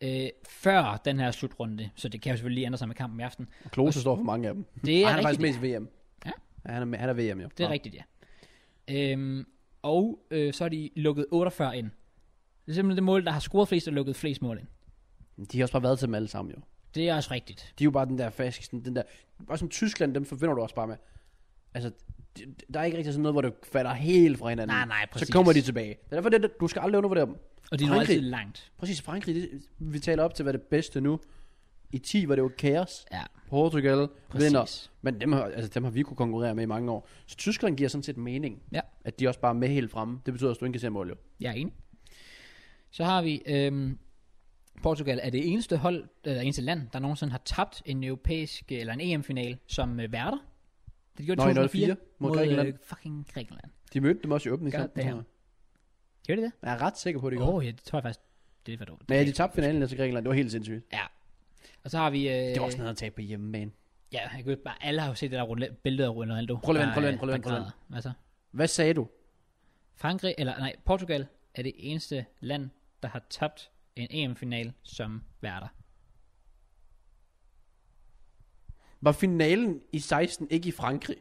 A: øh, før den her slutrunde, så det kan jo selvfølgelig lige ændre sig med kampen i aften.
B: Klose står for mange af dem.
A: Det er
B: Og han er
A: rigtigt,
B: faktisk mest i VM.
A: Ja.
B: ja han, er, med- han er VM jo.
A: Det er ja. rigtigt, ja. Øhm, og øh, så har de lukket 48 ind. Det er simpelthen det mål, der har scoret flest og lukket flest mål ind.
B: rigtigt. De har også bare været til dem alle sammen jo.
A: Det er også rigtigt.
B: De er jo bare den der fast, sådan den der, bare som Tyskland, dem forventer du også bare med. Altså, de- der er ikke rigtig sådan noget, hvor du falder helt fra hinanden.
A: Nej, nej, præcis.
B: Så kommer de tilbage. Det er derfor, det, er det- du skal aldrig undervurdere dem.
A: Og de når
B: Frankrig.
A: altid langt.
B: Præcis, Frankrig, det, vi taler op til, hvad det bedste nu. I 10 var det jo kaos.
A: Ja,
B: Portugal
A: præcis.
B: vinder. Men dem har, altså, dem har vi kunne konkurrere med i mange år. Så Tyskland giver sådan set mening,
A: Ja.
B: at de også bare er med helt fremme. Det betyder, at du ikke kan se mål jo.
A: Jeg er enig. Så har vi øhm, Portugal er det eneste hold, øh, eller eneste land, der nogensinde har tabt en europæisk, eller en EM-final som øh, værter. Det gjorde de
B: Nå, i
A: 2004
B: 04 mod Grækenland.
A: øh, fucking Grækenland.
B: De mødte dem også i åbningskampen.
A: Goddamn.
B: tror jeg.
A: Gjorde de det?
B: Jeg er ret sikker på, at de
A: Åh,
B: gjorde.
A: oh, ja, det tror jeg faktisk, det Øh. var dårligt.
B: Men ja, de tabte finalen altså Grækenland. Det var helt sindssygt.
A: Ja. Og så har vi... Øh,
B: Det var også noget at tabe på hjemmebane.
A: Ja, jeg kan bare, alle har jo set det der Ronal- billede af Ronaldo.
B: Prøv lige at vente,
A: der,
B: prøv
A: øh,
B: lige at vente, prøv lige at
A: der
B: vente, prøv lige
A: græder. Hvad
B: at
A: så?
B: Hvad sagde du?
A: Frankrig, eller nej, Portugal er det eneste land, der har tabt en EM-final som værter.
B: Var finalen i 16 ikke i Frankrig?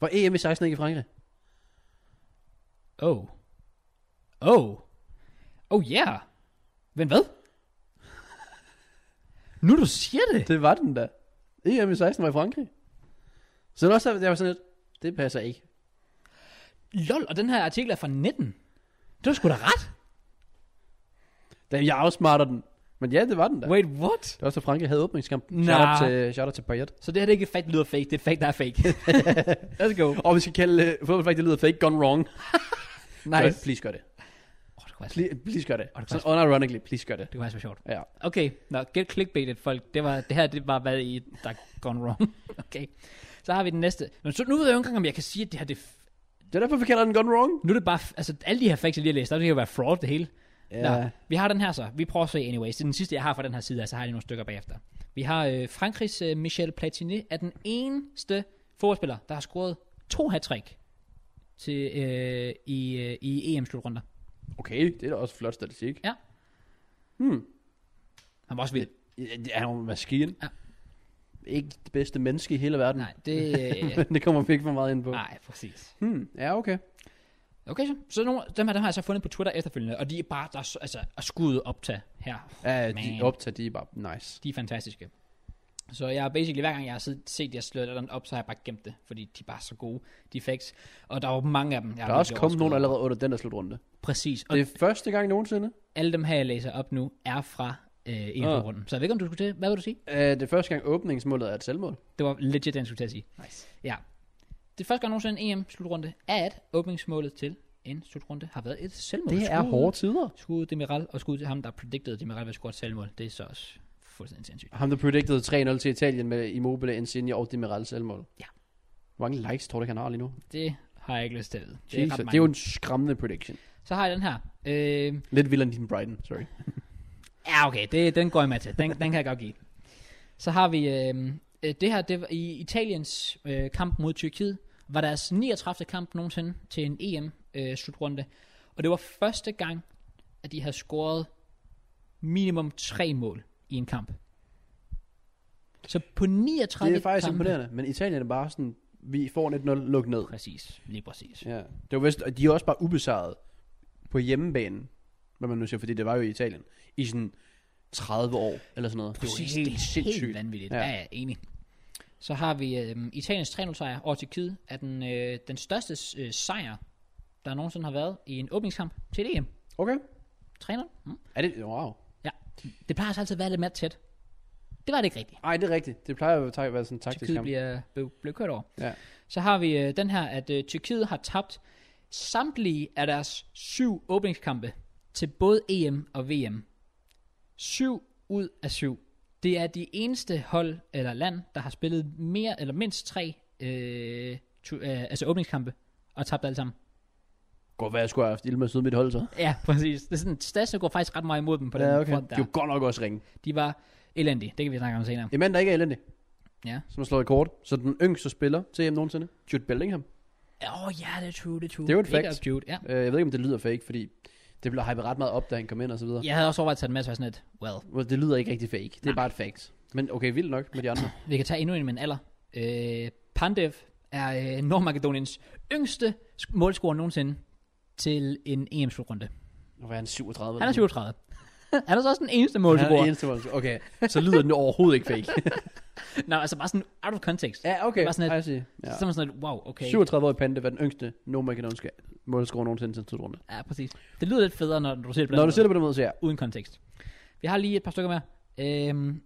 B: Var EM i 16 ikke i Frankrig?
A: Oh. Oh. Oh yeah. Men hvad? nu du siger det.
B: Det var den da. EM E i 16 var i Frankrig. Så det var også, jeg var sådan lidt, det passer ikke.
A: Lol, og den her artikel er fra 19. Det var sgu da ret.
B: Da jeg afsmarter den. Men ja, det var den da.
A: Wait, what?
B: Det var også, da Frankrig havde åbningskampen.
A: Nah.
B: Nah. Shout out til, shout out til Payet.
A: Så det her det er ikke et fake, lyder fake. Det er et fake, der er fake. Let's go.
B: Og vi skal kalde uh, fodboldfag, det lyder fake, gone wrong. Nice.
A: Nice.
B: Please gør det.
A: Oh, det, kunne faktisk,
B: Please, please gør det.
A: Og det
B: Sådan unironically, please gør det.
A: det kunne faktisk være sjovt.
B: Ja.
A: Okay, nå, get clickbaited, folk. Det, var, det her, det var hvad I, der er gone wrong. Okay, så har vi den næste. Nå, så nu ved jeg jo ikke engang, om jeg kan sige, at det her, det, er f-
B: Det er derfor, vi kalder den gone wrong.
A: nu er det bare, f- altså alle de her facts, jeg lige har læst, der kan jo være fraud det hele.
B: Ja.
A: Nå, vi har den her så. Vi prøver at se anyways. Det er den sidste, jeg har fra den her side, og så har jeg lige nogle stykker bagefter. Vi har øh, Frankrigs øh, Michel Platini er den eneste fodboldspiller, der har scoret to hat til øh, i, øh, i EM-slutrunder.
B: Okay, det er da også flot statistik.
A: Ja. Han var også vild.
B: Ja, det er jo en maskine.
A: Ja.
B: Ja. Ikke det bedste menneske i hele verden.
A: Nej, det... Øh,
B: det kommer vi ikke for meget ind på.
A: nej, præcis.
B: Hmm, ja, okay.
A: Okay, så, så nogle, dem, her, dem har jeg så fundet på Twitter efterfølgende, og de er bare, der er, så- altså, er skuddet optag her.
B: Ja,
A: Man.
B: de optager, de er bare nice.
A: De er fantastiske. Så jeg har basically, hver gang jeg har sid- set, jeg slået den op, så har jeg bare gemt det, fordi de er bare så gode, de facts. Og der er jo mange af dem. Jeg
B: Der er også kommet nogen allerede under den der slutrunde.
A: Præcis, og
B: Det er første gang nogensinde.
A: alle dem her, jeg læser op nu, er fra øh, en
B: Ah.
A: af runden. Så jeg ved ikke, om du skulle til. Hvad vil du sige?
B: Uh, det er første gang åbningsmålet er et selvmål.
A: Det var legit, den jeg skulle til at sige.
B: Nice.
A: Ja. Det er første gang nogensinde en EM-slutrunde, at åbningsmålet til en slutrunde har været et selvmål.
B: Det er
A: Skud-
B: hårde tider.
A: Skud Demiral, og skud til ham, der predicted Demiral ved score et selvmål. Det er så også fuldstændig sindssygt.
B: Ham, der predicted 3-0 til Italien med Immobile, Insigne og Demiral selvmål.
A: Ja.
B: Hvor mange likes tror du, han har lige nu?
A: Det har jeg ikke lyst til at vide. Det er,
B: Jesus,
A: ret
B: det,
A: mange.
B: er jo en skræmmende prediction.
A: Så har jeg den her. Øh,
B: Lidt vildere end din Brighton, sorry.
A: Ja, okay, det, den går jeg med til. Den, den kan jeg godt give. Så har vi øh, øh, det her, det var i Italiens øh, kamp mod Tyrkiet, var deres 39. kamp nogensinde til en E EM-slutrunde. Og det var første gang, at de havde scoret minimum tre mål i en kamp. Så på 39
B: Det er faktisk
A: kampe,
B: imponerende, men Italien er bare sådan, vi får en 1-0, luk ned.
A: Præcis, lige præcis.
B: Ja. Det var vist, og de er også bare ubesejret på hjemmebanen, hvad man nu siger, fordi det var jo i Italien, i sådan 30 år, eller sådan noget.
A: Præcis,
B: det var
A: det er helt
B: sindssygt.
A: vanvittigt. Ja,
B: Ja.
A: ja enig. Så har vi øh, Italiens 3-0 sejr over Tyrkiet, er den, øh, den største øh, sejr, der nogensinde har været i en åbningskamp til et E EM.
B: Okay.
A: 3-0. Mm.
B: Er det, wow.
A: Ja. Det plejer altså altid at være lidt mere tæt. Det var det ikke rigtigt.
B: Ej, det er rigtigt. Det plejer at være sådan en taktisk
A: Tyrkiet
B: kamp.
A: bliver, blev, blev kørt over.
B: Ja.
A: Så har vi øh, den her, at øh, Tyrkiet har tabt samtlige af deres syv åbningskampe til både EM og VM. Syv ud af syv. Det er de eneste hold eller land, der har spillet mere eller mindst tre øh, tu, øh, altså åbningskampe og tabt alle sammen.
B: Godt være, jeg skulle have haft ild med at syde mit hold så.
A: Ja, præcis. Det er sådan, Stasio går faktisk ret meget imod dem på den
B: Ja, okay.
A: front
B: Det er
A: der.
B: jo godt nok også ringe.
A: De var elendige. Det kan vi snakke om senere.
B: En mand, der ikke er elendig,
A: Ja.
B: som har slået rekord, så den yngste spiller til EM nogensinde, Jude Bellingham.
A: Åh, oh, ja, det er true, det er true.
B: Det er jo et
A: Big
B: fact.
A: up, Jude. Ja.
B: Øh, jeg ved ikke, om det lyder fake, fordi det blev hypet ret meget op, da han kom ind og så videre.
A: Jeg havde også overvejet at tage den med, så var jeg sådan lidt, well,
B: Yeah. Det lyder ikke rigtig fake. Det er
A: Nej.
B: bare et fact. Men okay, vildt nok med de andre.
A: Vi kan tage endnu en med en alder. Øh, Pandev er øh, Nordmakedoniens yngste sk- målscorer nogensinde til en EM-slutrunde.
B: Nu var han 37.
A: Han er 37. han er så også den eneste
B: Han er
A: målscorer.
B: den eneste målscorer. Okay, så lyder den overhovedet ikke fake.
A: Nå, altså bare sådan out of context. Ja.
B: ja, okay.
A: Det var sådan et-
B: I see.
A: Så
B: Ja.
A: er man sådan lidt, wow, okay.
B: 37 år i Pande var den yngste nordmakedonske målscorer nogensinde til en slutrunde.
A: Ja, præcis. Det lyder lidt federe, når du siger det på den
B: Når du
A: måde.
B: ser det på den måde, så ja.
A: uden kontekst. Vi har lige et par stykker mere. Øhm,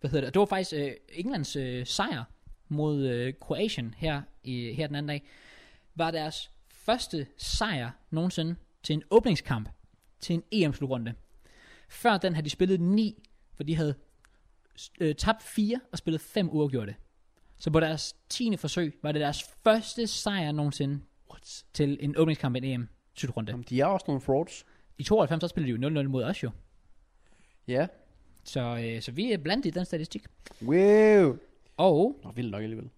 A: hvad hedder det? Det var faktisk øh, Englands øh, sejr mod øh, Kroatien her, i, her den anden dag. Var deres første sejr nogensinde til en åbningskamp til en EM-slutrunde. Før den havde de spillet 9, for de havde øh, tabt 4 og spillet 5 uafgjorte. Så på deres 10. forsøg var det deres første sejr nogensinde What? til en åbningskamp i en EM-slutrunde.
B: Jamen, De er også nogle frauds.
A: I 92 så spillede de jo 0-0 mod os jo.
B: Ja.
A: Så, øh, så vi er blandt i den statistik.
B: Wow.
A: Og,
B: Nå, vildt nok alligevel.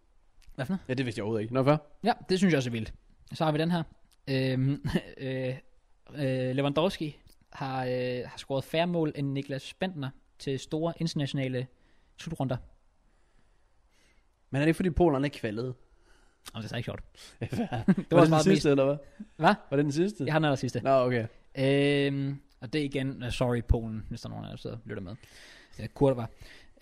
A: hvad for noget?
B: Ja, det vidste jeg overhovedet ikke. Nå, før?
A: Ja, det synes jeg også er vildt. Så har vi den her. Øhm, øh, øh, Lewandowski har, øh, har scoret færre mål end Niklas Bentner til store internationale slutrunder.
B: Men er det ikke, fordi Polerne ikke kvaldede?
A: Og det er så ikke sjovt.
B: det
A: også
B: var, det den
A: meget
B: sidste, eller hvad?
A: Hvad?
B: Var det den sidste?
A: Jeg har den aller sidste.
B: Nå, okay.
A: Øhm, og det er igen, uh, sorry Polen, hvis der er nogen af jer, der sidder og lytter med. Uh, Kurva.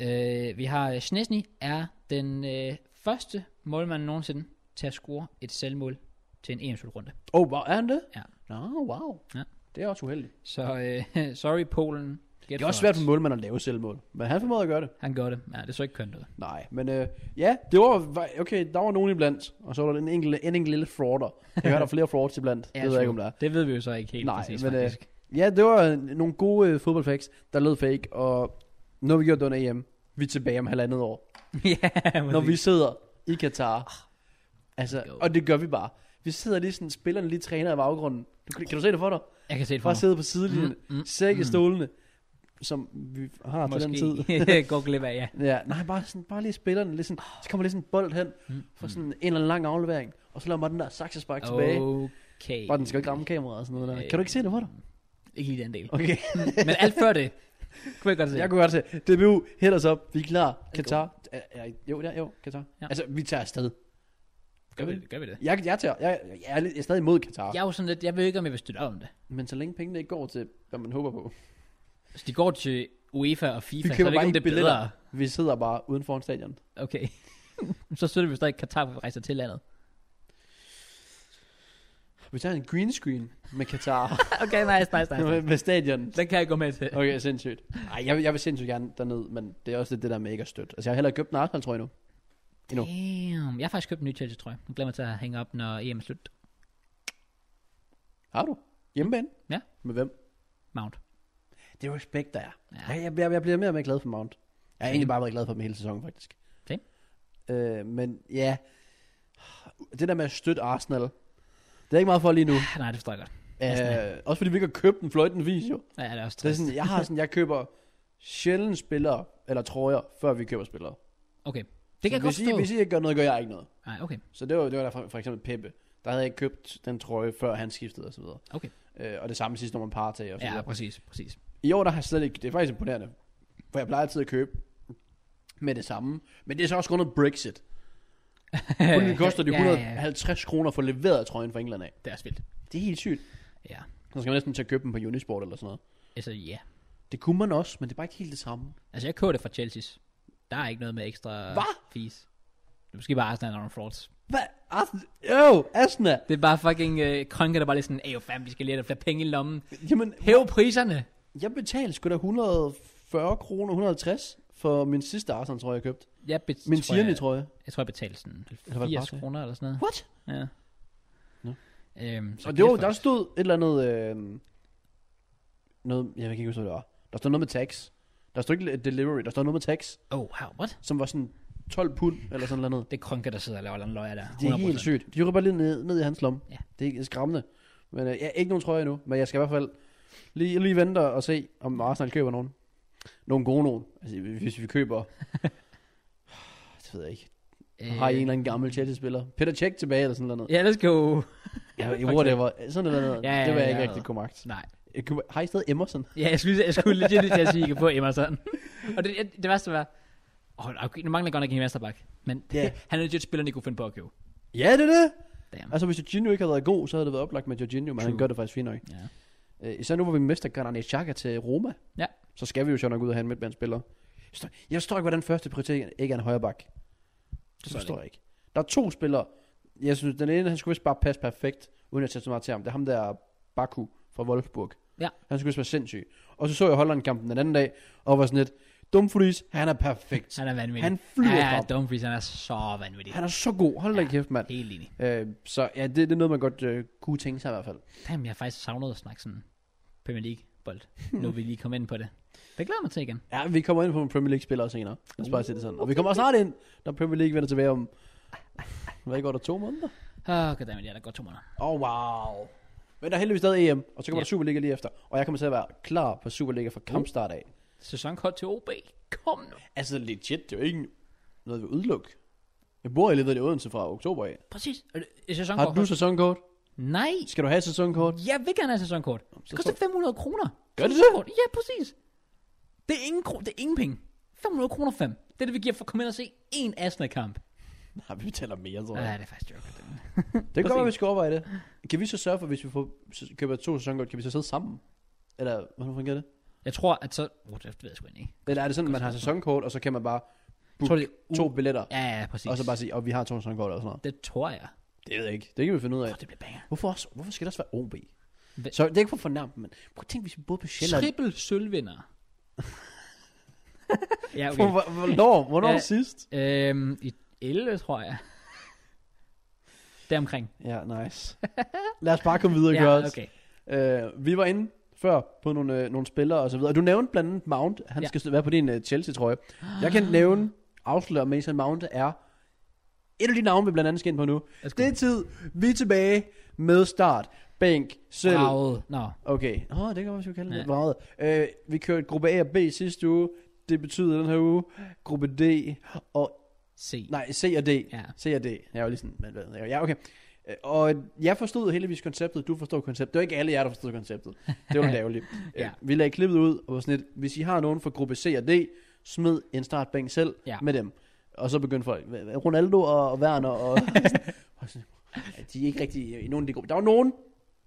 A: Øh, vi har Snesny er den øh, første målmand nogensinde til at score et selvmål til en E EM-slutrunde.
B: Åh, oh, wow, er han det?
A: Ja.
B: Nå, wow.
A: Ja.
B: Det er også uheldigt.
A: Så øh, sorry Polen. Get
B: Det er også svært for målmanden at lave selvmål. Men han formåede at gøre det.
A: Han gjorde det. Ja, det så ikke kønt ud.
B: Nej, men øh, ja, det var, var- okay, der var nogen iblandt, og så var der en enkelt, en enkelt lille frauder. Jeg hørte, der er flere frauds iblandt, det ved jeg ikke, om der er.
A: Det ved vi jo så ikke helt
B: Nej,
A: præcis,
B: men, øh,
A: faktisk.
B: Ja, det var øh, nogle gode øh, fodboldfacts, der lød fake, og når vi gjort det under EM, vi er tilbage om halvandet år.
A: ja,
B: Når vi sidder i Katar, altså,
A: Go.
B: og det gør vi bare. Vi sidder lige sådan, spillerne lige træner i baggrunden. Du, kan, kan du se det for dig?
A: Jeg kan se det for
B: Bare
A: mig.
B: sidde på sidelinjen,
A: Mm, mm,
B: mm, sække mm. stolene, som vi har til den tid.
A: Måske. Går glip af, ja.
B: Ja, nej, bare, sådan, bare lige spillerne, lige sådan, så kommer lige sådan en bold hen,
A: Mm,
B: for sådan en eller anden lang aflevering, og så lader man den der saksespark tilbage.
A: Okay. Øh,
B: Bare den skal jo ikke ramme kameraet og sådan noget der. Kan du ikke se det for dig?
A: Ikke lige den del.
B: Okay.
A: men alt før det, kunne jeg godt se.
B: Jeg kunne godt se. DBU, hit os op. Vi er klar.
A: go.
B: Katar. Ja, ja, Jo, ja, jo, Katar.
A: Ja.
B: Altså, vi tager afsted.
A: Gør vi det? Gør vi det?
B: Jeg, jeg, tager, jeg, jeg, er, lidt- jeg er stadig imod Katar.
A: Jeg er jo sådan lidt, jeg ved ikke, om jeg vil støtte op om det.
B: Men så længe pengene ikke går til, hvad man håber på.
A: Hvis de går til UEFA og
B: Vi
A: FIFA, så er
B: køber
A: det ikke,
B: bare
A: om det
B: ikke
A: er bedre.
B: Vi sidder bare uden foran stadion.
A: Okay. så støtter vi stadig Katar, for at rejse til landet.
B: Vi tager en green screen med Katar
A: okay, nice, nice, nice.
B: med,
A: nice.
B: med stadion.
A: Den kan jeg gå med til.
B: Okay, sindssygt. Ej, jeg, vil- jeg vil sindssygt gerne derned, men det er også lidt det der med ikke at støtte. Altså, jeg har heller ikke købt en Arsenal, tror jeg nu. endnu.
A: Damn. Jeg har faktisk købt en ny Chelsea, tror jeg. Nu glemmer jeg til at hænge op, når EM er slut.
B: Har du? Hjemmebane?
A: Ja.
B: Med hvem?
A: Mount.
B: Det er respekt, der er.
A: Ja.
B: Ja. Jeg, jeg, jeg bliver mere og mere glad for Mount. Jeg har
A: Same.
B: egentlig bare været glad for dem hele sæsonen, faktisk.
A: Same.
B: Øh, men ja, det der med at støtte Arsenal, det er ikke meget for lige nu.
A: Ah, Nej, det forstår jeg godt. Arsenal.
B: Øh, også fordi vi ikke har købt en fløjten video.
A: Ja, det er også
B: Det er
A: trist.
B: sådan, jeg har sådan, jeg køber sjældent spillere, eller trøjer, før vi køber spillere.
A: Okay. Det kan jeg
B: så
A: godt
B: hvis, I,
A: forstå.
B: hvis I ikke gør noget, gør jeg ikke noget.
A: Nej, okay.
B: Så det var, det var der for, for eksempel Peppe. Der havde jeg ikke købt den trøje, før han skiftede osv.
A: Okay.
B: Øh, og det samme sidste, når man parer til. Og så
A: Ja,
B: videre.
A: præcis, præcis.
B: I år, der har jeg slet ikke... Det er faktisk imponerende. For jeg plejer altid at købe med det samme. Men det er så også grundet Brexit. Kun det koster de
A: Ja, ja, ja.
B: 150 kroner for leveret trøjen fra England af.
A: Det er også vildt.
B: Det er helt sygt.
A: Ja.
B: Så skal man næsten til at købe dem på Unisport eller sådan noget.
A: Altså, ja.
B: Det kunne man også, men det er bare ikke helt det samme.
A: Altså, jeg køber det fra Chelsea's. Der er ikke noget med ekstra
B: Hva?
A: fees. Det er måske bare Arsenal og nogle frauds.
B: Hvad? Arsenal? Jo, Arsenal!
A: Det er bare fucking øh, krønker, der bare lige sådan, Ej, jo fam, vi skal lige have flere penge i lommen.
B: Jamen,
A: Hæv priserne!
B: jeg betalte sgu da 140 kroner, 150 for min sidste Arsenal, tror jeg, jeg købte.
A: Jeg bet-
B: Min
A: tror jeg,
B: Tierney, tror jeg.
A: jeg tror, jeg betalte sådan
B: var det
A: 80
B: bare det?
A: kroner eller sådan noget.
B: What?
A: Ja.
B: Nå.
A: Øhm,
B: Og det var,
A: kæft,
B: der
A: faktisk.
B: stod et eller andet... Øh, noget, jeg kan ikke huske, hvad det var. Der stod noget med tax. Der stod ikke delivery, der stod noget med tax,
A: Oh, how, what?
B: som var sådan 12 pund eller sådan noget.
A: Det er krønker, der sidder og laver en løjer der.
B: Det er
A: 100%.
B: helt sygt. De rykker bare lige ned, ned i hans lomme.
A: Ja.
B: Det er skræmmende. Men øh, jeg er ikke nogen trøje endnu, men jeg skal i hvert fald lige, lige vente og se, om Arsenal køber nogen. Nogle gode nogen. Altså, hvis vi køber... det ved jeg ikke.
A: Øh,
B: Har I en eller anden gammel Chelsea-spiller? Peter Cech tilbage eller sådan noget.
A: Ja, let's go.
B: Ja, i
A: for
B: whatever. Sådan noget. andet.
A: Ja, ja,
B: det var
A: ja,
B: jeg ikke
A: ja.
B: rigtig kunne magt.
A: Nej.
B: Jeg kunne- Har I stadig Emerson?
A: Ja, jeg skulle, jeg skulle legit lige til at sige, at I kan få Emerson. og det, det værste var, åh, okay, nu mangler jeg godt nok en venstreback. Men
B: Ja.
A: yeah. han er legit spilleren, de kunne finde på at købe.
B: Ja, det er det.
A: Damn.
B: Altså, hvis Jorginho ikke havde været god, så havde det været oplagt med Jorginho, men han
A: True.
B: gør det faktisk fint nok.
A: Ja.
B: Øh, især nu, hvor vi mister Granit Xhaka til Roma,
A: Ja.
B: så skal vi jo sjovt nok ud og have en midtbandspiller. Jeg forstår- Jeg forstår ikke, hvordan første prioritet ikke er en højre bak. Det
A: forstår jeg
B: forstår jeg ikke. Der er to spillere. Jeg synes, den ene, han skulle vist bare passe perfekt, uden at tage så meget til ham. Det er ham der, Baku fra Wolfsburg.
A: Ja.
B: Han skulle vist være sindssyg. Og så så jeg Holland-kampen den anden dag, og var sådan lidt, Dumfries, han er perfekt.
A: Han er vanvittig.
B: Han flyver
A: ja,
B: frem.
A: Dumfries, han er så vanvittig.
B: Han er så god. Hold da
A: Ja.
B: kæft, mand.
A: Helt enig.
B: Øh, så ja, det, det er noget, man godt øh, kunne tænke sig i hvert fald.
A: Damn, jeg har faktisk savnet at snakke sådan Premier League-bold. nu vil vi lige komme ind på det. Det glæder jeg mig til igen.
B: Ja, vi kommer ind på en Premier League-spiller senere. Lad os bare sige det sådan. Og vi kommer snart ind, når Premier League vender tilbage om... Hvad går der to måneder?
A: Åh, oh, goddammit, ja, der går to måneder.
B: Oh, wow. Men der er heldigvis stadig EM, og så kommer
A: Ja.
B: der Superliga lige efter. Og jeg kommer til at være klar på Superliga fra kampstart af.
A: Sæsonkort til OB. Kom nu.
B: Uh. Altså legit, det er jo ikke noget ved udeluk. Jeg bor i lidt ved det Odense fra oktober af.
A: Præcis. Er det- er
B: Har
A: Sæsonkort.
B: du sæsonkort?
A: Nej.
B: Skal du have et sæsonkort?
A: Jeg vil gerne have et sæsonkort. Det
B: så-
A: koster 500 kroner.
B: Gør det
A: Sæsonkort. Ja, præcis. Det er ingen, kro- det er ingen penge. 500 kroner fem. Det er det, vi giver for at komme ind og se én Asna-kamp.
B: Nej, vi betaler mere, tror
A: Ja,
B: jeg.
A: det er faktisk joke. Det er-
B: Det kan godt,
A: præcis.
B: være, vi skal overveje det. Kan vi så sørge for, hvis vi får, køber to sæsonkort, kan vi så sidde sammen? Eller, hvordan fungerer det?
A: Jeg tror, at så... Oh, det ved jeg sgu egentlig ikke.
B: Eller er det sådan, at man har sæsonkort, og så kan man bare
A: Jeg tror, det er u-
B: to billetter?
A: Ja, ja, præcis.
B: Og så bare sige, og vi har to sæsonkort eller sådan noget.
A: Det tror jeg.
B: Det ved jeg ikke. Det kan vi finde ud af.
A: Oh, det bliver banger.
B: Hvorfor, også, hvorfor skal der også være OB?
A: Hva-
B: Så det er ikke for fornærmt, men prøv at tænke, hvis vi boede på Sjælland.
A: Triple sølvvinder. ja, okay.
B: Hvor- hvor- Hvornår? Hvornår
A: Ja.
B: sidst?
A: Øhm, I 11, tror jeg. Deromkring.
B: Ja, nice. Lad os bare komme videre,
A: Ja,
B: Girls.
A: okay.
B: Øh, vi var inde før på nogle, øh, nogle spillere og så videre. Du nævnte blandt andet Mount. Han
A: Ja.
B: ja. Ah. skal være på din øh, Chelsea-trøje. Jeg kan nævne, afsløre Mason Mount er et af de navne, vi blandt andet skal ind på nu.
A: Let's go.
B: Det er tid. Vi er tilbage med start. Bænk. Selv.
A: Braget. Nå,
B: Okay. Åh, oh, det kan man også kalde
A: Ja.
B: det. Vraget. Øh, vi kørte gruppe A og B sidste uge. Det betyder den her uge. Gruppe D og...
A: se.
B: Nej, C og D.
A: Ja.
B: C og D. Jeg var lige sådan... Men, hvad- ja, okay. Øh, Og jeg forstod heldigvis konceptet, du forstod konceptet. Det var ikke alle jer, der forstod konceptet. Det var lidt ærgerligt.
A: Ja.
B: ja. Vi lagde klippet ud, og var sådan lidt, hvis I har nogen fra gruppe C og D, smid en startbænk selv
A: Ja.
B: med dem. Og så begyndte folk, "Hva- hva- Ronaldo og og Werner og... Og så, ja, de er ikke rigtig øh, i nogen af de gode. Der var nogen,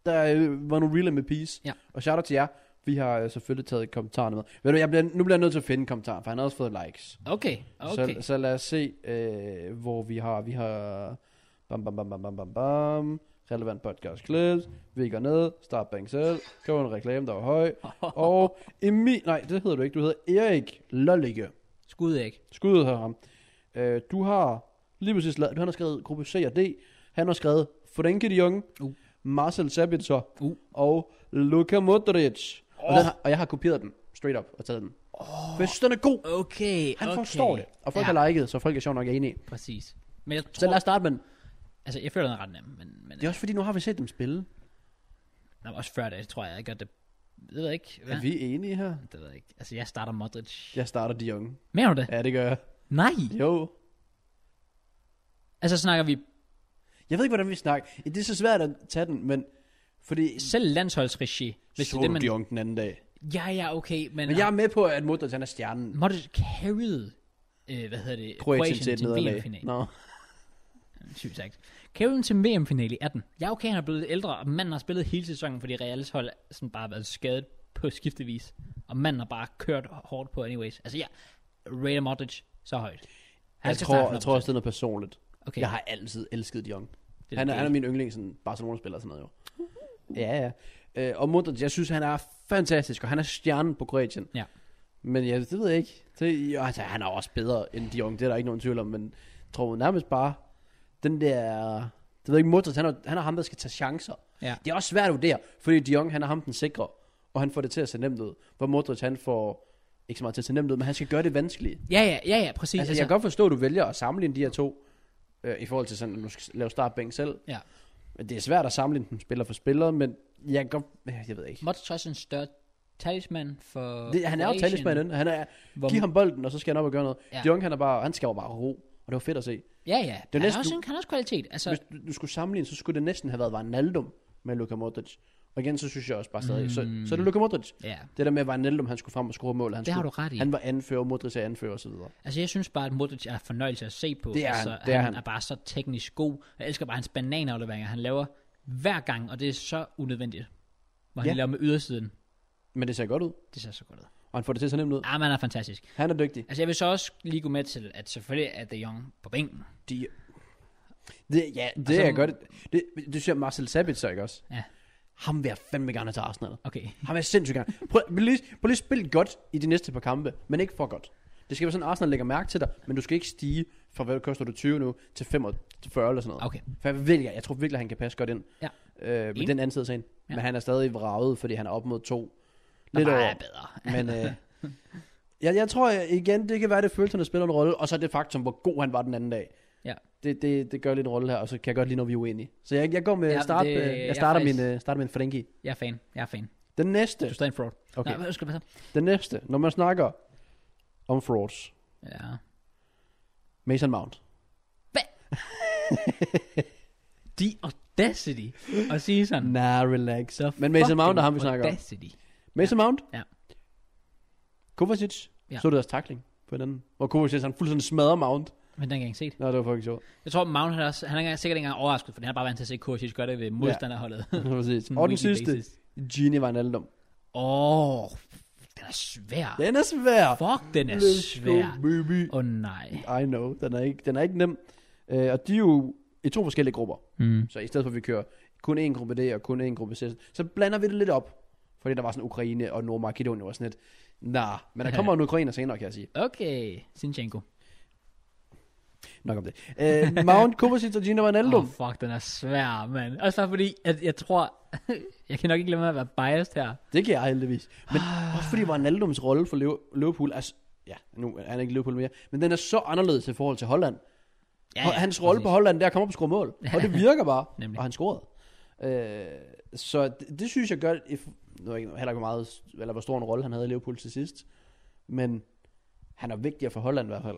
B: der øh, var nogle real med peace.
A: Ja.
B: Og shout out til jer. Vi har øh, selvfølgelig taget kommentarerne med. Ved du, jeg bliver, nu bliver jeg nødt til at finde kommentarer, for han har også fået likes.
A: Okay, okay.
B: Så, så lad os se, øh, hvor vi har. Vi har... Bam, bam, bam, bam, bam, bam, bam. Relevant podcast clips. Vi går ned. Start bank selv. Køb en reklame, der var høj. Og Emil... Nej, det hedder du ikke. Du hedder Erik Lollige.
A: Skud ikke.
B: Skud ud her ham. Øh, du har lige præcis lavet... Han har skrevet gruppe C og D. Han har skrevet Frenkie de Jong.
A: Uh.
B: Marcel Sabitzer.
A: Uh.
B: Og Luka Modric. Oh. Og, den har, og jeg har kopieret den straight up og taget den. Oh. Hvis den er god,
A: Okay,
B: han
A: okay.
B: okay. forstår det. Og folk
A: ja,
B: ja. har liket, så folk er sjovt nok enige.
A: præcis. Men jeg
B: Så
A: tror,
B: lad os starte med den.
A: altså jeg føler den er ret nem, men, men
B: Det er også fordi, nu har vi set dem spille.
A: nej, også før det, tror jeg ikke, at det, det ved jeg ikke.
B: Ja. Er vi enige her?
A: Det ved jeg ikke. Altså jeg starter Modric. Ja.
B: Jeg starter de unge.
A: Mener du det? Ja.
B: Ja, det gør jeg.
A: Nej.
B: Jo.
A: Altså snakker vi
B: Jeg ved ikke, hvordan vi snakker. Det er så svært at tage den, men... Fordi...
A: selv landsholdsregi, hvis det
B: så
A: er det,
B: du
A: man...
B: de unge den anden dag.
A: Ja, ja, okay, men...
B: Men jeg er med på, at Modric han er stjernen.
A: Modric carried, øh, hvad hedder det,
B: Kroatien, Kroatien til et
A: til en
B: nederlag.
A: VM-finale.
B: Nå.
A: Sygt sagt. Carried til en VM-finale i 18. Ja, okay, han er blevet lidt ældre, og manden har spillet hele sæsonen, fordi Reals hold sådan bare har været skadet på skiftevis. Og manden har bare kørt hårdt på anyways. Altså, ja, rater Modric så højt. Han
B: Jeg
A: skal
B: tror,
A: starte
B: jeg
A: 100%.
B: tror også, det er noget personligt.
A: Okay.
B: Okay. Jeg har altid elsket De Jong.
A: Det er
B: Han
A: det.
B: er,
A: Uh-huh.
B: han er min yndling, sådan Barcelona-spiller og sådan noget jo. Ja, ja. Øh, og Modric, jeg synes, han er fantastisk, og han er stjernen på Kroatien.
A: Ja.
B: Men ja, det ved jeg ikke. Det, jo, altså, han er også bedre end De Jong, det er der ikke nogen tvivl om, men jeg tror nærmest bare, den der... Det ved jeg ikke, Modric, han er, han er ham, der skal tage chancer.
A: Ja.
B: Det er også svært at vurdere, fordi De Jong, han er ham den sikre, og han får det til at se nemt ud. Hvor Modric, han får ikke så meget til at se nemt ud, men han skal gøre det vanskeligt.
A: Ja, ja, ja, ja, præcis.
B: Altså, jeg kan godt forstå, at du vælger at sammenligne de her to, øh, i forhold til sådan, at du skal lave startbænk selv.
A: Ja.
B: Men det er svært at sammenligne dem spiller for spiller, men jeg kan godt, øh, jeg ved ikke.
A: Modric er også en større talisman for
B: Det, han er jo
A: Kroatien.
B: talismanden. Han er,
A: Hvor-
B: giv ham bolden, og så skal han op og gøre noget.
A: Ja.
B: Ja. De unge, han er bare, han skal jo bare ro, og det var fedt at se.
A: Ja, ja. Det er han, er
B: næsten-
A: også, en- han har også kvalitet. Altså,
B: Hvis du, du skulle sammenligne, så skulle det næsten have været Wijnaldum med Luka Modric. Og igen, så synes jeg også bare stadig, mm. så, så er det Luka Modric.
A: ja.
B: Det der med, at Wijnaldum, han skulle frem og score mål. Han
A: Det har
B: skulle,
A: du ret i.
B: Han var anfører, Modric er anfører osv.
A: Altså, jeg synes bare, at Modric er fornøjelse at se på.
B: Det er
A: altså,
B: han, det er
A: han.
B: han.
A: er bare så teknisk god. Jeg elsker bare hans bananafleveringer, han laver hver gang, og det er så unødvendigt. Hvor han
B: Ja.
A: laver med ydersiden.
B: Men det ser godt ud,
A: Det ser så godt ud.
B: og han får det til så nemt ud.
A: Ah, man er fantastisk.
B: Han er dygtig.
A: Altså, jeg vil så også lige gå med til, at selvfølgelig er De Jong på bænken.
B: De... Det, ja, det
A: så-
B: er godt. Det, det synes jeg, Marcel Sabitzer, ikke også?
A: Ja.
B: Ham vil jeg fandme gerne have til Arsenal.
A: Okay.
B: Ham er sindssygt gerne. Prøv, prøv lige, prøv lige at spille godt i de næste par kampe, men ikke for godt. Det skal være sådan, at Arsenal lægger mærke til dig, men du skal ikke stige fra, hvad koster du 20 nu, til 45 eller sådan noget.
A: Okay.
B: For jeg, vil, jeg tror virkelig, han kan passe godt ind.
A: Ja.
B: Øh,
A: Enig.
B: men den anden side af sagen.
A: Ja.
B: Men han er stadig vraget, fordi han er op mod to.
A: Der
B: Lidt
A: bare
B: over.
A: er bedre.
B: Men øh, jeg, jeg tror jeg, igen, det kan være, det er følelserne der spiller en rolle, og så det faktum, hvor god han var den anden dag.
A: Ja.
B: Det, det, det gør lidt en rolle her, og så kan jeg godt lide, når vi er uenige. Så jeg, jeg går med,
A: Ja, men
B: ja, start,
A: det-
B: det,
A: jeg er
B: jeg starter,
A: faktisk-
B: min, øh, starter min Frenkie.
A: Jeg er fan. Jeg er fan.
B: Den
A: Du
B: næste,
A: er stadig en fraud.
B: Okay.
A: Nej, hvad skal det så?
B: den næste, når man snakker om frauds,
A: Ja.
B: Mason Mount.
A: The audacity at sige sådan.
B: Nah, relax.
A: Så
B: Men Mason Mount er
A: fucking
B: ham, vi snakker om.
A: Audacity.
B: Mason Mount?
A: Ja.
B: Kovacic?
A: Ja.
B: Ja. Så du deres takling på den, hvor Kovacic han fuldstændig smadrer Mount.
A: Men den kan jeg ikke se.
B: Nå, det var fucking sjovt.
A: Jeg tror, Mount han er, også, han er ikke- sikkert ikke engang overrasket, for han er bare vant til at se Kursic gøre det ved modstanderholdet.
B: Præcis.
A: Sådan
B: og den
A: weekly
B: sidste,
A: basis.
B: Gini Wijnaldum.
A: Åh, oh, den er svær.
B: Den er svær.
A: Fuck, den er
B: Let's go,
A: svær.
B: baby.
A: Åh oh, nej.
B: I know, den er ikke, den er ikke nem. Øh, og de er jo i to forskellige grupper.
A: Mm.
B: Så i stedet for, at vi kører kun én gruppe D og kun én gruppe C, så blander vi det lidt op. Fordi der var sådan Ukraine og Nordmakedonien var sådan lidt, nah, men der kommer en ukrainer senere, kan jeg sige.
A: Okay, Sinchenko.
B: Nok om det. Øh, Mount Kovacic og Gino
A: Åh,
B: Wijnaldum.
A: oh, fuck, den er svær, mand. Også bare fordi, at jeg tror, jeg kan nok ikke glemme at være biased her.
B: Det kan jeg heldigvis. Men også fordi Wijnaldums rolle for Liv- Liverpool er, s- ja, nu er han ikke i Liverpool mere, men den er så anderledes i forhold til Holland. Ja, ja, Hans rolle på Holland, der kommer på at score mål. Og det virker bare.
A: Nemlig.
B: og han scorede. Øh, så det, det, synes jeg gør, if, nu er jeg ikke- heller ikke hvor meget, eller hvor stor en rolle han havde i Liverpool til sidst. Men han er vigtigere for Holland i hvert fald.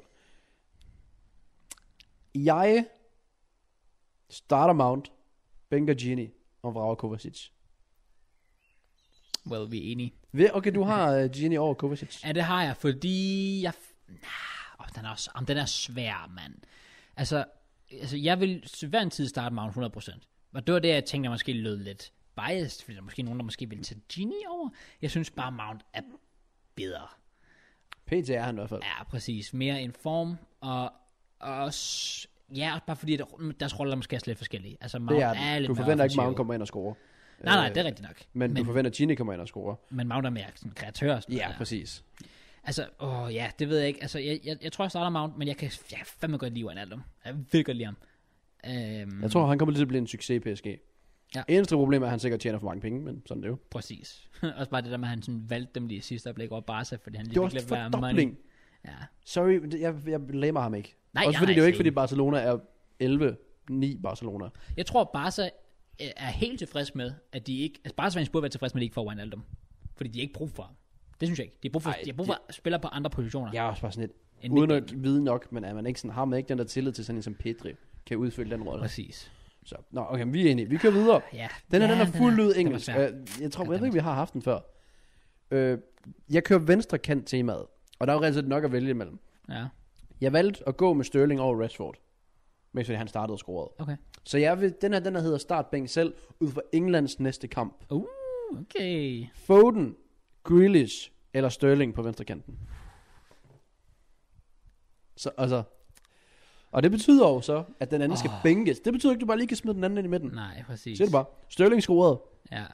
B: Jeg starter Mount, bænker Gini og vrager Kovacic.
A: Well, vi er enige.
B: Ved- Okay, du har uh, Gini over Kovacic.
A: Ja, det har jeg, fordi jeg... Nah, oh, den, er også, oh, den er svær, mand. Altså, altså, jeg vil til hver en tid starte med 100%. Og det var det, jeg tænkte, der måske lød lidt biased, fordi der er måske nogen, der måske vil tage Genie over. Jeg synes bare, Mount er bedre.
B: PT er han i hvert fald.
A: Ja, præcis. Mere en form, og, og også, ja, bare fordi der, deres roller er måske også lidt forskellige. Altså, Mount
B: det
A: er,
B: er,
A: er
B: den.
A: lidt
B: Du
A: mere
B: forventer ikke, at
A: offensiv.
B: Mount kommer ind og scorer.
A: Nej, nej,
B: Øh,
A: det er rigtigt nok.
B: Men, men, du
A: men,
B: forventer, at Gini kommer ind og scorer.
A: men Mount er mere sådan kreatør. og sådan
B: Ja,
A: noget der.
B: præcis.
A: Altså, åh ja, det ved jeg ikke. Altså, jeg, jeg, jeg tror, jeg starter Mount, men jeg kan, jeg kan fandme godt lide Wijnaldum. Jeg vil godt lide ham. Øhm,
B: Jeg tror, han kommer til at blive en succes i PSG.
A: Ja.
B: Ja. Eneste problem er, at han sikkert tjener for mange penge, men sådan er det jo.
A: Præcis. Også bare det der med, at han sådan valgte dem lige i sidste øjeblik over Barca, fordi han
B: Det
A: lige
B: var
A: fik
B: også
A: lidt være money.
B: fordobling.
A: Ja.
B: Sorry, men det- jeg, jeg læmmer ham ikke.
A: Nej,
B: også
A: jeg
B: fordi
A: har
B: det er jo
A: ikke
B: ikke, fordi
A: set
B: Barcelona er 11-9 Barcelona.
A: Jeg tror, Barca øh, er helt tilfreds med, at de ikke... Altså, Barca fans burde være tilfreds med, at de ikke får Wijnaldum. Fordi de har ikke brug for ham. Det synes jeg ikke. De har brug for,
B: Ej,
A: de har brug for spillere på andre positioner.
B: Jeg er også bare sådan lidt,
A: end
B: uden
A: midtbanen.
B: at vide nok, men er man ikke sådan, har man ikke den der tillid til sådan en som Pedri, kan udfylde den rolle.
A: Præcis.
B: Så, nå, okay, men vi er enige. Vi kører videre.
A: Ja.
B: Den her,
A: ja,
B: den er fuldt ud engelsk.
A: Den var svær.
B: Øh, jeg tror,
A: Ja,
B: jeg
A: den
B: ved ikke, vi har haft den før. Øh, jeg kører venstre kant temaet, og der er jo altså nok at vælge imellem.
A: ja.
B: Jeg valgte at gå med Sterling over Rashford, mens han startede scoret.
A: Okay.
B: Så jeg vil, den her, den her hedder startbænk selv, ud fra Englands næste kamp.
A: Uh, okay.
B: Foden, Grealish eller Sterling på venstre kanten. Så altså, og det betyder jo så, at den anden oh. skal
A: Ah.
B: bænkes. Det betyder ikke, at du bare lige kan smide den anden ind i midten.
A: Nej, præcis.
B: Siger du bare. Sterling scorede.
A: Ja.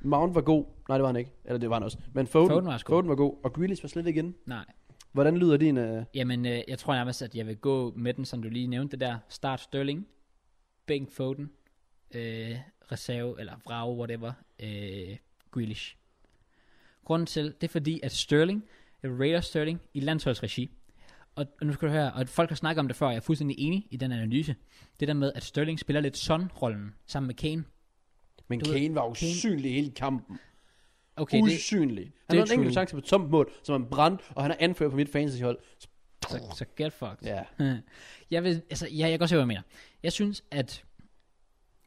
B: Mount var god. Nej, det var han ikke. Eller det var han også. Men Foden,
A: Foden var også god.
B: Foden var god. Og Grealish var slet ikke inde.
A: Nej.
B: Hvordan lyder din... Øh...
A: Jamen, øh, jeg tror nærmest, at jeg vil gå med den, som du lige nævnte det der. Start Sterling, bænk Foden, øh, reserve, eller vrage, whatever, øh, Grealish. Grunden til, det er fordi, at Sterling, jeg rater Sterling i landsholdsregi. Og, og nu skal du høre, og folk har snakket om det før, og jeg er fuldstændig enig i den analyse. Det der med, at Sterling spiller lidt Son-rollen sammen med Kane.
B: Men
A: Du ved,
B: Kane var
A: Kane-
B: usynlig hele kampen.
A: Okay,
B: Okay,
A: det,
B: usynlig. Det,
A: det er
B: han havde en
A: true.
B: enkelt chance på et tomt mål, som han brændte, og han er anført på mit fantasyhold. Så-
A: så, så get fucked.
B: Ja.
A: jeg vil, altså, ja, jeg kan godt se, hvad jeg mener. Jeg synes, at...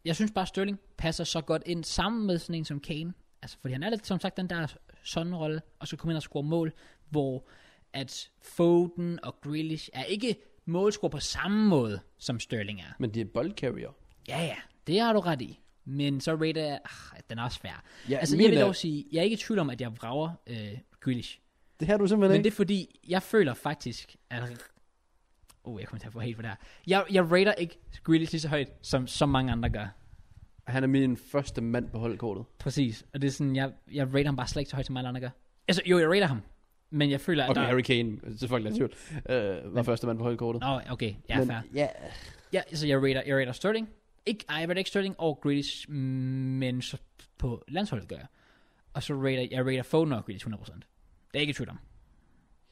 A: Jeg synes bare, Sterling passer så godt ind sammen med sådan en som Kane. Altså, fordi han er lidt, som sagt, den der sådan rolle, og så kommer ind og score mål, hvor at Foden og Grealish er ikke målscorer på samme måde, som Sterling er.
B: Men det er boldcarrier.
A: Ja, ja, det har du ret i. Men så rater jeg, ah, den er også svær. Ja,
B: Ja,
A: altså,
B: min
A: jeg vil
B: er-
A: dog sige, jeg er ikke i tvivl om, at jeg vrager øh, Grealish.
B: Det her er du simpelthen
A: Men
B: ikke.
A: det er fordi, jeg føler faktisk, at... Uh, jeg kommer til at få helt for det her. Jeg, jeg rater ikke Grealish lige så højt, som, som mange andre gør.
B: Han er min første mand på holdkortet.
A: Præcis. Og det er sådan, jeg, jeg rater ham bare slet ikke så højt, som alle andre gør. Altså, jo, jeg rater ham. Men jeg føler, at
B: Okay,
A: der...
B: Harry Kane, selvfølgelig er tvivl, øh, var første mand på holdkortet.
A: Nå, okay. Ja,
B: Men,
A: fair.
B: ja,
A: Ja, så jeg rater, jeg rater Sterling. Ikke, ej, jeg rater ikke Sterling og Grealish, men så på landsholdet gør jeg. Og så rater jeg rater Foden og Grealish 100%. Det er ikke i tvivl om.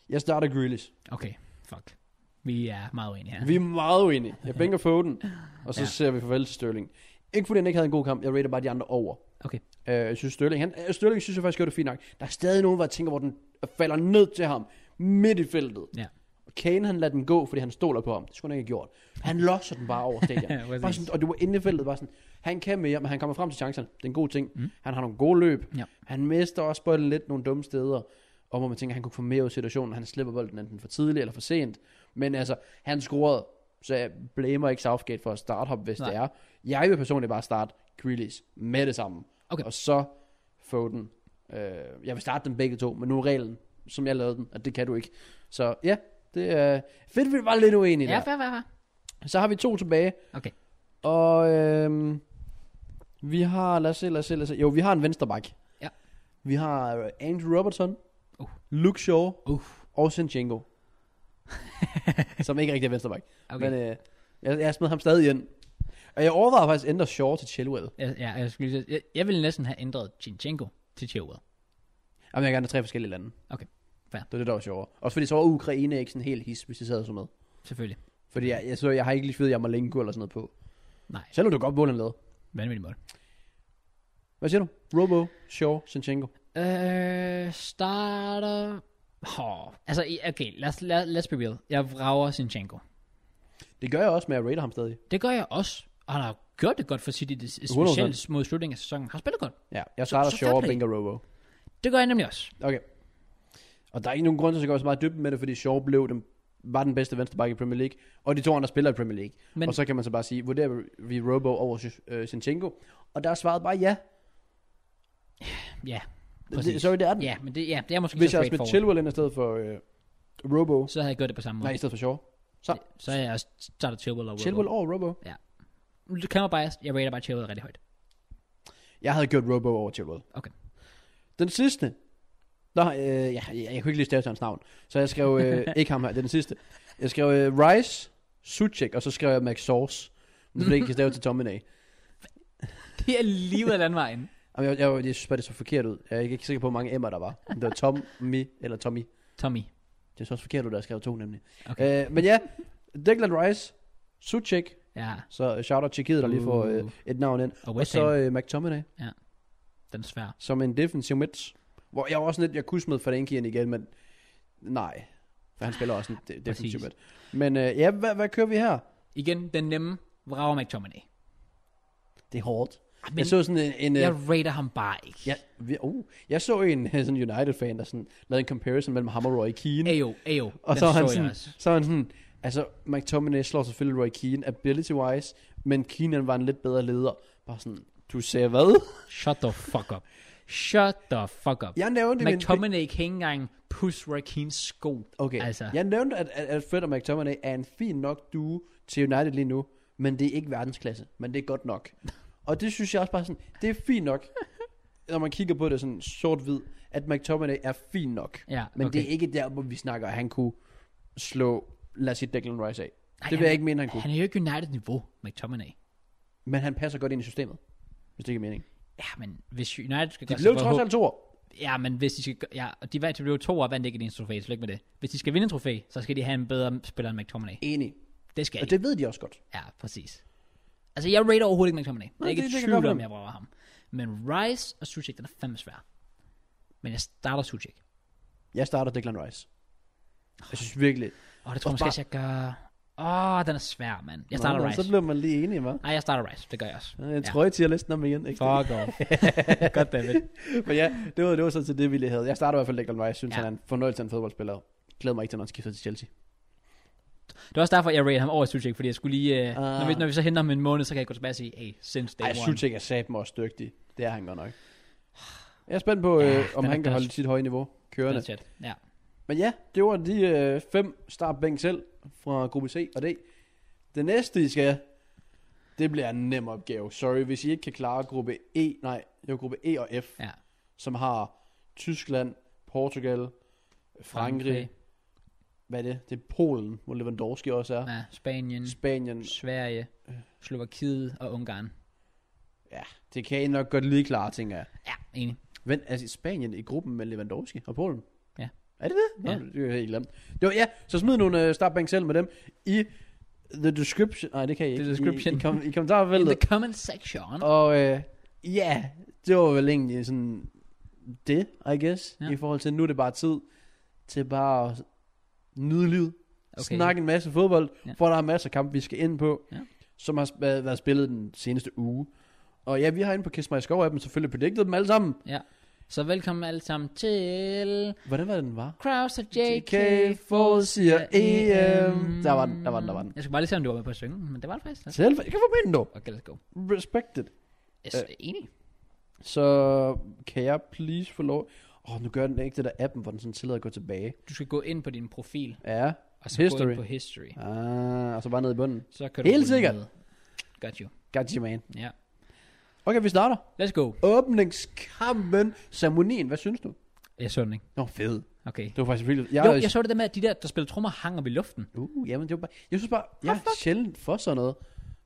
B: jeg starter Grealish.
A: Okay, fuck. Vi er meget uenige her.
B: Vi er meget uenige. Jeg bænker Foden, og så
A: Ja.
B: ja. ser vi farvel til Sterling. Ikke fordi han ikke havde en god kamp, jeg rater bare de andre over.
A: Okay.
B: Øh, jeg synes Sterling, han, øh, Sterling synes jeg faktisk gjorde det fint nok. Der er stadig nogen, hvor jeg tænker, hvor den falder ned til ham, midt i feltet.
A: Ja.
B: Og Kane han lader den gå, fordi han stoler på ham. Det skulle han ikke have gjort. Han losser den bare over
A: Præcis.
B: stadion. bare sådan, og det var inde i feltet bare sådan, han kan mere, men han kommer frem til chancerne. Det er en god ting. Mm. Han har nogle gode løb.
A: Ja.
B: Han mister også bolden lidt nogle dumme steder. Og hvor man tænker, han kunne få mere ud af situationen. Han slipper bolden enten for tidligt eller for sent. Men altså, han scorede, så jeg blamer ikke Southgate for at starte ham, hvis
A: Nej.
B: det er. Jeg vil personligt bare starte Grealish med det samme.
A: Okay.
B: Og så Foden. Øh, jeg vil starte dem begge to, men nu er reglen, som jeg lavede den, at det kan du ikke. Så ja, det er fedt, vi var lidt uenige
A: Ja,
B: ja.
A: fair, fair, fair.
B: der. Så har vi to tilbage,
A: Okay.
B: og øh, vi har, lad os se, lad os se, lad os se. Jo, vi har en venstreback.
A: Ja.
B: Vi har øh, Andrew Robertson,
A: Uh.
B: Luke Shaw
A: Uh.
B: og Sinchenko. som ikke rigtig er venstreback.
A: Okay.
B: Men øh, jeg, jeg smed ham stadig ind. Og jeg overvejer faktisk at ændre Shaw til Chilwell.
A: Ja, ja jeg, skulle, lige til- jeg, jeg ville næsten have ændret Chinchenko til Chilwell.
B: Jamen, jeg gerne tre forskellige lande.
A: Okay, fair.
B: Det var det, der var sjovere. Også fordi så var Ukraine ikke sådan helt his, hvis de sad sådan med.
A: Selvfølgelig.
B: Fordi jeg, jeg, så, jeg har ikke lige svedet Jamalenko eller sådan noget på.
A: Nej,
B: Selvom du godt mål, han lavede.
A: vanvittig mål.
B: Hvad siger du? Robo, Shaw, Sinchenko.
A: Øh, starter... Oh, altså, i- okay, lad os, lad, let's be real. Jeg vrager Sinchenko.
B: Det gør jeg også med at rate ham stadig.
A: Det gør jeg også, og han har gjort det godt for City, det, specielt
B: 100%.
A: mod slutningen af sæsonen. Han har spillet godt.
B: Ja, jeg starter
A: så
B: så,
A: fair
B: Shaw og
A: play.
B: bænker Robo.
A: Det gør jeg nemlig også.
B: Okay. Og der er ikke nogen grund til at gå så meget i dybden med det, fordi Shaw blev den var den bedste venstreback i Premier League, og de to andre spiller i Premier League.
A: Men-
B: Men, og så kan man så bare sige, vurderer vi Robo over Sh- øh, Sinchenko? Og der er svaret bare ja.
A: Ja,
B: Det, sorry, det er den.
A: Ja, men det, ja, det er måske
B: Hvis
A: så
B: jeg smed
A: straightforward.
B: Chilwell ind i stedet for øh, Robo,
A: Så havde jeg gjort det på samme måde.
B: nej, i stedet for Shaw. Så,
A: Så havde jeg også startet Chilwell over.
B: Chilwell over Robo.
A: Det kan man bare, jeg rater bare Chilwell rigtig højt.
B: Jeg havde gjort Robo over Chilwell.
A: Okay.
B: Den sidste. Nå, øh, jeg, jeg, jeg kunne ikke lige stave til hans navn. Så jeg skrev, øh, ikke ham her, det er den sidste. Jeg skrev øh, Rice, Suchek, og så skrev jeg Max Sauce. Men det er fordi, jeg ikke kan stave til Tominay.
A: Det er lige ud af landvejen.
B: Og Jeg, jeg, jeg, jeg synes bare, det så forkert ud. Jeg er ikke ikke sikker på, hvor mange M'er der var. Om det var Tom, Mi eller Tommy.
A: Tommy.
B: Det så også forkert ud, der jeg skrev to nemlig.
A: Okay.
B: Okay. Øh, men ja, Declan Rice, Suchek,
A: Ja,
B: så øh, shout out Tjekkiet, der lige får øh,
A: Uh.
B: et navn ind.
A: og
B: Og
A: West Ham,
B: så øh, McTominay.
A: den er svær.
B: som en defensiv midt. Hvor jeg var også lidt, jeg kunne smide Fadenki ind igen, men nej. For han spiller også en de- defensiv
A: præcis.
B: midt. Men øh, ja, hvad, hvad kører vi her?
A: Igen, den nemme vrager McTominay.
B: Det er hårdt.
A: Ah,
B: Men,
A: Men
B: jeg så øh, sådan en... en
A: jeg
B: jeg,
A: rater ham bare ikke.
B: jeg, vi- uh, jeg så en sådan United-fan, der sådan, lavede en comparison mellem ham og Roy Keane.
A: Ayo, ayo.
B: og
A: Den
B: så var han
A: jeg
B: sådan,
A: også.
B: så var han sådan, altså McTominay slår selvfølgelig Roy Keane ability-wise, men Keane han var en lidt bedre leder. Bare sådan, du ser hvad?
A: Shut the fuck up. Shut the fuck up.
B: Jeg nævnte i min-
A: McTominay kan ikke engang pusse Rakeens sko.
B: Okay,
A: Altså.
B: altså. jeg nævnte, at, at at Fred og McTominay er en fin nok duo til United lige nu, men det er ikke verdensklasse, men det er godt nok. Og det synes jeg også bare sådan, det er fint nok, når man kigger på det sådan sort-hvid, at McTominay er fint nok.
A: Ja,
B: Men
A: okay.
B: det er ikke der, hvor vi snakker, at han kunne slå, lad os sige, Declan Rice af.
A: Nej,
B: det vil
A: han-
B: jeg ikke mene, han kunne.
A: Han er jo ikke United-niveau, McTominay.
B: Men han passer godt ind i systemet, hvis det ikke er mening.
A: Ja, men hvis United skal
B: De
A: gøre sig
B: blev
A: for-
B: trods alt to år.
A: Ja, men hvis de skal... gø- Ja, og de vandt, de blev to og vandt ikke en trofæ. Tillykke med det. Hvis de skal vinde en trofæ, så skal de have en bedre spiller end McTominay.
B: Enig.
A: Det skal
B: Og
A: de.
B: det ved de også godt.
A: Ja, præcis. Altså, jeg rater overhovedet ikke McTominay. Jeg er
B: Nej,
A: ikke
B: det-
A: i
B: det kan
A: tvivl
B: godt
A: om,
B: være.
A: jeg bruger ham. Men Rice og Suchek, den er fandme svær. Men jeg starter Suchek.
B: Jeg starter Declan Rice. Jeg synes virkelig.
A: Åh, det tror jeg
B: Og
A: måske, også, jeg gør... Åh, den er svær, mand. Jeg starter
B: Nå, men
A: Rice.
B: Så blev man lige enige, hva'?
A: Nej, jeg starter Rice. Det gør jeg også.
B: En trøje til at læse den om igen. Ikke?
A: Fuck off. Godt, David.
B: Men ja, det var, det var sådan set det, vi lige havde. Jeg starter i hvert fald Declan Rice. Jeg synes,
A: Ja.
B: ja. han er en fornøjelse af en fodboldspiller. Glæder mig ikke til, når han skifter til Chelsea.
A: Det var også derfor, jeg rated ham over Suchek, fordi jeg skulle lige... Uh,
B: Ah.
A: når, vi, når vi så henter ham en måned, så kan jeg gå tilbage og sige, hey, since day
B: Ej,
A: one.
B: Suchek er satme også dygtig. Det er han godt nok. Jeg er spændt på,
A: Ja,
B: ja, øh, om
A: den er-
B: han
A: den
B: kan
A: er-
B: holde sit høje niveau
A: Det er
B: kørende.
A: tæt. Ja.
B: Men ja, det var de øh, fem startbænk selv fra gruppe C og D. Det næste, I skal det bliver en nem opgave. Sorry, hvis I ikke kan klare gruppe E, nej, jo gruppe E og F,
A: Ja.
B: som har Tyskland, Portugal, Frankrig,
A: Frankrig.
B: Frankrig. hvad er det? Det er Polen, hvor Lewandowski også er.
A: Ja, Spanien,
B: Spanien,
A: Sverige,
B: Øh.
A: Slovakiet og Ungarn.
B: det kan I nok godt lige klare, tænker jeg.
A: Ja, enig.
B: Vent, altså Spanien i gruppen med Lewandowski og Polen?
A: Ja.
B: Er det det? Nå,
A: Ja.
B: ja. det er jeg helt glemt. Det var, ja, så smid nogle uh, startbank selv med dem i the description. Nej, det kan I ikke.
A: The description.
B: I, i, kom, i
A: In
B: kommentarfeltet.
A: the comment section.
B: Og øh, ja, det var vel egentlig sådan det, I guess,
A: Ja.
B: ja. i forhold til, nu er det bare tid til bare at nyde livet. Okay. Snakke en masse fodbold,
A: Ja.
B: ja. for der er masser af kampe, vi skal ind på,
A: Ja.
B: ja. som har sp- været været spillet den seneste uge. Og ja, vi har inde på Kiss My Skov appen selvfølgelig predicted dem alle sammen.
A: Så velkommen alle sammen til
B: Hvordan var det, den var?
A: Kraus og JK.
B: JK Fod siger EM. Der var den, der var den, der var den.
A: Jeg skal bare lige se, om du var med på at synge, men det var det faktisk. Altså.
B: Selv, jeg kan få med nu.
A: Okay, let's go.
B: Respected.
A: Yes,
B: Øh.
A: enig.
B: Så kan jeg please få lov... Åh, oh, nu gør den ikke det der appen, hvor den sådan tillader at gå tilbage.
A: Du skal gå ind på din profil,
B: Ja.
A: og så gå
B: History.
A: ind på history.
B: Ah, og så bare ned i bunden.
A: Så kan
B: Helt
A: rulle
B: sikkert.
A: ned. Got you.
B: Got you, man.
A: Ja.
B: Okay, vi starter.
A: Let's go.
B: Åbningskampen. Ceremonien, hvad synes du?
A: Jeg så den ikke.
B: Nå, fed.
A: Okay.
B: Det var faktisk virkelig...
A: Jo, jeg så det der med, at de der, der spillede trommer, hang op i luften.
B: Uh, jamen, det var bare... Jeg synes bare, jeg er sjældent for sådan noget.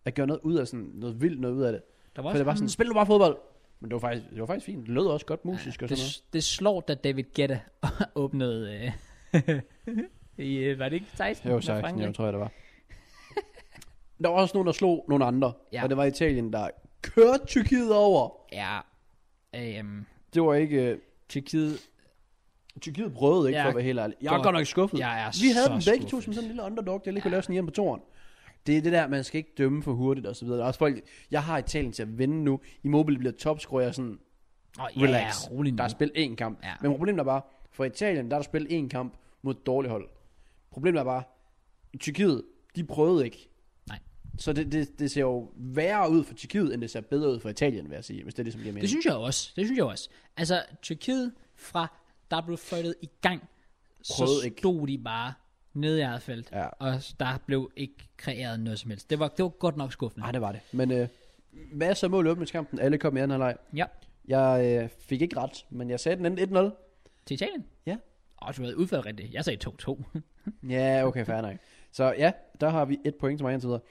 B: At gøre noget ud af sådan noget vildt noget ud af det.
A: Der var
B: For det var sådan, spil nu bare fodbold. Men det var faktisk, det var faktisk fint. Det lød også godt musisk og sådan noget.
A: det, det slår, da David Guetta åbnede... Øh, i, øh, var det ikke 16?
B: Jo,
A: med
B: 16,
A: Frankrig?
B: jeg tror jeg, det var. Der var også nogen, der slog nogle andre.
A: Ja.
B: Ja. Og det var Italien, der kørte Tyrkiet over.
A: Ja. Øhm,
B: Det var ikke... øh,
A: Tyrkiet,
B: Tyrkiet prøvede ikke,
A: Jeg
B: for
A: er
B: at være helt ærlig. Jeg er
A: godt-
B: godt nok skuffet.
A: jeg er
B: Vi havde
A: så
B: dem begge to
A: skuffet.
B: som sådan en lille underdog, der lige kunne lave sådan en på toren. Det er det der, man skal ikke dømme for hurtigt og så videre. Der er også folk, jeg har Italien til at vinde nu. Immobile bliver topscorer, jeg er sådan,
A: oh, ja,
B: relax.
A: rolig nu.
B: der er spillet én kamp.
A: Ja.
B: Men problemet er bare, for Italien, der er der spillet én kamp mod et dårligt hold. Problemet er bare, Tyrkiet, de prøvede ikke.
A: Nej.
B: Så det, det, det ser jo værre ud for Tyrkiet, end det ser bedre ud for Italien, vil jeg sige, hvis det er det, som giver mening.
A: Det synes jeg også. Det synes jeg også. Altså, Tyrkiet fra der blev fløjtet i gang, så
B: Prøvede ikke.
A: stod de bare nede i eget felt,
B: Ja.
A: og der blev ikke kreeret noget som helst. Det var, det var godt nok skuffende.
B: Nej, det var det. Men øh, masser af mål i åbningskampen. Alle kom i anden halvleg.
A: Ja,
B: Jeg øh, fik ikke ret, men jeg sagde den endte 1-0.
A: til Italien.
B: Ja.
A: Og du havde udfaldet rigtigt. Jeg sagde 2-2.
B: Ja, okay, fair nok. Så ja, der har vi et point til mig indtil videre.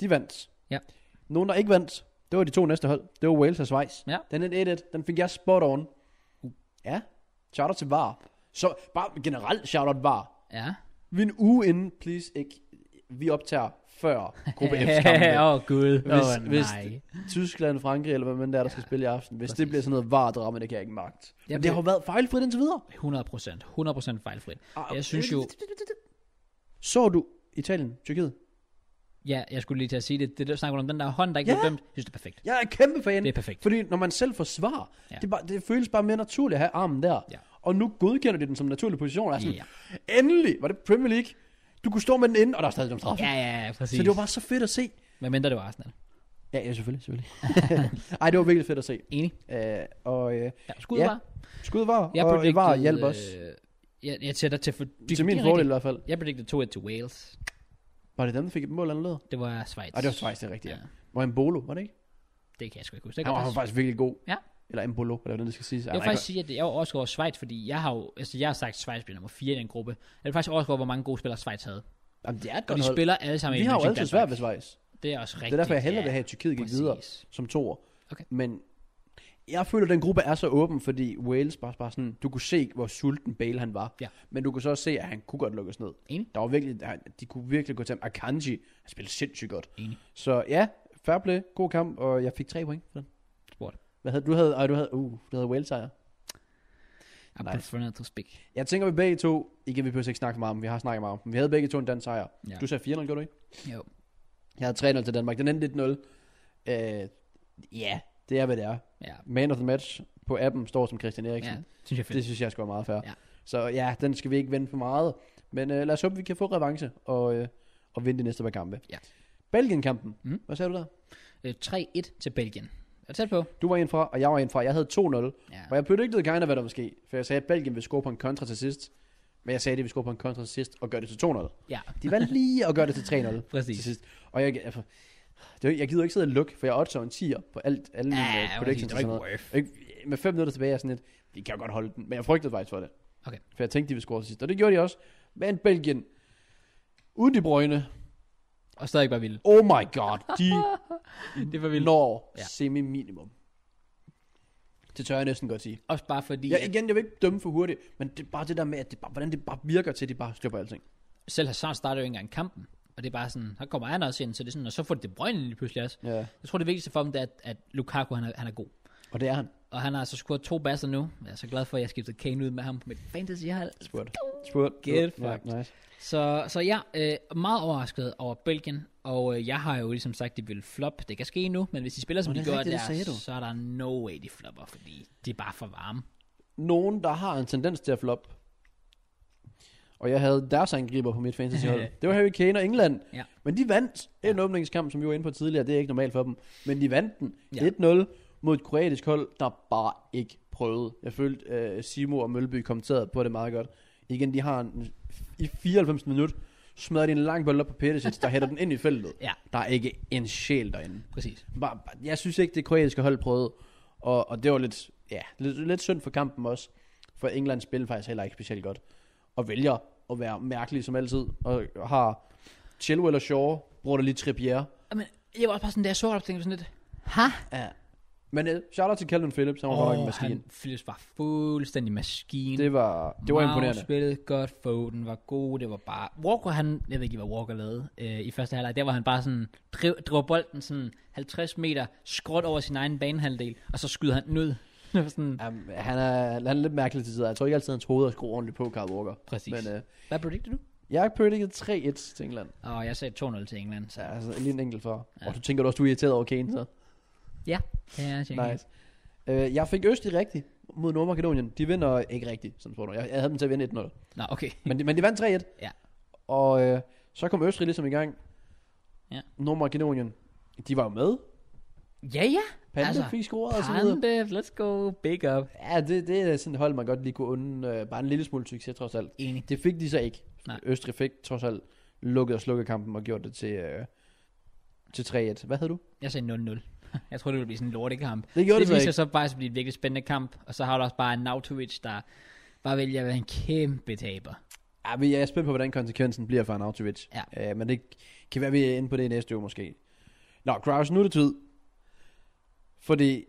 B: De vandt.
A: Ja.
B: Nogen, der ikke vandt, det var de to næste hold. Det var Wales og Schweiz.
A: Ja.
B: Den endte 1-1. Den fik jeg spot on. Ja. Shout out til VAR. Så bare generelt shout out VAR.
A: ja.
B: Vi er en uge inden, please ikke. Vi optager før gruppe F-kampen.
A: Åh, oh, gud.
B: Hvis-
A: Åh,
B: hvis-
A: nej.
B: Tyskland, Frankrig eller hvad man der, der skal spille i aften. Hvis
A: præcis.
B: det bliver sådan noget vardramme, det kan jeg ikke magt. Men
A: Jamen,
B: det
A: det-
B: har jo været fejlfrit indtil videre. Ah,
A: 100%. 100% fejlfrit. Jeg synes jo,
B: Så du Italien, Tyrkiet?
A: ja, jeg skulle lige til at sige det. Det der snakker om den der hånd, der ikke
B: Ja.
A: blev dømt. Jeg synes, det er perfekt.
B: Jeg er kæmpe fan.
A: Det er perfekt.
B: Fordi når man selv får svar,
A: Ja.
B: ja. det, er bare, det føles bare mere naturligt at have armen der.
A: Ja.
B: Og nu godkender de den som en naturlig position. Og er sådan,
A: Ja.
B: Endelig var det Premier League. Du kunne stå med den inde, og der er stadig dømt straffe.
A: Ja, ja, ja, præcis.
B: så det var bare så fedt at se.
A: Hvad mindre det var Arsenal.
B: Ja, ja selvfølgelig, selvfølgelig. Ej, det var virkelig fedt at se.
A: Enig.
B: Øh, og øh,
A: Ja, skud
B: Ja.
A: var.
B: skud var,
A: Jeg
B: jeg og
A: predicted,
B: var hjælp os.
A: Øh, jeg, jeg sætter til for...
B: til min fordel i hvert fald.
A: Jeg predicted 2-1 til Wales.
B: Var det dem, der fik et mål annerledes?
A: Det var Schweiz.
B: Ej, det var Schweiz, det er rigtigt, ja.
A: Ja.
B: Var Embolo, var det ikke?
A: Det kan jeg sgu ikke huske. Det, kan
B: Han var,
A: jeg
B: han var
A: faktisk-
B: faktisk virkelig god.
A: Ja.
B: Eller Embolo, eller hvordan det skal siges.
A: jeg vil faktisk sige, at jeg var overrasket over Schweiz, fordi jeg har jo, altså jeg har sagt, at Schweiz bliver nummer 4 i den gruppe. Jeg er faktisk overrasket over, hvor mange gode spillere Schweiz havde.
B: Jamen, det er et
A: Og
B: godt
A: de
B: hold.
A: spiller alle sammen
B: Vi
A: i
B: har jo
A: Team
B: altid
A: Danmark.
B: svært ved Schweiz.
A: Det er også rigtigt.
B: Det er derfor, jeg hellere
A: ja.
B: vil have, at Tyrkiet gik videre
A: Præcis.
B: som toer.
A: Okay.
B: Men jeg føler, at den gruppe er så åben, fordi Wales bare, bare sådan, du kunne se, hvor sulten Bale han var.
A: Ja.
B: Men du kunne så også se, at han kunne godt lukkes ned.
A: Enig.
B: Der var virkelig, han- de kunne virkelig gå til ham. Akanji, han spillede sindssygt godt.
A: Enig.
B: Så ja, fair play, god kamp, og jeg fik tre point for den.
A: Sport.
B: Hvad havde du? Havde, og du havde, uh, du havde Wales sejr.
A: I
B: Nej.
A: prefer not to speak.
B: Jeg tænker, vi begge to, igen, vi behøver ikke snakke så meget om, vi har snakket meget om, men vi havde begge to en dansk sejr.
A: Ja.
B: Du sagde 4-0, gjorde du ikke?
A: Jo.
B: Jeg havde 3-0 til Danmark, den endte 1-0. Øh, Ja, det er, hvad det er.
A: Ja.
B: Man of the match på appen står som Christian Eriksen.
A: ja.
B: Ja.
A: Synes jeg er fedt.
B: Det synes jeg skulle være meget fair.
A: Ja.
B: Ja. Så ja, den skal vi ikke vende for meget. Men øh, lad os håbe, vi kan få revanche og, øh, og vinde de næste par kampe.
A: Ja.
B: Belgien-kampen.
A: Mhm.
B: Mm. Hvad sagde du der?
A: Øh, 3-1 til Belgien. Er det tæt på?
B: Du var en fra, og jeg var en fra. Jeg havde 2-0.
A: Ja.
B: Og jeg predicted gerne, hvad der ville ske. For jeg sagde, at Belgien ville score på en kontra til sidst. Men jeg sagde, at de ville score på en kontra til sidst og gøre det til 2-0.
A: Ja.
B: De valgte lige at gøre det til 3-0
A: Præcis.
B: til sidst. Og jeg, altså, det er, jo- jeg gider ikke sidde og lukke, for jeg er også en 10'er på alt, alle mine
A: Ja,
B: øh,
A: præcis.
B: predictions
A: Det
B: og
A: var
B: sådan
A: ikke
B: noget.
A: worth.
B: Ikke, med fem minutter tilbage er jeg sådan lidt, vi kan jo godt holde den, men jeg frygtede faktisk for det.
A: Okay.
B: For jeg tænkte, de ville score til sidst, og det gjorde de også. Men Belgien, uden de brøgne,
A: Og stadig bare vildt.
B: oh my god, de
A: Det var
B: når
A: Ja.
B: ja. semi-minimum. Det tør jeg næsten godt sige.
A: Også bare fordi,
B: Jeg, igen, jeg vil ikke dømme for hurtigt, men det er bare det der med, at det bare, hvordan det bare virker til, at de bare styrer på alting.
A: at selv Hazard starter jo ikke engang kampen. Og det er bare sådan, så kommer han også ind, så det er sådan, og så får det Bruyne lige pludselig også.
B: Ja.
A: Jeg tror, det vigtigste for dem, det er, at, at Lukaku, han er, han er god.
B: Og det er han.
A: Og han har altså scoret to basser nu. Jeg er så glad for, at jeg skiftede Kane ud med ham på mit fantasy hold.
B: Spurgt. Spurgt.
A: Get
B: Ja,
A: fucked.
B: nice.
A: Så, så jeg er øh, meget overrasket over Belgien, og øh, jeg har jo ligesom sagt, at de vil flop. Det kan ske nu, men hvis de spiller, som
B: Nå,
A: de
B: det er
A: gør
B: rigtigt, det
A: der,
B: sagde du.
A: så er der no way, de flopper, fordi de er bare for varme.
B: nogen, der har en tendens til at flop. Og jeg havde deres angriber på mit fantasyhold. det var Harry Kane og England.
A: Ja.
B: Men de vandt en åbningskamp, som vi var inde på tidligere. Det er ikke normalt for dem. Men de vandt den
A: Ja.
B: 1-0 mod et kroatisk hold, der bare ikke prøvede. Jeg følte, uh, Simo og Mølby kommenterede på det meget godt. Igen, de har en, i 94 minut smadrer de en lang bold op på Perisic, der hætter den ind i feltet.
A: Ja.
B: Der er ikke en sjæl derinde.
A: Præcis.
B: Bare, bare- jeg synes ikke, det kroatiske hold prøvede. Og, og det var lidt, ja, lidt, lidt synd for kampen også. For England spillede faktisk heller ikke specielt godt. Og vælger at være mærkelig som altid. Og har Chilwell og Shaw, bruger der lige Trippier.
A: Men jeg var også bare sådan, da jeg så det, tænkte jeg sådan lidt, ha?
B: Ja. Men uh, shout out til Calvin Phillips, han var oh, nok en
A: Åh,
B: maskine.
A: han Philips var fuldstændig maskine.
B: Det var, det var
A: Mao
B: imponerende.
A: spillede godt, Foden var god, det var bare... Walker, han, jeg ved ikke, hvad Walker lavede øh, i første halvleg, der var han bare sådan, driv, driver bolden sådan 50 meter, skråt over sin egen banehalvdel, og så skyder han den ud. Det var sådan,
B: Um, han, er, han er lidt mærkelig til tider. Jeg tror ikke altid, hans hoved er skruet ordentligt på, Carl Walker.
A: Præcis.
B: Men uh,
A: hvad predicted du?
B: jeg har predicted 3-1 til England.
A: Og jeg sagde 2-0 til England,
B: Så
A: så
B: altså, lige en enkelt for. Ja. Og du tænker du også, du er irriteret over Kane, så?
A: ja, ja jeg tænker.
B: Nice. Øh, jeg fik Østrig rigtigt mod Nordmakedonien. De vinder ikke rigtigt, sådan spurgte jeg. Jeg havde dem til at vinde 1-0.
A: Nå, okay.
B: Men de, men de vandt 3-1.
A: Ja.
B: Og øh, så kom Østrig ligesom i gang.
A: Ja.
B: Nordmakedonien, de var jo med.
A: Ja, ja.
B: Panda
A: Altså,
B: altså, fik scoret og så videre.
A: Pandev, let's go, big up.
B: Ja, det, det er sådan et hold, man godt lige kunne unde øh, bare en lille smule succes trods alt.
A: Enig.
B: Det fik de så ikke.
A: Nej.
B: Østrig fik trods alt lukket og slukket kampen og gjort det til, øh, til 3-1. Hvad havde du?
A: Jeg sagde 0-0. jeg tror det ville blive sådan en lortekamp.
B: Det
A: det
B: gjorde det, det så
A: viser
B: ikke.
A: sig så faktisk at blive et virkelig spændende kamp. Og så har du også bare en Nautovic, der bare vælger at være en kæmpe taber.
B: Ja, men jeg er spændt på, hvordan konsekvensen bliver for Arnautovic. Ja. Øh, men det kan være, vi er inde på det i næste uge måske. Nå, Kraus, nu er det tid. Fordi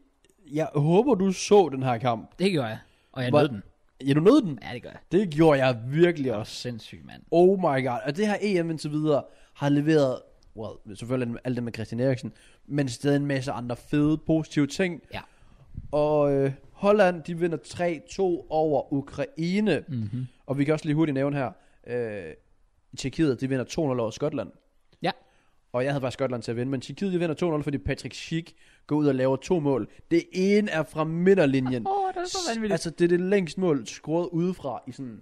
B: jeg håber, du så den her kamp.
A: Det gjorde jeg. Og jeg
B: Hvor-
A: nåede den.
B: Ja, du nød den.
A: Ja, det gør jeg.
B: Det gjorde jeg virkelig også.
A: Sindssygt, mand.
B: Oh my god. Og det her EM indtil videre har leveret, well, selvfølgelig alt det med Christian Eriksen, men stadig en masse andre fede, positive ting.
A: Ja.
B: Og øh, Holland, de vinder 3-2 over Ukraine.
A: Mm-hmm.
B: Og vi kan også lige hurtigt nævne her, øh, Tjekkiet, de vinder 2-0 over Skotland.
A: Ja.
B: Og jeg havde faktisk Skotland til at vinde, men Tjekkiet, de vinder 2-0, fordi Patrick Schick går ud og laver to mål. Det ene er fra midterlinjen.
A: Åh, oh, det er så vanvittigt.
B: Altså, det er det længste mål scoret udefra i sådan...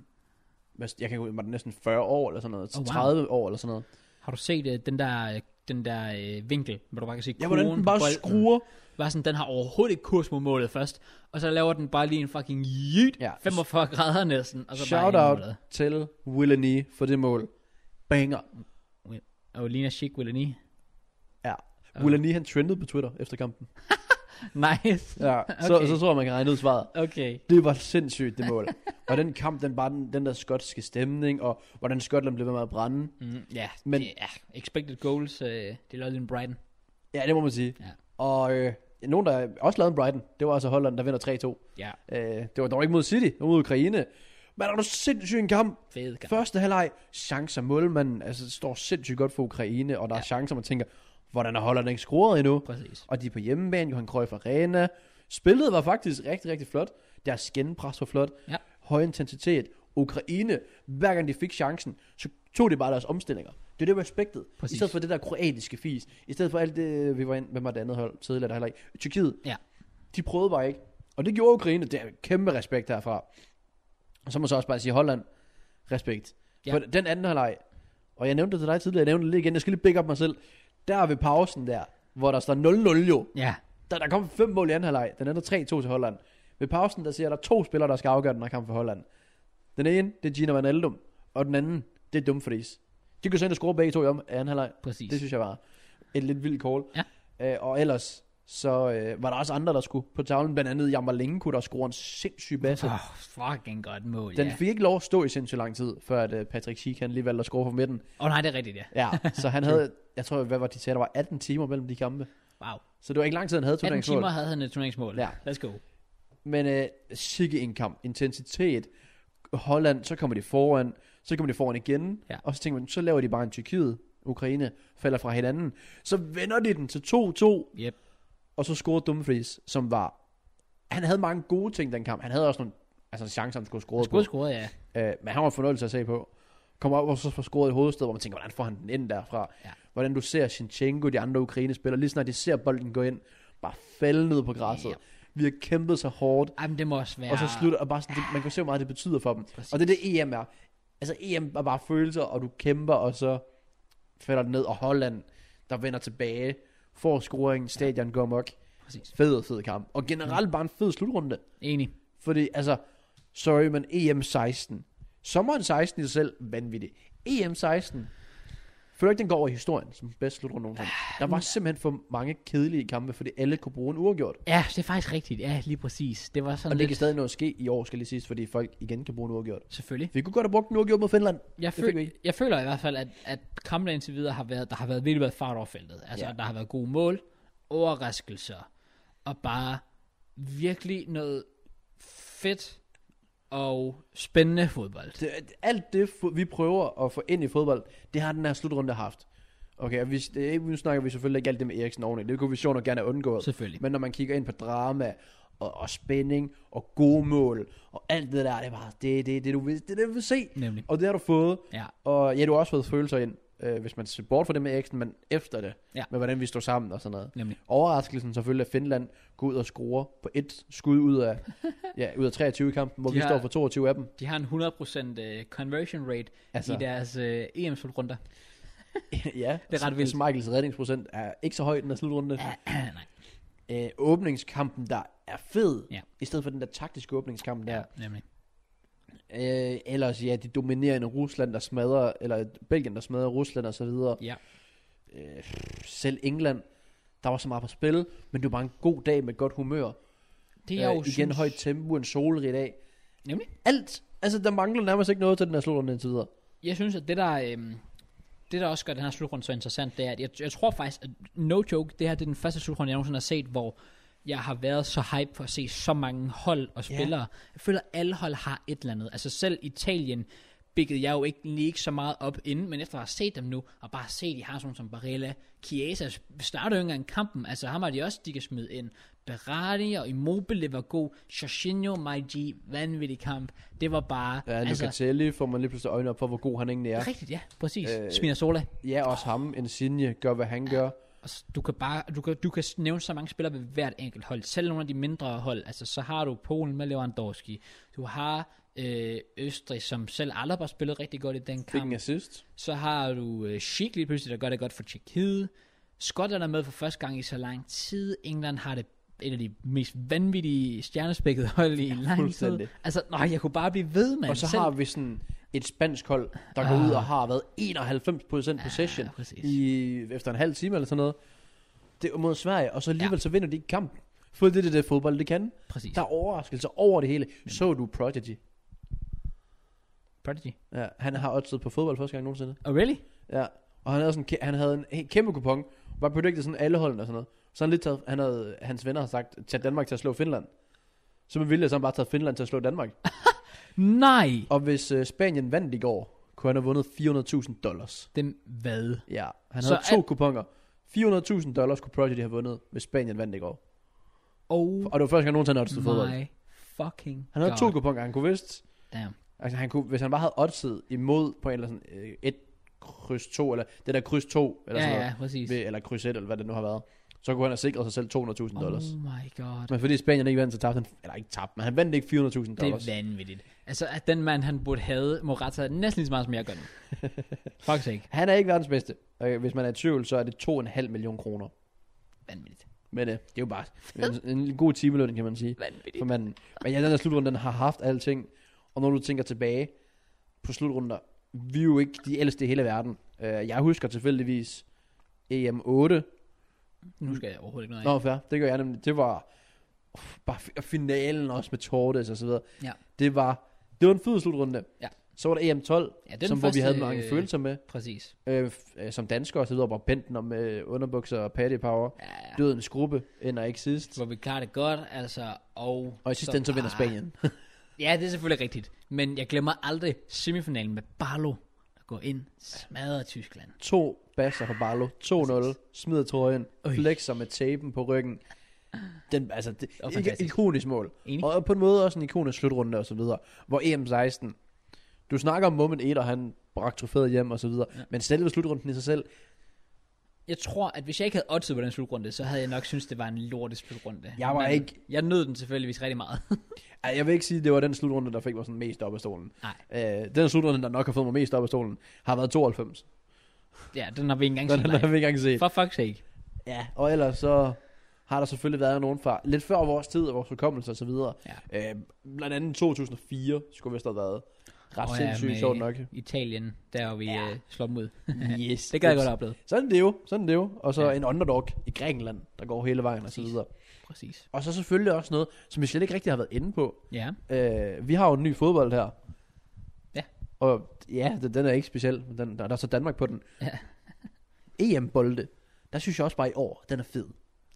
B: hvad- Jeg kan ikke huske, var det næsten 40 år eller sådan noget.
A: Oh, wow.
B: 30 år eller sådan noget.
A: Har du set uh, den der, øh, den der øh, vinkel, hvor du bare kan se
B: Ja, hvordan
A: kurven på
B: den bare
A: bolden?
B: skruer.
A: Bare sådan, den har overhovedet ikke kurs mod målet først. Og så laver den bare lige en fucking yeet.
B: Ja.
A: Ja. 45 grader næsten. Og så
B: Altså, Shout
A: Altså, bare
B: out til Willany for det mål. Banger.
A: Og Lina Schick, Willani.
B: Ja. Willany, han trendede på Twitter efter kampen.
A: Nice.
B: Ja, så,
A: Okay.
B: så tror jeg, man kan regne ud svaret.
A: Okay.
B: Det var sindssygt, det mål. og den kamp, den bare den, den der skotske stemning, og hvordan Skotland blev ved med at brænde.
A: Mm, ja,
B: Men-
A: Men, det er expected goals. Øh, det er Lolland Brighton.
B: Ja, det må man sige.
A: Ja.
B: Og øh, nogen, der også lavede en Brighton, det var altså Holland, der vinder 3-2.
A: Ja,
B: Øh, det var dog ikke mod City, det var mod Ukraine. Men er du sindssygt en kamp?
A: fed kamp.
B: Første halvleg, chancer målmanden, altså står sindssygt godt for Ukraine, og der ja. er
A: Ja.
B: chancer, man tænker, hvordan har Holland ikke scoret endnu?
A: Præcis.
B: Og de er på hjemmebane, Johan Cruyff Arena. Spillet var faktisk rigtig, rigtig flot. Deres skinpres var flot.
A: Ja.
B: Høj intensitet. Ukraine, hver gang de fik chancen, så tog de bare deres omstillinger. Det er det, vi respektede.
A: Præcis.
B: I stedet for det der kroatiske fis. I stedet for alt det, vi var ind, hvem var det andet hold tidligere, der heller ikke. Tyrkiet.
A: Ja.
B: De prøvede bare ikke. Og det gjorde Ukraine. Det er kæmpe respekt herfra. Og så må jeg så også bare sige Holland. Respekt.
A: Ja.
B: Ja. For den anden halvleg, og jeg nævnte det til dig tidligere, jeg nævnte det lige igen, jeg skal lige big up mig selv. Der ved pausen der, hvor der står 0-0 jo.
A: Ja,
B: Der, der kom fem mål i anden halvleg. Den ender 3-2 til Holland. Ved pausen, der siger der er to spillere, der skal afgøre den her kamp for Holland. Den ene, det er Gina Vanaldum, og den anden, det er Dumfries. De kunne så ind og score begge to i om i anden halvleg.
A: præcis.
B: Det synes jeg var et lidt vildt call.
A: Ja.
B: Øh, og ellers, så øh, var der også andre, der skulle på tavlen. Blandt andet Jammerlingen kunne der score en sindssyg basse.
A: Åh, oh, fucking godt mål,
B: Den
A: ja.
B: fik ikke lov at stå i sindssygt lang tid, før at, øh, Patrick Schick han lige valgte at score på midten.
A: Åh oh, nej, det er rigtigt, ja.
B: Ja, så han havde, jeg tror, hvad var de sagde, der var 18 timer mellem de kampe.
A: Wow.
B: Så det var ikke lang tid, han havde
A: 18
B: turneringsmål.
A: timer havde han et turneringsmål.
B: Ja.
A: Let's go.
B: Men øh, sikke en kamp. Intensitet. Holland, så kommer de foran. Så kommer de foran igen.
A: Ja.
B: Og så tænker man, så laver de bare en Tyrkiet. Ukraine falder fra hinanden. Så vender de den til 2-2.
A: Yep.
B: Og så scorer Dumfries, som var... Han havde mange gode ting den kamp. Han havde også nogle altså, chancer, han skulle
A: Han
B: score på.
A: skulle have scoret, ja.
B: Øh, men han var en fornøjelse at se på. Kommer op og så får scoret i hovedstedet, hvor man tænker, hvordan får han den ind derfra?
A: Ja.
B: Hvordan du ser Shinchenko, de andre ukrainespillere, lige snart de ser bolden gå ind, bare falde ned på græsset.
A: Ja.
B: Vi har kæmpet så hårdt,
A: Jamen, det må også være...
B: og så slutter, og bare sådan, det, man kan se, hvor meget det betyder for dem.
A: Præcis.
B: Og det er det EM er. Altså EM er bare følelser, og du kæmper, og så falder det ned, og Holland, der vender tilbage, får scoringen, stadion går mok.
A: Præcis. Mm.
B: Fed, fed kamp. Og generelt bare en fed slutrunde.
A: Enig.
B: Fordi, altså, sorry, men EM 16. Sommeren 16 i sig selv, vanvittig. EM 16. Føler ikke, den går over i historien, som bedst slutrunde nogensinde. Der var simpelthen for mange kedelige kampe, fordi alle kunne bruge en uafgjort.
A: Ja, det er faktisk rigtigt. Ja, lige præcis. Det var sådan
B: Og det
A: lidt...
B: kan stadig nå at ske i år, skal lige siges, fordi folk igen kan bruge en uafgjort.
A: Selvfølgelig.
B: Vi kunne godt have brugt en uafgjort mod Finland.
A: Jeg,
B: Det fik vi
A: føl- jeg føler i hvert fald, at, at kampene indtil videre har været, der har været virkelig været fart over feltet. Altså,
B: Ja.
A: ja. der har været gode mål, overraskelser, og bare virkelig noget fedt og spændende fodbold.
B: Det, alt det, fu- vi prøver at få ind i fodbold, det har den her slutrunde haft. Okay, og vi, det, nu snakker vi selvfølgelig ikke alt det med Eriksen oveni. Det kunne vi sjovt nok gerne have undgået.
A: Selvfølgelig.
B: Men når man kigger ind på drama og, og spænding og gode mål og alt det der, det er bare det, det, det du vil, det, er det, du vil se.
A: Nemlig.
B: Og det har du fået.
A: Ja,
B: Og ja, du har også fået følelser ind. øh, hvis man ser bort fra det med Eriksen, men efter det,
A: Ja.
B: med hvordan vi står sammen og sådan noget.
A: Nemlig.
B: Overraskelsen selvfølgelig, at Finland går ud og scorer på et skud ud af, ja, ud af 23 i kampen, hvor
A: De
B: vi
A: har-
B: står for 22 af dem.
A: De har en 100% øh, conversion rate altså.
B: Altså.
A: i deres øh, EM-slutrunder.
B: ja,
A: Det er ret vildt.
B: Så Michaels redningsprocent er ikke så høj i den her slutrunde.
A: Nej.
B: Øh, åbningskampen, der er fed,
A: Ja.
B: i stedet for den der taktiske åbningskamp der.
A: Nemlig.
B: Øh, ellers, ja, de dominerende Rusland, der smadrer, eller Belgien, der smadrer Rusland og så videre.
A: Ja.
B: Øh, selv England, der var så meget på spil, men det var bare en god dag med godt humør.
A: Det er jo
B: Øh, igen højt tempo, en solrig dag.
A: Nemlig.
B: Alt. Altså, der mangler nærmest ikke noget til den her slutrunde indtil videre.
A: Jeg synes, at det der, øhm, det der også gør den her slutrunde så interessant, det er, at jeg, jeg tror faktisk, at no joke, det her det er den første slutrunde, jeg nogensinde har set, hvor jeg har været så hype for at se så mange hold og spillere. Yeah. Jeg føler, at alle hold har et eller andet. Altså selv Italien bikkede jeg jo ikke, lige ikke så meget op inden, men efter at have set dem nu, og bare se, at de har sådan nogle som Barella, Chiesa, starter jo ikke engang kampen, altså ham har de også, de kan smide ind. Berardi og Immobile var god, Jorginho, Maiji, vanvittig kamp. Det var bare...
B: Ja, altså, Lucatelli får man lige pludselig øjnene op for, hvor god han egentlig er.
A: Rigtigt, ja, præcis. Øh,
B: Øh,
A: Spinazzola.
B: Ja, også ham, Insigne, gør hvad han gør.
A: Og s- Du kan bare, du kan, du kan s- nævne så mange spillere ved hvert enkelt hold. Selv nogle af de mindre hold. Altså, så har du Polen med Lewandowski. Du har øh, Østrig, som selv aldrig har spillet rigtig godt i den
B: Fik en
A: kamp.
B: assist.
A: Så har du øh, Schick lige pludselig, der gør det godt for Tjekkiet. Skotland er med for første gang i så lang tid. England har det et af de mest vanvittige stjernespækkede hold i lang tid.
B: fuldstændig.
A: Altså, nej, jeg kunne bare blive ved, med
B: Og så har vi sådan et spansk hold, der går ud og har været 91% possession
A: Ah, præcis.
B: i, efter en halv time eller sådan noget. Det er mod Sverige, og så alligevel så vinder de ikke kampen. For det er det, det fodbold, det kan.
A: Præcis.
B: Der er overraskelser over det hele. Så du Prodigy.
A: Prodigy.
B: Ja, han har oddset på fodbold første gang nogensinde.
A: Oh, really?
B: Ja, og han havde, sådan, en kæ- han havde en he- kæmpe kupon, var predicted sådan alle holdene og sådan noget. Så han lidt taget, han havde, hans venner har sagt, tag Danmark til at slå Finland. Så med vilje, så har han bare taget Finland til at slå Danmark.
A: Nej!
B: Og hvis øh, Spanien vandt i går, kunne han have vundet 400.000 dollars.
A: Dem hvad?
B: Ja, han
A: Så
B: havde to
A: alt-
B: kuponer. 400.000 dollars kunne Prodigy have vundet, hvis Spanien vandt i går.
A: Oh
B: Og det var første gang nogensinde, han havde fodbold.
A: My fucking
B: Han havde
A: God.
B: to kuponer, han kunne vist.
A: Damn.
B: Altså, han kunne, hvis han bare havde oddset imod på en eller sådan øh, et kryds 2, eller det der kryds 2, eller sådan
A: Ja,
B: noget.
A: ja, præcis.
B: ved, eller kryds 1, eller hvad det nu har været, så kunne han have sikret sig selv 200.000
A: oh
B: dollars.
A: my god.
B: Men fordi Spanien ikke vandt, så tabte han, eller ikke tabte, men han vandt ikke 400.000
A: Det
B: dollars.
A: er vanvittigt. Altså, at den mand, han burde have, Morata, næsten lige så meget, som jeg gør nu. Fuck sake.
B: Han er ikke verdens bedste. Øh, hvis man er i tvivl, så er det 2,5 millioner kroner.
A: Vanvittigt.
B: Men øh, det er jo bare en, en god timeløn, kan man sige.
A: Vanvittigt.
B: For manden. Men ja, den der slutrunde, den har haft alting. Og når du tænker tilbage på slutrunder, vi er jo ikke de ældste i hele verden. Øh, jeg husker tilfældigvis E EM8,
A: Nu skal jeg overhovedet ikke noget af.
B: Nå, fair. Det gør jeg nemlig. Det var uff, bare fi- og finalen også med Tordes og så videre.
A: Ja.
B: Det var, det var en fed slutrunde.
A: Ja.
B: Så var der EM12,
A: Ja, det er den
B: som, hvor
A: første,
B: vi havde mange
A: øh,
B: følelser med.
A: Præcis.
B: Øh, f- øh, som danskere og så videre, hvor Benten og med øh, underbukser og patty power.
A: Ja, ja.
B: Dødens gruppe ender ikke sidst.
A: Hvor vi klarer det godt, altså, og...
B: Og i sidste ende så vinder
A: bare-
B: Spanien.
A: Ja, det er selvfølgelig rigtigt. Men jeg glemmer aldrig semifinalen med Barlo, der går ind, smadrer Tyskland.
B: to basser på Barlo, 2-0, smider trøjen,
A: Øj.
B: flexer med tapen på ryggen. Den, altså, det,
A: var
B: det
A: fantastisk.
B: ikonisk mål.
A: Enig.
B: Og på en måde også en ikonisk slutrunde og så videre. Hvor EM16, du snakker om Moment 1, og han bragte trofæet hjem og så videre. Ja. Men selve slutrunden i sig selv,
A: Jeg tror, at hvis jeg ikke havde oddset på den slutrunde, så havde jeg nok synes det var en lortet slutrunde.
B: Jeg var
A: Men
B: ikke-
A: Jeg nød den selvfølgelig rigtig meget.
B: ej, jeg vil ikke sige, at det var den slutrunde, der fik mig sådan mest op af stolen.
A: Nej.
B: Øh, den slutrunde, der nok har fået mig mest op af stolen, har været 92.
A: Ja, den har vi ikke engang
B: Den,
A: set
B: den har
A: live.
B: vi ikke engang set.
A: For fuck's sake.
B: Ja, og ellers så har der selvfølgelig været nogen fra lidt før vores tid og vores hukommelse og så videre. Ja. Øh, blandt andet 2004 skulle vist have været ret
A: Og
B: oh,
A: ja,
B: sindssygt
A: med
B: sjovt nok.
A: Italien, der hvor vi ja.
B: Ja.
A: øh, slår dem ud.
B: yes.
A: Det kan jeg godt opleve.
B: Sådan er det jo, sådan er det jo. Og så
A: Ja.
B: ja. en underdog i Grækenland, der går hele vejen og så
A: Præcis.
B: videre.
A: Præcis.
B: Og så selvfølgelig også noget, som vi slet ikke rigtig har været inde på.
A: Ja,
B: Øh, vi har jo en ny fodbold her.
A: Ja.
B: Og ja, den, den er ikke speciel, men den, der, der er så Danmark på den.
A: Ja.
B: EM-bolde, der synes jeg også bare i år, den er fed.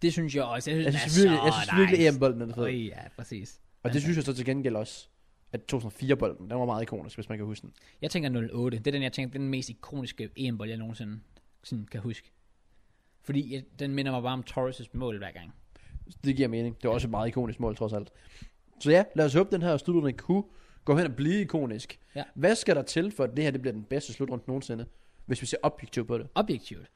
A: det synes jeg også.
B: Jeg
A: den
B: synes
A: er
B: virkelig,
A: så
B: jeg synes virkelig
A: nice.
B: EM-bolden er fed.
A: Øj, ja, præcis.
B: Og det
A: Altså.
B: synes jeg så til gengæld også, at 2004-bolden, den var meget ikonisk, hvis man kan huske den.
A: Jeg tænker 08. Det er den, jeg tænker, den mest ikoniske EM-bold, jeg nogensinde sådan, kan huske. Fordi jeg, den minder mig bare om Torres' mål hver gang.
B: Det giver mening. Det var også et meget ikonisk mål, trods alt. Så ja, lad os håbe, den her slutrunde kunne gå hen og blive ikonisk.
A: Ja.
B: Hvad skal der til, for at det her det bliver den bedste slutrunde nogensinde? Hvis vi ser objektivt på det.
A: Objektivt.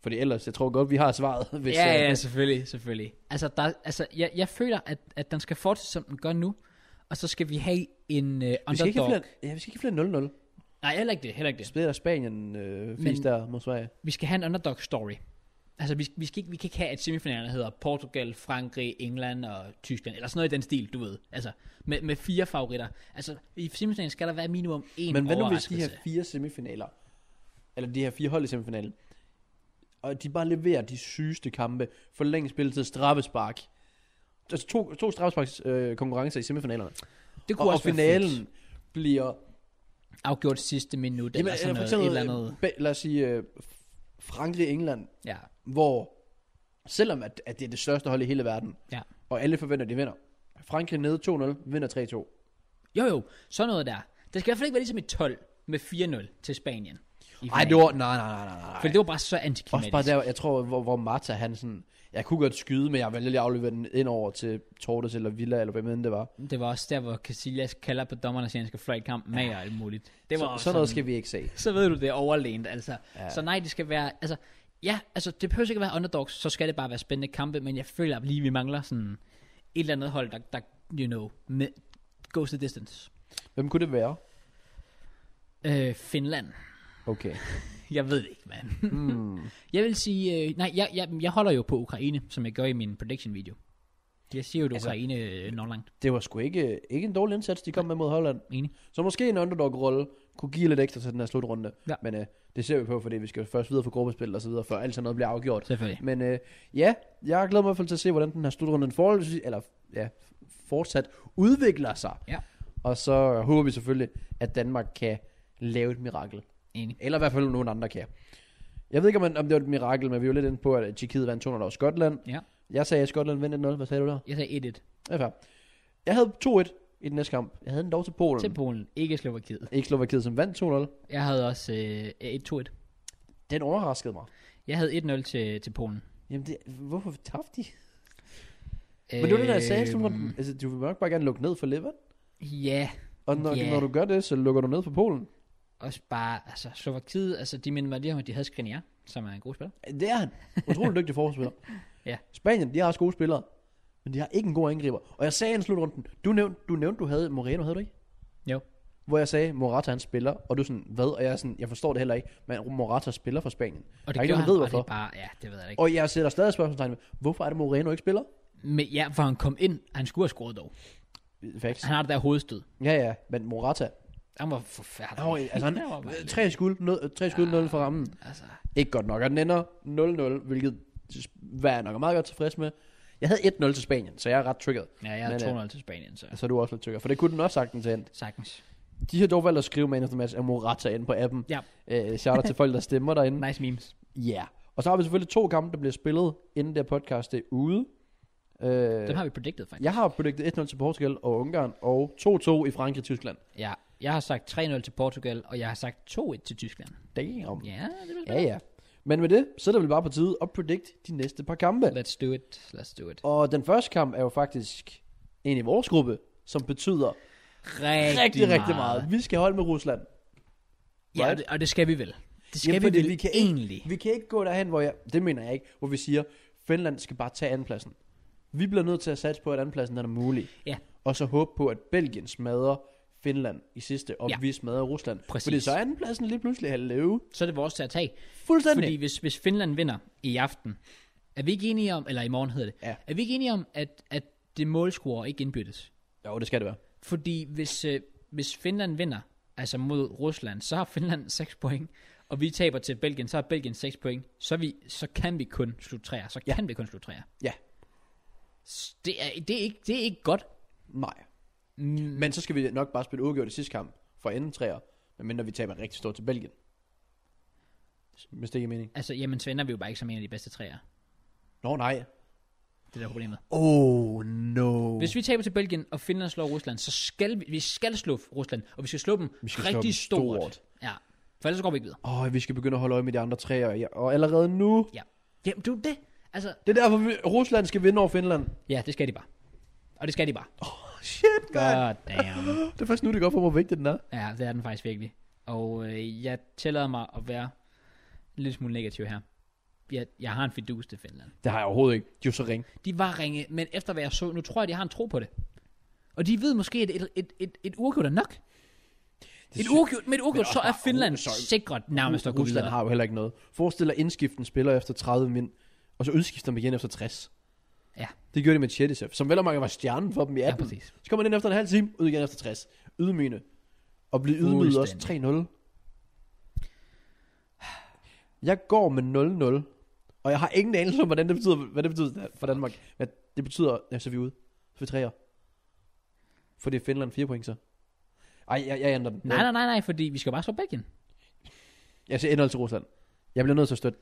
B: Fordi ellers, jeg tror godt, vi har svaret. Hvis,
A: ja,
B: øh,
A: ja, selvfølgelig, selvfølgelig. Altså, der, altså jeg, jeg føler, at, at den skal fortsætte, som den gør nu, og så skal vi have en uh,
B: Vi skal, ikke have
A: underdog.
B: flere, ja, vi skal ikke have flere 0-0.
A: Nej, heller ikke det, heller ikke det.
B: Spiller Spanien øh, fisk
A: Men-
B: der mod Sverige.
A: Vi skal have en underdog story. Altså, vi, vi, skal ikke, vi kan ikke have et semifinal, der hedder Portugal, Frankrig, England og Tyskland, eller sådan noget i den stil, du ved. Altså, med, med fire favoritter. Altså, i semifinalen skal der være minimum én
B: Men hvad nu hvis de
A: overraskelse.
B: her fire semifinaler, eller de her fire hold i semifinalen, og de bare leverer de sygeste kampe, forlænget spilletid, straffespark. Altså to, to straffesparks øh, konkurrencer i semifinalerne.
A: det
B: Og, og
A: være fedt.
B: finalen bliver...
A: afgjort sidste minut,
B: Jamen,
A: eller sådan
B: for
A: noget,
B: eksempel,
A: et eller andet.
B: øh, ba- lad os sige øh, Frankrig-England,
A: Ja,
B: hvor selvom at, at det er det største hold i hele verden,
A: ja.
B: og alle forventer, at de vinder. Frankrig nede 2-0, vinder 3-2.
A: Jo jo, sådan noget der. Det skal i hvert fald ikke være ligesom i 12 med 4-0 til Spanien. i
B: Nej,
A: finalen.
B: det var... Nej, nej, nej, nej, nej.
A: For det var bare så
B: Også
A: antiklimatisk.
B: bare der, jeg tror, hvor, hvor Marta han sådan, jeg kunne godt skyde, men jeg valgte lige at aflevere den ind over til Tortes eller Villa, eller hvem end det var.
A: Det var også der, hvor Casillas kalder på dommerne og siger, at han skal fløjte kamp med og alt muligt. Det var
B: så,
A: også
B: sådan noget skal vi ikke se.
A: Så ved du, det er overlænt, altså. Ja. Så nej, det skal være... Altså, ja, altså, det behøver ikke at være underdogs, så skal det bare være spændende kampe, men jeg føler lige, vi mangler sådan et eller andet hold, der, der you know, med, goes the distance.
B: Hvem kunne det være?
A: Øh, Finland.
B: Okay. Hmm.
A: Jeg ved det ikke, mand. Mm. jeg vil sige, øh, nej, jeg, jeg, jeg holder jo på Ukraine, som jeg gør i min prediction video. Jeg siger jo, at
B: Altså-
A: Ukraine øh, når langt.
B: Det var sgu ikke, ikke en dårlig indsats, de kom med mod Holland.
A: Enig.
B: Så måske en underdog-rolle kunne give lidt ekstra til den her slutrunde.
A: Ja.
B: Men øh, det ser vi på, fordi vi skal jo først videre for gruppespil og så videre, før alt sådan noget bliver afgjort.
A: Selvfølgelig.
B: Men øh, ja, jeg glæder mig i hvert fald til at se, hvordan den her slutrunde den forholdsvis, eller ja, fortsat udvikler sig.
A: Ja.
B: Og så håber vi selvfølgelig, at Danmark kan lave et mirakel.
A: Enig.
B: Eller i hvert fald nogen andre kan. Jeg ved ikke, om, man- om det var et mirakel, men vi var lidt inde på, at Tjekkiet vandt 200 over Skotland.
A: Ja.
B: Jeg sagde, at Skotland vandt 1-0. Hvad sagde du der?
A: Jeg sagde 1-1
B: Ja, fair. Jeg havde 2-1 i den næste kamp. Jeg havde den dog til Polen.
A: til Polen, ikke Slovakiet.
B: Ikke Slovakiet, som vandt 2-0.
A: Jeg havde også øh, 1-2-1.
B: Den overraskede mig.
A: Jeg havde 1-0 til, til Polen.
B: Jamen, det, hvorfor tabte de? Men det var det, der jeg
A: Øhm.
B: sagde. Så må den- altså, du vil nok bare gerne lukke ned for Levan.
A: Ja,
B: Og når,
A: Ja.
B: yeah. når du gør det, så lukker du ned for Polen.
A: også bare, altså Slovakiet, altså de minder mig lige om, at de havde Skriniar, som er en god spiller.
B: Det er han. Utrolig dygtig forspiller.
A: Ja.
B: Spanien, de har også gode spillere. Men de har ikke en god angriber. Og jeg sagde i en slutrunden, du nævnte, du nævnte, du havde Moreno, havde du ikke?
A: Jo.
B: Hvor jeg sagde, Morata han spiller, og du er sådan, hvad? Og jeg er sådan, jeg forstår det heller ikke, men Morata spiller for Spanien.
A: Og
B: Der
A: det
B: er
A: gjorde
B: ikke
A: han,
B: nogen, der ved
A: og det
B: hvorfor.
A: er bare, ja, det ved jeg da ikke.
B: Og jeg sætter stadig spørgsmålstegn ved, hvorfor er det Moreno ikke spiller?
A: Men ja, for han kom ind, han skulle have scoret dog.
B: Facts.
A: Han har det der hovedstød.
B: Ja, ja, men Morata.
A: Han var forfærdelig.
B: Nå, altså han,
A: Han var bare-
B: tre skud, nul- tre skud, nul fra rammen.
A: Altså,
B: Ikke godt nok, og den ender 0-0, hvilket var jeg nok er meget godt tilfreds med. Jeg havde 1-0 til Spanien, så jeg er ret trigget.
A: ja, jeg havde
B: Men, øh,
A: 200 til Spanien, så
B: Så er du også lidt tykkere, for det kunne den også sagtens have endt.
A: sagtens.
B: De har dog valgt at skrive med en match af Morata ind på appen.
A: Ja.
B: Øh, shout out til folk, der stemmer derinde.
A: Nice memes.
B: Ja. Yeah. Og så har vi selvfølgelig to kampe, der bliver spillet, inden det her podcast er ude. Øh,
A: Dem
B: har...
A: har vi predicted, faktisk.
B: Jeg har predicted 1-0 til Portugal og Ungarn, og 2-2 i Frankrig og Tyskland.
A: Ja, jeg har sagt 3-0 til Portugal, og jeg har sagt 2-1 til Tyskland.
B: Damn. Yeah.
A: Ja, det var
B: Ja, ja. Men med det, så er det vel bare på tide at predict de næste par kampe.
A: Let's do it, let's do it.
B: Og den første kamp er jo faktisk en i vores gruppe, som betyder rigtig,
A: Rigtig,
B: rigtig, rigtig meget. Vi skal holde med Rusland.
A: Ja, og
B: Right?
A: det, og det skal vi vel. Det skal
B: Jamen,
A: vi
B: fordi
A: vel
B: vi kan ikke-
A: egentlig.
B: Vi kan ikke gå derhen, hvor jeg, det mener jeg ikke, hvor vi siger, Finland skal bare tage andenpladsen. Vi bliver nødt til at satse på, at andenpladsen den er mulig.
A: Ja.
B: Og så håbe på, at Belgien smadrer Finland i sidste, og
A: Ja.
B: ja. vi smadrer Rusland.
A: Præcis.
B: Fordi så er andenpladsen lige pludselig halve.
A: Så er det vores til at tage.
B: Fuldstændig.
A: Fordi hvis, hvis Finland vinder i aften, er vi ikke enige om, eller i morgen hedder det,
B: Ja.
A: er vi ikke enige om, at, at det målscorer ikke indbyttes?
B: Jo, det skal det være.
A: Fordi hvis, øh, hvis Finland vinder, altså mod Rusland, så har Finland 6 point, og vi taber til Belgien, så har Belgien 6 point, så, er vi, så kan vi kun slutte træer, så
B: Ja.
A: kan vi kun slutte træer.
B: Ja.
A: S- Det er, det, er ikke, det er ikke godt.
B: Nej.
A: Mm,
B: Men så skal vi nok bare spille uafgjort i sidste kamp for anden træer, medmindre vi taber rigtig stort til Belgien. Hvis det ikke er mening.
A: altså, jamen, så ender vi jo bare ikke som en af de bedste træer.
B: Nå nej.
A: Det er der problemet.
B: Oh no.
A: Hvis vi taber til Belgien, og Finland slår Rusland, så skal vi, vi skal slå Rusland, og vi skal slå dem
B: Vi skal slå
A: rigtig
B: dem
A: stort.
B: stort.
A: Ja, for ellers går vi ikke videre.
B: Åh, oh, vi skal begynde at holde øje med de andre træer. Ja, og allerede nu.
A: Ja. Jamen, du det. Altså,
B: Det er derfor, vi, Rusland skal vinde over Finland.
A: ja, det skal de bare. Og det skal de bare.
B: Shit, god.
A: God damn.
B: Det er først nu, det går for, hvor vigtigt den er.
A: Ja, det er den faktisk virkelig. Og øh, jeg tillader mig at være en lille smule negativ her. Jeg, jeg har en fidus til Finland.
B: Det har jeg overhovedet ikke. De er jo så ringe.
A: De var ringe, men efter hvad jeg så, nu tror jeg, de har en tro på det. Og de ved måske, at et, et, et, et uafgjort er nok. Et uafgjort, med et uafgjort,
B: også
A: så er
B: bare-
A: Finland
B: uh, sorry.
A: sikret nærmest at gå
B: Rusland
A: videre.
B: har jo heller ikke noget. Forestil dig indskiften spiller efter 30 min, og så udskifter man igen efter 60.
A: Ja.
B: Det gjorde de med Chedisev, som vel og mange var stjernen for dem i
A: Ja,
B: 18.
A: præcis.
B: så kommer man ind efter en halv time, ud igen efter 60. Ydmygende. Og blive ydmyget også 3-0. Jeg går med 0-0, og jeg har ingen anelse om, hvordan det betyder, hvad det betyder for Danmark. Hvad det betyder, ja, så er vi ude. Så er vi træer. For det er Finland 4 point så. Ej, jeg, jeg ændrer den.
A: Nej, nej, nej, nej, fordi vi skal bare slå Belgien.
B: Jeg siger indhold til Rusland. Jeg bliver nødt til at støtte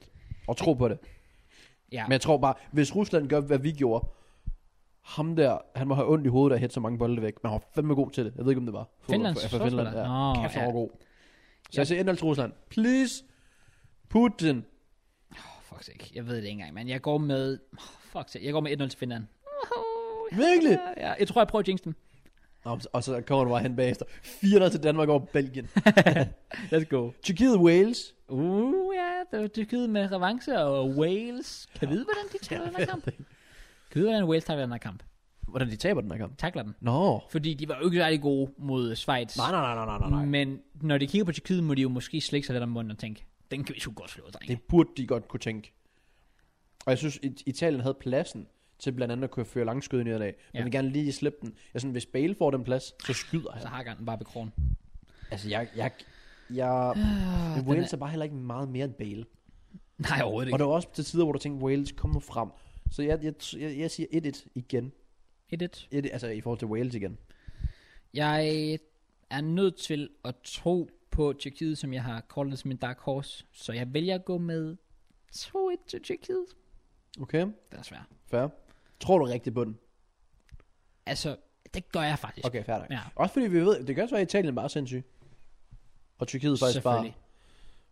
B: og tro på det.
A: Ja,
B: Men jeg tror bare, hvis Rusland gør, hvad vi gjorde, ham der, han må have ondt i hovedet af at hætte så mange bolde væk. Men han var fandme god til det. Jeg ved ikke, om det var. for-
A: Finlands
B: for, for Finland.
A: forsvarsspiller?
B: Ja.
A: Nå,
B: Kæft,
A: ja.
B: ja. god. Så
A: Ja.
B: jeg siger indhold til Rusland. Please, Putin.
A: oh, fuck sake. Jeg ved det ikke engang, men jeg går med... Oh, fuck sake. Jeg går med 1-0 til Finland.
B: Virkelig?
A: Ja, ja, jeg tror, jeg prøver at jinx dem.
B: Nå, og så kommer du bare hen bagefter. 4 til Danmark over Belgien.
A: Let's go.
B: Tyrkiet, Wales.
A: Uh, ja, det var Tyrkiet med revanche og Wales. Kan vide, hvordan de tager den her kamp? Kan vide, hvordan Wales tager den her kamp?
B: Hvordan de taber den her kamp?
A: Takler den.
B: Nå.
A: Fordi de var jo ikke særlig gode mod Schweiz.
B: Nej, nej, nej, nej, nej, nej.
A: Men når de kigger på Tyrkiet, må de jo måske slikke sig lidt om munden og tænke, den kan vi sgu godt slå, drenge.
B: Det burde de godt kunne tænke. Og jeg synes, It- Italien havde pladsen til blandt andet at kunne føre langskyden i dag. Men
A: Ja.
B: ja. vil gerne lige slippe den. Jeg er sådan, hvis Bale får den plads, så skyder
A: Så
B: han.
A: har den bare på krogen.
B: Altså, jeg... jeg, jeg
A: Øh,
B: men
A: den
B: Wales
A: er,
B: er bare heller ikke meget mere end Bale.
A: nej, overhovedet
B: Og
A: ikke.
B: der var også til tider, hvor du tænkte, Wales kom nu frem. Så jeg, jeg, jeg, jeg siger 1-1 igen.
A: Et, et.
B: 1 altså i forhold til Wales igen.
A: Jeg er nødt til at tro på Tyrkiet, som jeg har kaldt som min dark horse. Så jeg vælger at gå med 2-1 til Tyrkiet.
B: Okay,
A: Det er svært.
B: fair. Tror du rigtigt på den?
A: Altså, det gør jeg faktisk.
B: Okay, fair nok.
A: Ja,
B: Også fordi vi ved, det kan også være, at Italien bare er sindssyg. Og Tyrkiet faktisk bare...
A: selvfølgelig.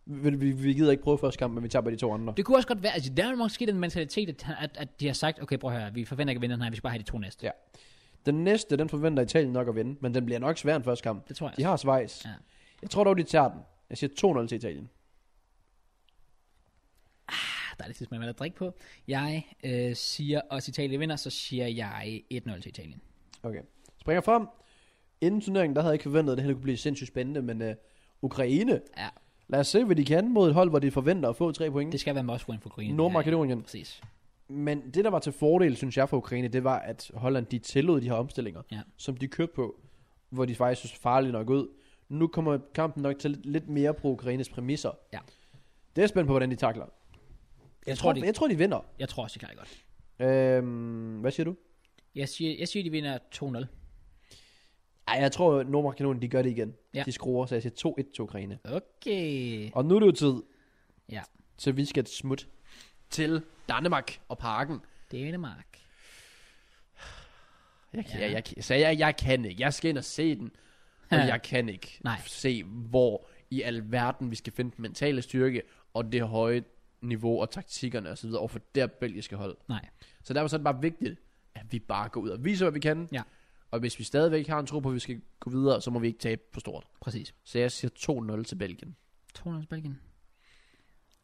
B: Vi, vi, vi gider ikke prøve første kamp, men vi taber de to andre.
A: Det kunne også godt være, altså der er måske den mentalitet, at, han- at, at de har sagt, okay, prøv at høre, vi forventer ikke at vinde den her, vi skal bare have de to næste.
B: Ja. Den næste, den forventer Italien nok at vinde, men den bliver nok svær end første kamp.
A: Det tror jeg.
B: De har Schweiz.
A: Ja.
B: Ja. Jeg tror dog, de tager den. Jeg siger 2-0 til Italien.
A: Ah, Der er lidt tidsmand med at drikke på. Jeg øh, siger også, Italien vinder, så siger jeg 1-0 til Italien.
B: Okay. Springer frem. Inden turneringen, der havde jeg ikke forventet, at det her kunne blive sindssygt spændende, men øh, Ukraine.
A: Ja.
B: Lad os se, hvad de kan mod et hold, hvor de forventer at få tre point.
A: Det skal være must win for Green.
B: Nordmakedonien.
A: Præcis.
B: Men det, der var til fordel, synes jeg, for Ukraine, det var, at Holland, de tillod de her omstillinger,
A: Ja.
B: som de kørte på, hvor de faktisk synes farlige nok ud. Nu kommer kampen nok til lidt- lidt mere på Ukraines præmisser.
A: Ja.
B: Det er jeg spændt på, hvordan de takler. Jeg, jeg,
A: tror,
B: tror,
A: de-
B: de... jeg tror, de vinder.
A: Jeg tror også, de klarer det godt.
B: Øhm, hvad siger du?
A: Jeg siger, jeg siger de vinder 2-0.
B: Ej, jeg tror, at Nordmakedonien, de gør det igen.
A: Ja.
B: Ja. De skruer, så jeg siger 2-1 til Ukraine.
A: Okay.
B: Og nu er det jo tid,
A: Ja.
B: så vi skal smutte til Danmark og parken.
A: Danmark.
B: Jeg, kan,
A: Ja.
B: ja. jeg, jeg, så jeg, jeg kan ikke. Jeg skal ind og se den, og
A: Ja.
B: jeg kan ikke
A: Nej.
B: se, hvor i alverden vi skal finde den mentale styrke, og det høje niveau og taktikkerne osv. over for det her belgiske hold.
A: Nej.
B: Så derfor så er det bare vigtigt, at vi bare går ud og viser, hvad vi kan.
A: Ja.
B: Og hvis vi stadigvæk har en tro på, at vi skal gå videre, så må vi ikke tabe for stort.
A: Præcis.
B: Så jeg siger 2-0 til Belgien.
A: 200 Belgien.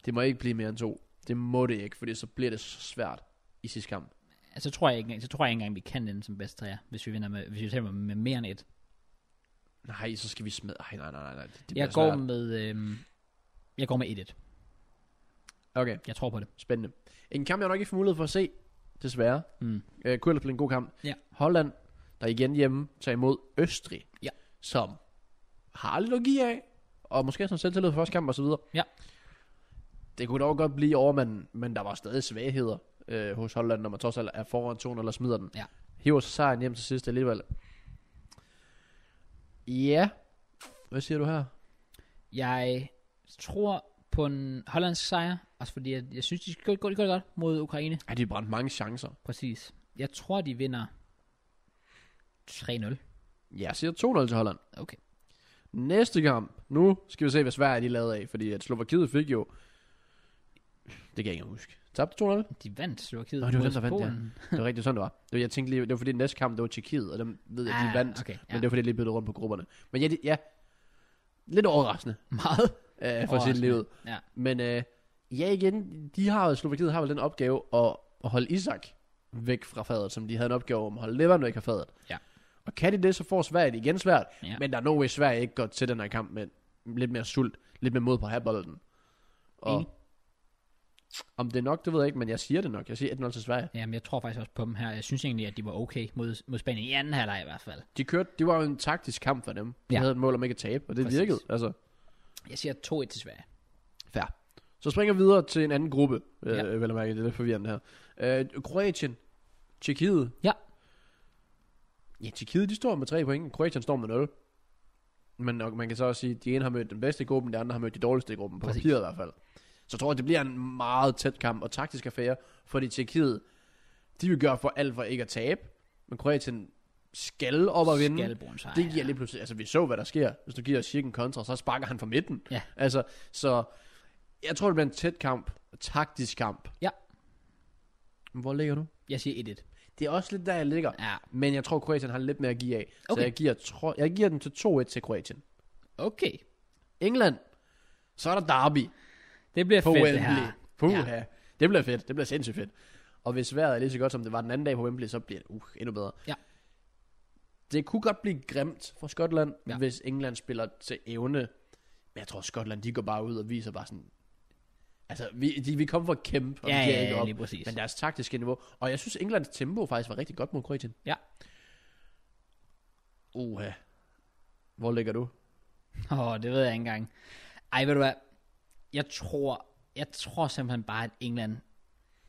B: Det må ikke blive mere end to. Det må det ikke, for så bliver det så svært i sidste kamp.
A: Altså, tror jeg ikke, engang- så tror jeg ikke engang, vi kan den som bedst træer, hvis vi vinder med, hvis vi taber med mere end et.
B: Nej, så skal vi smide. Ej, nej, nej, nej, nej. Det, det
A: Jeg
B: bliver
A: går,
B: svært.
A: med, øhm, jeg går med 1-1.
B: Okay,
A: Jeg tror på det.
B: spændende. En kamp, jeg nok ikke får mulighed for at se, desværre.
A: Mm.
B: Øh, kunne ellers blive en god kamp.
A: Ja.
B: Holland, der igen hjemme, tager imod Østrig.
A: Ja.
B: Som har lidt logi af, og måske har sådan selvtillid for første kamp og så videre.
A: Ja.
B: Det kunne dog godt blive overmanden, men der var stadig svagheder øh, hos Holland, når man trods alt er foran 2 eller smider den.
A: Ja.
B: Hiver sig sejren hjem til sidst alligevel. Ja. Hvad siger du her?
A: Jeg tror på en hollandsk sejr, også fordi jeg, jeg synes, de gør, de gør det godt mod Ukraine.
B: Ej, de brændte mange chancer.
A: Præcis. Jeg tror, de vinder 3-0.
B: Jeg siger 2-0 til Holland.
A: Okay.
B: Næste kamp. Nu skal vi se, hvad Sverige de lavede af. Fordi at Slovakiet fik jo... Det kan jeg ikke huske. Tabte 2-0?
A: De vandt Slovakiet
B: Nå, det var
A: mod
B: dem, der vandt, ja.
A: Polen.
B: Det var rigtigt, sådan det var. Det var jeg tænkte lige, det var fordi næste kamp, det var Tjekkiet, og dem ved jeg, de
A: Ah,
B: vandt.
A: okay, ja.
B: Men det var fordi, jeg lige byttede rundt på grupperne. Men ja, det, ja. Lidt overraskende
A: Meget.
B: øh, for sit
A: Overraskende.
B: livet.
A: Ja.
B: Men øh, ja igen, de har, Slovakiet har vel den opgave at, at holde Isak væk fra fadet, som de havde en opgave om at holde Leveren væk fra fadet.
A: Ja.
B: Og kan de det, så får Sverige det igen svært.
A: Ja.
B: Men der er no way Sverige ikke går til den her kamp med lidt mere sult, lidt mere mod på at have bolden. Og
A: Enig.
B: om det er nok, det ved jeg ikke, men jeg siger det nok. Jeg siger 1-0 til Sverige.
A: Jamen, jeg tror faktisk også på dem her. Jeg synes egentlig, at de var okay mod, mod Spanien i anden halvleg i hvert fald.
B: De kørte, det var jo en taktisk kamp for dem. De
A: Ja.
B: ja. havde et mål om ikke at tabe, og det
A: Præcis.
B: Præcis. virkede. Altså,
A: Jeg siger 2-1 til Sverige.
B: fair. Så springer vi videre til en anden gruppe, øh,
A: Ja.
B: vel at mærke, det er lidt forvirrende her. Øh, Kroatien, Tjekkiet.
A: Ja.
B: Ja, Tjekkiet, de står med tre point, Kroatien står med 0. Men nok, man kan så også sige, at de ene har mødt den bedste i gruppen, de andre har mødt de dårligste i gruppen, på
A: Præcis.
B: papiret i hvert fald. Så jeg tror jeg, det bliver en meget tæt kamp og taktisk affære, fordi Tjekkiet, de vil gøre for alt for ikke at tabe, men Kroatien skal op og vinde.
A: Skal bruge en sejr.
B: Det giver lige pludselig, altså vi så, hvad der sker. Hvis du giver Schick en kontra, så sparker han fra midten.
A: Ja.
B: Altså, så jeg tror, det bliver en tæt kamp, taktisk kamp.
A: Ja.
B: Men Hvor ligger du?
A: Jeg siger 1-1.
B: Det er også lidt der, jeg ligger.
A: Ja.
B: Men jeg tror, Kroatien har lidt mere at give af.
A: Okay.
B: Så jeg giver, tro, jeg giver den til 2-1 til Kroatien.
A: Okay.
B: England, så er der derby
A: Det bliver
B: på
A: fedt, det
B: Wembley.
A: her.
B: Puha. Det bliver fedt. Det bliver sindssygt fedt. Og hvis vejret er lige så godt, som det var den anden dag på Wembley, så bliver det uh, endnu bedre.
A: Ja.
B: Det kunne godt blive grimt for Skotland,
A: Ja.
B: ja. hvis England spiller til evne. Men jeg tror, Skotland de går bare ud og viser bare sådan... Altså, vi, de, vi kommer for at kæmpe, og
A: Ja,
B: vi giver
A: ja,
B: ikke
A: ja,
B: op.
A: lige præcis.
B: Men deres taktiske niveau... Og jeg synes, Englands tempo faktisk var rigtig godt mod Kroatien.
A: Ja.
B: Uha. Hvor ligger du?
A: Åh, oh, det ved jeg ikke engang. Ej, ved du hvad? Jeg tror, jeg tror simpelthen bare, at England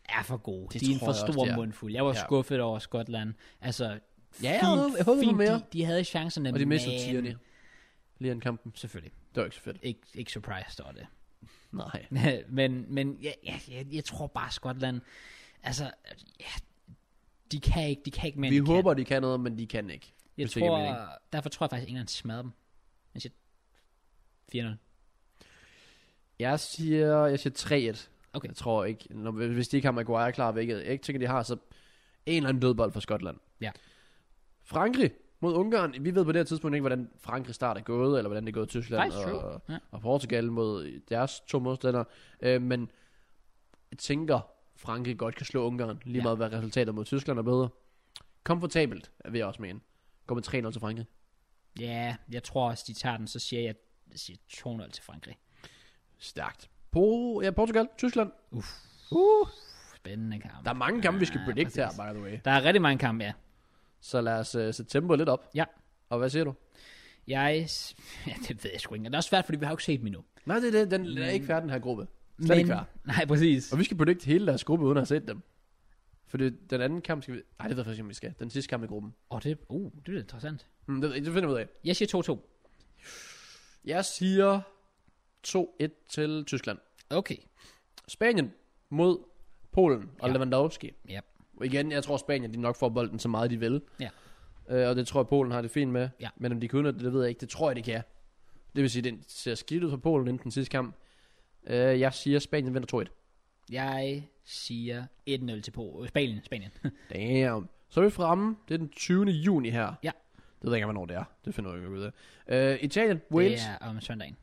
A: er for gode.
B: Det
A: de er en
B: tror
A: for
B: jeg også,
A: stor
B: de er.
A: mundfuld. Jeg var ja.
B: Ja.
A: skuffet over Skotland. Altså, ja,
B: jeg håbede- jeg håbede på mere.
A: De, de havde chancerne,
B: Og de mistede
A: men-
B: Tierney. Lige en kampen.
A: Selvfølgelig.
B: Det var ikke så fedt.
A: Ikke, ikke surprised over det.
B: Nej.
A: men men ja, ja, jeg, jeg tror bare, Skotland... Altså, ja, de kan ikke, de kan ikke mere,
B: Men vi
A: end de
B: håber, de kan noget, men de kan ikke.
A: Kan. Jeg
B: hvis det giver
A: tror,
B: mening.
A: derfor tror jeg faktisk, at England smadrer dem. Jeg siger 4-0.
B: Jeg siger, jeg siger 3-1.
A: Okay.
B: Jeg tror ikke, når, hvis de ikke har Maguire klar, hvilket jeg ikke tænker, de har, så en eller anden dødbold for Skotland.
A: Ja.
B: Frankrig mod Ungarn. Vi ved på det her tidspunkt ikke, hvordan Frankrig start er gået, eller hvordan det er gået i Tyskland
A: Faktisk true.
B: og,
A: Ja.
B: og Portugal mod deres to modstandere. Øh, men jeg tænker, Frankrig godt kan slå Ungarn, lige
A: Ja.
B: ja. meget hvad resultatet mod Tyskland er bedre. Komfortabelt, vil jeg også mene. Går med 3-0 til Frankrig.
A: Ja, jeg tror også, de tager den, så siger jeg, jeg siger 2-0 til Frankrig.
B: Stærkt. Po- ja, Portugal, Tyskland.
A: Uff.
B: Uh.
A: Spændende kamp.
B: Der er mange kampe, vi skal
A: Ja,
B: predict her,
A: præcis.
B: by the way.
A: Der er rigtig mange kampe, ja.
B: Så lad os uh, sætte tempoet lidt op.
A: Ja.
B: Og hvad siger du?
A: Jeg... s- Ja, det ved jeg sgu ikke. Og Det er også svært, fordi vi har jo ikke set dem endnu.
B: Nej, det er det. Den den er ikke færdig, den her gruppe. Slet
A: Men-
B: ikke klar.
A: Nej, præcis.
B: Og vi skal predict hele deres gruppe, uden at have set dem. For det, den anden kamp skal vi... Nej, det ved jeg faktisk ikke, om vi skal. Den sidste kamp i gruppen.
A: Og det... Uh, det er interessant.
B: Hmm, det, ved jeg ikke, det finder vi ud af.
A: Jeg siger
B: Jeg siger 2-1 til Tyskland.
A: 2-2. Okay.
B: Spanien mod Polen
A: Ja.
B: og ja. Lewandowski.
A: Ja.
B: Og igen, jeg tror Spanien, de nok får bolden så meget, de vil.
A: Ja.
B: Øh, og det tror jeg, Polen har det fint med.
A: Ja.
B: Men om de kunne det, det ved jeg ikke. Det tror jeg, de kan. Det vil sige, det ser skidt ud for Polen inden den sidste kamp. Øh, jeg siger, Spanien vinder 2-1.
A: Jeg siger 1-0 til på Spanien. Spanien.
B: Damn. Så er vi fremme. Det er den 20. juni her.
A: Ja.
B: Det ved jeg ikke, hvornår det er. Det finder jeg ikke ud af. Øh, Italien, Wales.
A: Det er om søndagen.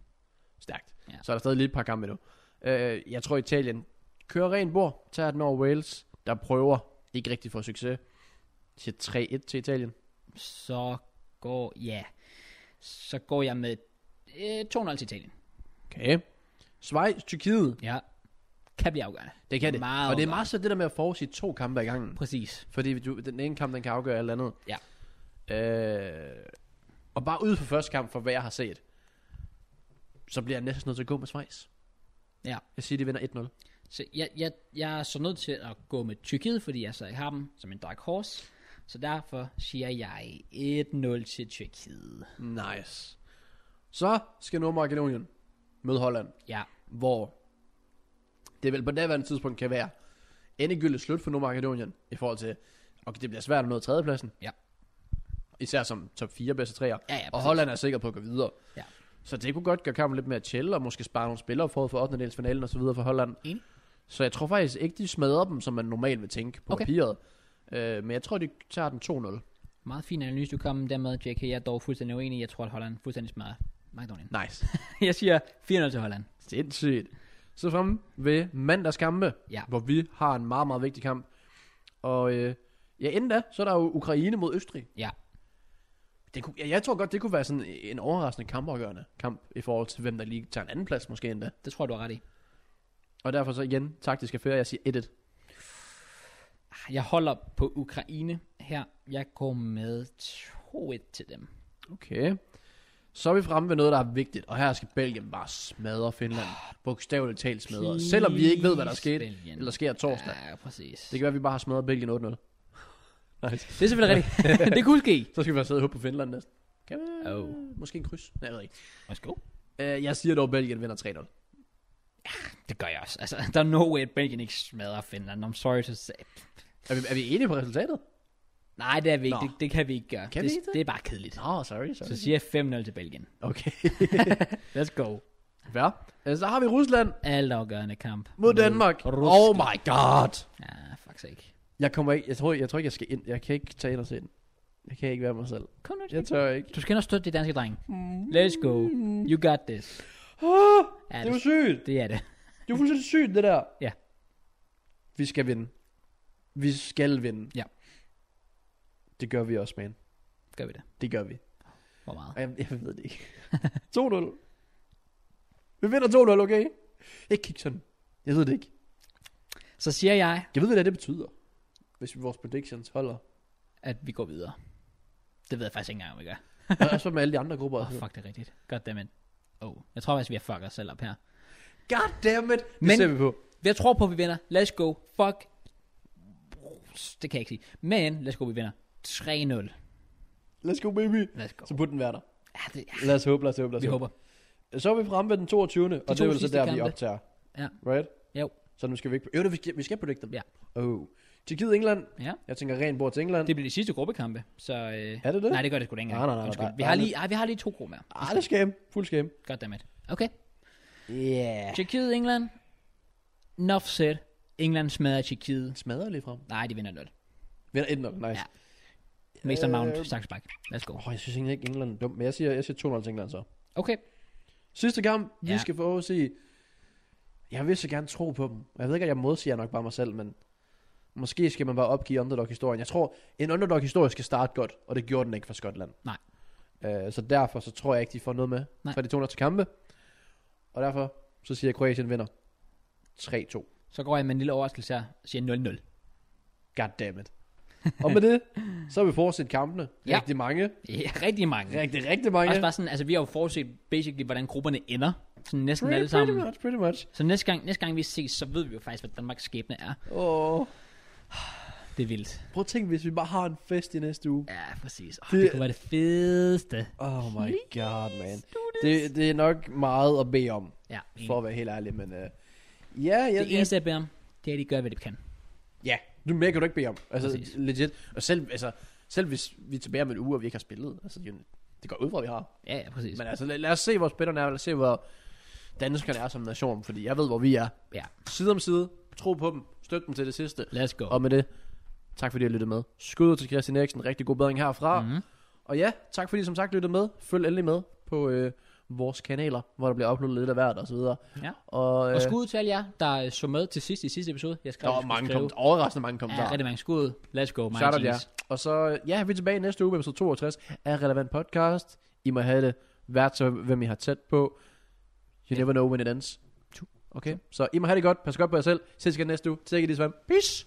B: Stærkt.
A: Ja.
B: Ja. Så er der stadig lige et par kampe endnu. Øh, jeg tror, Italien kører ren bord. Tager den over Wales, der prøver. Ikke rigtig får succes. Jeg siger 3-1 til Italien.
A: Så går... Ja. Så går jeg med øh, 2-0 til Italien.
B: Okay. Schweiz, Tyrkiet.
A: Ja. Kan blive afgørende.
B: Det kan det.
A: Meget
B: og det er
A: godt.
B: meget så det der med at forudsige to kampe i gangen.
A: Præcis.
B: Fordi du, den ene kamp, den kan afgøre alt andet.
A: Ja.
B: Øh, og bare ud for første kamp, for hvad jeg har set, så bliver jeg næsten nødt til at gå med Schweiz.
A: Ja.
B: Jeg siger, de vinder
A: Så jeg, jeg, jeg er så nødt til at gå med Tyrkiet, fordi jeg så ikke har dem som en dark horse. Så derfor siger jeg 1-0 til Tyrkiet.
B: 1-0. Nice. Så skal Nordmakedonien møde Holland,
A: Ja,
B: hvor det vel på daværende tidspunkt kan være endegyldigt slut for Nordmakedonien i forhold til, og det bliver svært at nå tredjepladsen.
A: Ja.
B: Især som top 4 bedste træer.
A: ja, ja
B: Og
A: præcis.
B: Holland er sikker på at gå videre.
A: Ja.
B: Så det kunne godt gøre kampen lidt mere chill, og måske spare nogle spillere forud for 8. finalen og så videre for Holland.
A: Enig.
B: Så jeg tror faktisk ikke, de smadrer dem, som man normalt vil tænke på
A: Okay.
B: okay. papiret. Øh, men jeg tror, de tager den 2-0.
A: Meget fin analyse, du kom der med, JK. Jeg er dog fuldstændig uenig. Jeg tror, at Holland fuldstændig smadrer Makedonien.
B: Nice.
A: Jeg siger 4-0 til Holland.
B: Sindssygt. Så fremme ved mandagskampe,
A: Ja.
B: hvor vi har en meget, meget vigtig kamp. Og øh, ja, inden da, så er der jo Ukraine mod Østrig.
A: Ja.
B: Det kunne, ja, jeg tror godt, det kunne være sådan en overraskende kampafgørende kamp i forhold til, hvem der lige tager en anden plads måske endda.
A: Det tror jeg, du har ret i.
B: Og derfor så igen, taktisk affære, jeg siger 1-1.
A: Jeg holder på Ukraine her. Jeg går med 2-1 til dem.
B: Okay. Så er vi fremme ved noget, der er vigtigt, og her skal Belgien bare smadre Finland. Bogstaveligt talt smadre.
A: Please,
B: Selvom vi ikke ved, hvad der skete,
A: Belgien.
B: eller sker torsdag.
A: Ja, præcis.
B: Det kan være, at vi bare har smadret Belgien 8-0.
A: Det er selvfølgelig rigtigt. det kunne ske.
B: Så skal vi bare sidde og håbe på Finland næsten. Kan vi?
A: Oh.
B: Måske en kryds. Nej, jeg ved ikke.
A: Værsgo.
B: Uh, jeg siger dog, at Belgien vinder 3-0.
A: Det gør jeg også. Altså, der er no way, at Belgien ikke smadrer Finland. I'm sorry to say.
B: Er vi, er vi enige på resultatet?
A: Nej, det er vi ikke.
B: Nå.
A: Det, det, kan vi ikke gøre.
B: Kan
A: det,
B: vi ikke det?
A: det? er bare kedeligt.
B: Nå, sorry, sorry.
A: Så siger jeg 5-0 til Belgien.
B: Okay.
A: Let's go.
B: Hvad? Øh, Så har vi Rusland
A: Altafgørende kamp.
B: mod Danmark.
A: Rusland.
B: Oh my god.
A: Ja, faktisk ikke.
B: Jeg kommer ikke, jeg tror, jeg tror ikke, jeg skal ind. Jeg kan ikke tage ind og se den. Jeg kan ikke være mig selv.
A: Kom nu,
B: Jeg tør ikke.
A: Du skal nok støtte de danske drenge. Let's go. You
B: Mm.
A: got this.
C: Ah,
A: Ja,
C: det
A: det,
C: var sygt.
A: det er det.
C: Det var fuldstændig sygt, det der.
B: Vi skal vinde. Vi skal vinde.
A: Ja.
B: Det gør vi også, man.
A: Gør vi det.
B: Det gør vi.
A: Hvor meget?
B: Ej, Jeg, jeg ved det ikke. 2-0. Vi vinder 2-0, okay? Ikke kigge sådan. Jeg ved det ikke.
A: Så siger jeg,
B: Jeg ved, hvad det betyder. Hvis vores predictions holder.
A: at vi går videre. Det ved jeg faktisk ikke engang, om vi gør.
B: Og også med alle de andre grupper.
A: Åh, oh, fuck, det er rigtigt. Goddammit. Oh, jeg tror faktisk, vi har fucket os selv op her.
B: God damn it. Det
A: Men-
B: ser vi på.
A: Jeg tror på, at vi vinder. Let's go. Fuck. Det kan jeg ikke sige. Men, let's go, vi vinder. 3-0.
B: Let's go, baby.
A: Let's go.
B: Så burde den være der.
A: Ja, det, ja,
B: Lad os håbe, lad os håbe, lad os
A: vi
B: håbe.
A: håber.
B: Så er vi fremme ved den 22. De og det
A: to
B: er vel så
A: sidste
B: der, vi
A: kampe.
B: optager.
A: Ja.
B: Right?
A: Jo.
B: Så nu skal vi ikke... Jo, det, vi skal, vi skal predict dem.
A: Ja.
B: Oh. Tyrkiet, England.
A: Ja.
B: Jeg tænker rent bord til England.
A: Det bliver de sidste gruppekampe, så... Øh,
B: Er det det?
A: Nej, det gør det sgu da ikke engang.
B: Nej, nej, nej, nej,
A: Undskyld.
B: nej.
A: Vi har lige, ej, vi har lige to grupper.
B: Ah, det er skam. Fuld skam.
A: Goddammit. Okay.
B: Yeah.
A: Tjekkiet, England. Nuff said. England smadrer Tjekkiet.
B: Smadrer lige frem.
A: Nej, de vinder 0.
B: Vinder 1-0. Nice.
A: Ja. Mason
B: Øh.
A: Mount, Saxbak. Let's go.
B: Åh, oh, jeg synes egentlig ikke, England er dum. Men jeg siger, jeg siger 2-0 til England så.
A: Okay.
B: Sidste kamp, vi
A: Ja.
B: skal få at se. Jeg vil så gerne tro på dem. Jeg ved ikke, at jeg modsiger nok bare mig selv, men måske skal man bare opgive underdog-historien. Jeg tror, en underdog-historie skal starte godt, og det gjorde den ikke for Skotland.
A: Nej.
B: Øh, så derfor så tror jeg ikke, de får noget med
A: Nej.
B: fra de 200 til kampe. Og derfor så siger jeg, at Kroatien vinder 3-2.
A: Så går jeg med en lille overraskelse her. Siger 0-0.
B: Goddammit. og med det, så har vi fortsat kampene.
A: Ja.
B: Rigtig mange.
A: Ja, rigtig mange.
B: Rigtig, rigtig mange.
A: Også bare sådan, altså vi har jo forudset basically, hvordan grupperne ender. Sådan næsten
B: pretty,
A: alle
B: pretty
A: sammen.
B: much, pretty much.
A: Så næste gang, næste gang vi ses, så ved vi jo faktisk, hvad Danmarks skæbne er.
B: Åh.
A: Det er vildt.
B: Prøv at tænke, hvis vi bare har en fest i næste uge.
A: Ja, præcis. Oh, det...
B: Det-
A: det kunne være det fedeste.
B: Oh my god, man. Det, det er nok meget at bede om,
A: Ja,
B: for
A: for...
B: at være helt ærlig, men... Uh, ja, ja,
A: det eneste, jeg beder om, det er, at de gør, hvad de kan.
B: ja, du mere kan du ikke bede om. Altså,
A: Præcis.
B: Præcis. legit. Og selv, altså, selv hvis vi er tilbage om en uge, og vi ikke har spillet, altså, det, er jo- det går ud fra, at vi har.
A: Ja, ja, præcis.
B: Men altså, lad, lad os se, hvor spillerne er, og lad os se, hvor danskerne er som nation, fordi jeg ved, hvor vi er.
A: Ja,
B: Side om side, tro på dem, støt dem til det sidste.
A: let's go.
B: Og med det, tak fordi I lyttede med. Skud ud til Christian Eriksen, rigtig god bedring herfra.
A: Mhm.
B: Og ja, tak fordi I som sagt lyttede med. Følg endelig med på øh, vores kanaler, hvor der bliver uploadet lidt af hvert og så videre.
A: Ja.
B: Og, øh,
A: Og skud ud til alle jer, der øh, så med til sidst i sidste episode. Jeg skrev,
B: der
A: at
B: var
A: vi skulle
B: mange
A: skrive.
B: kom- overraskende mange
A: Ja,
B: kommentarer.
A: rigtig mange skud. Let's go,
B: Shout out
A: mange
B: jer. Og så, øh, ja, vi er tilbage næste uge med episode 62 af Relevant Podcast. I må have det vært så, hvem I har tæt på. You
A: Ja.
B: never know when it ends. Okay, så I må have det godt. Pas godt på jer selv. Ses igen næste uge. Take it easy, man. Peace!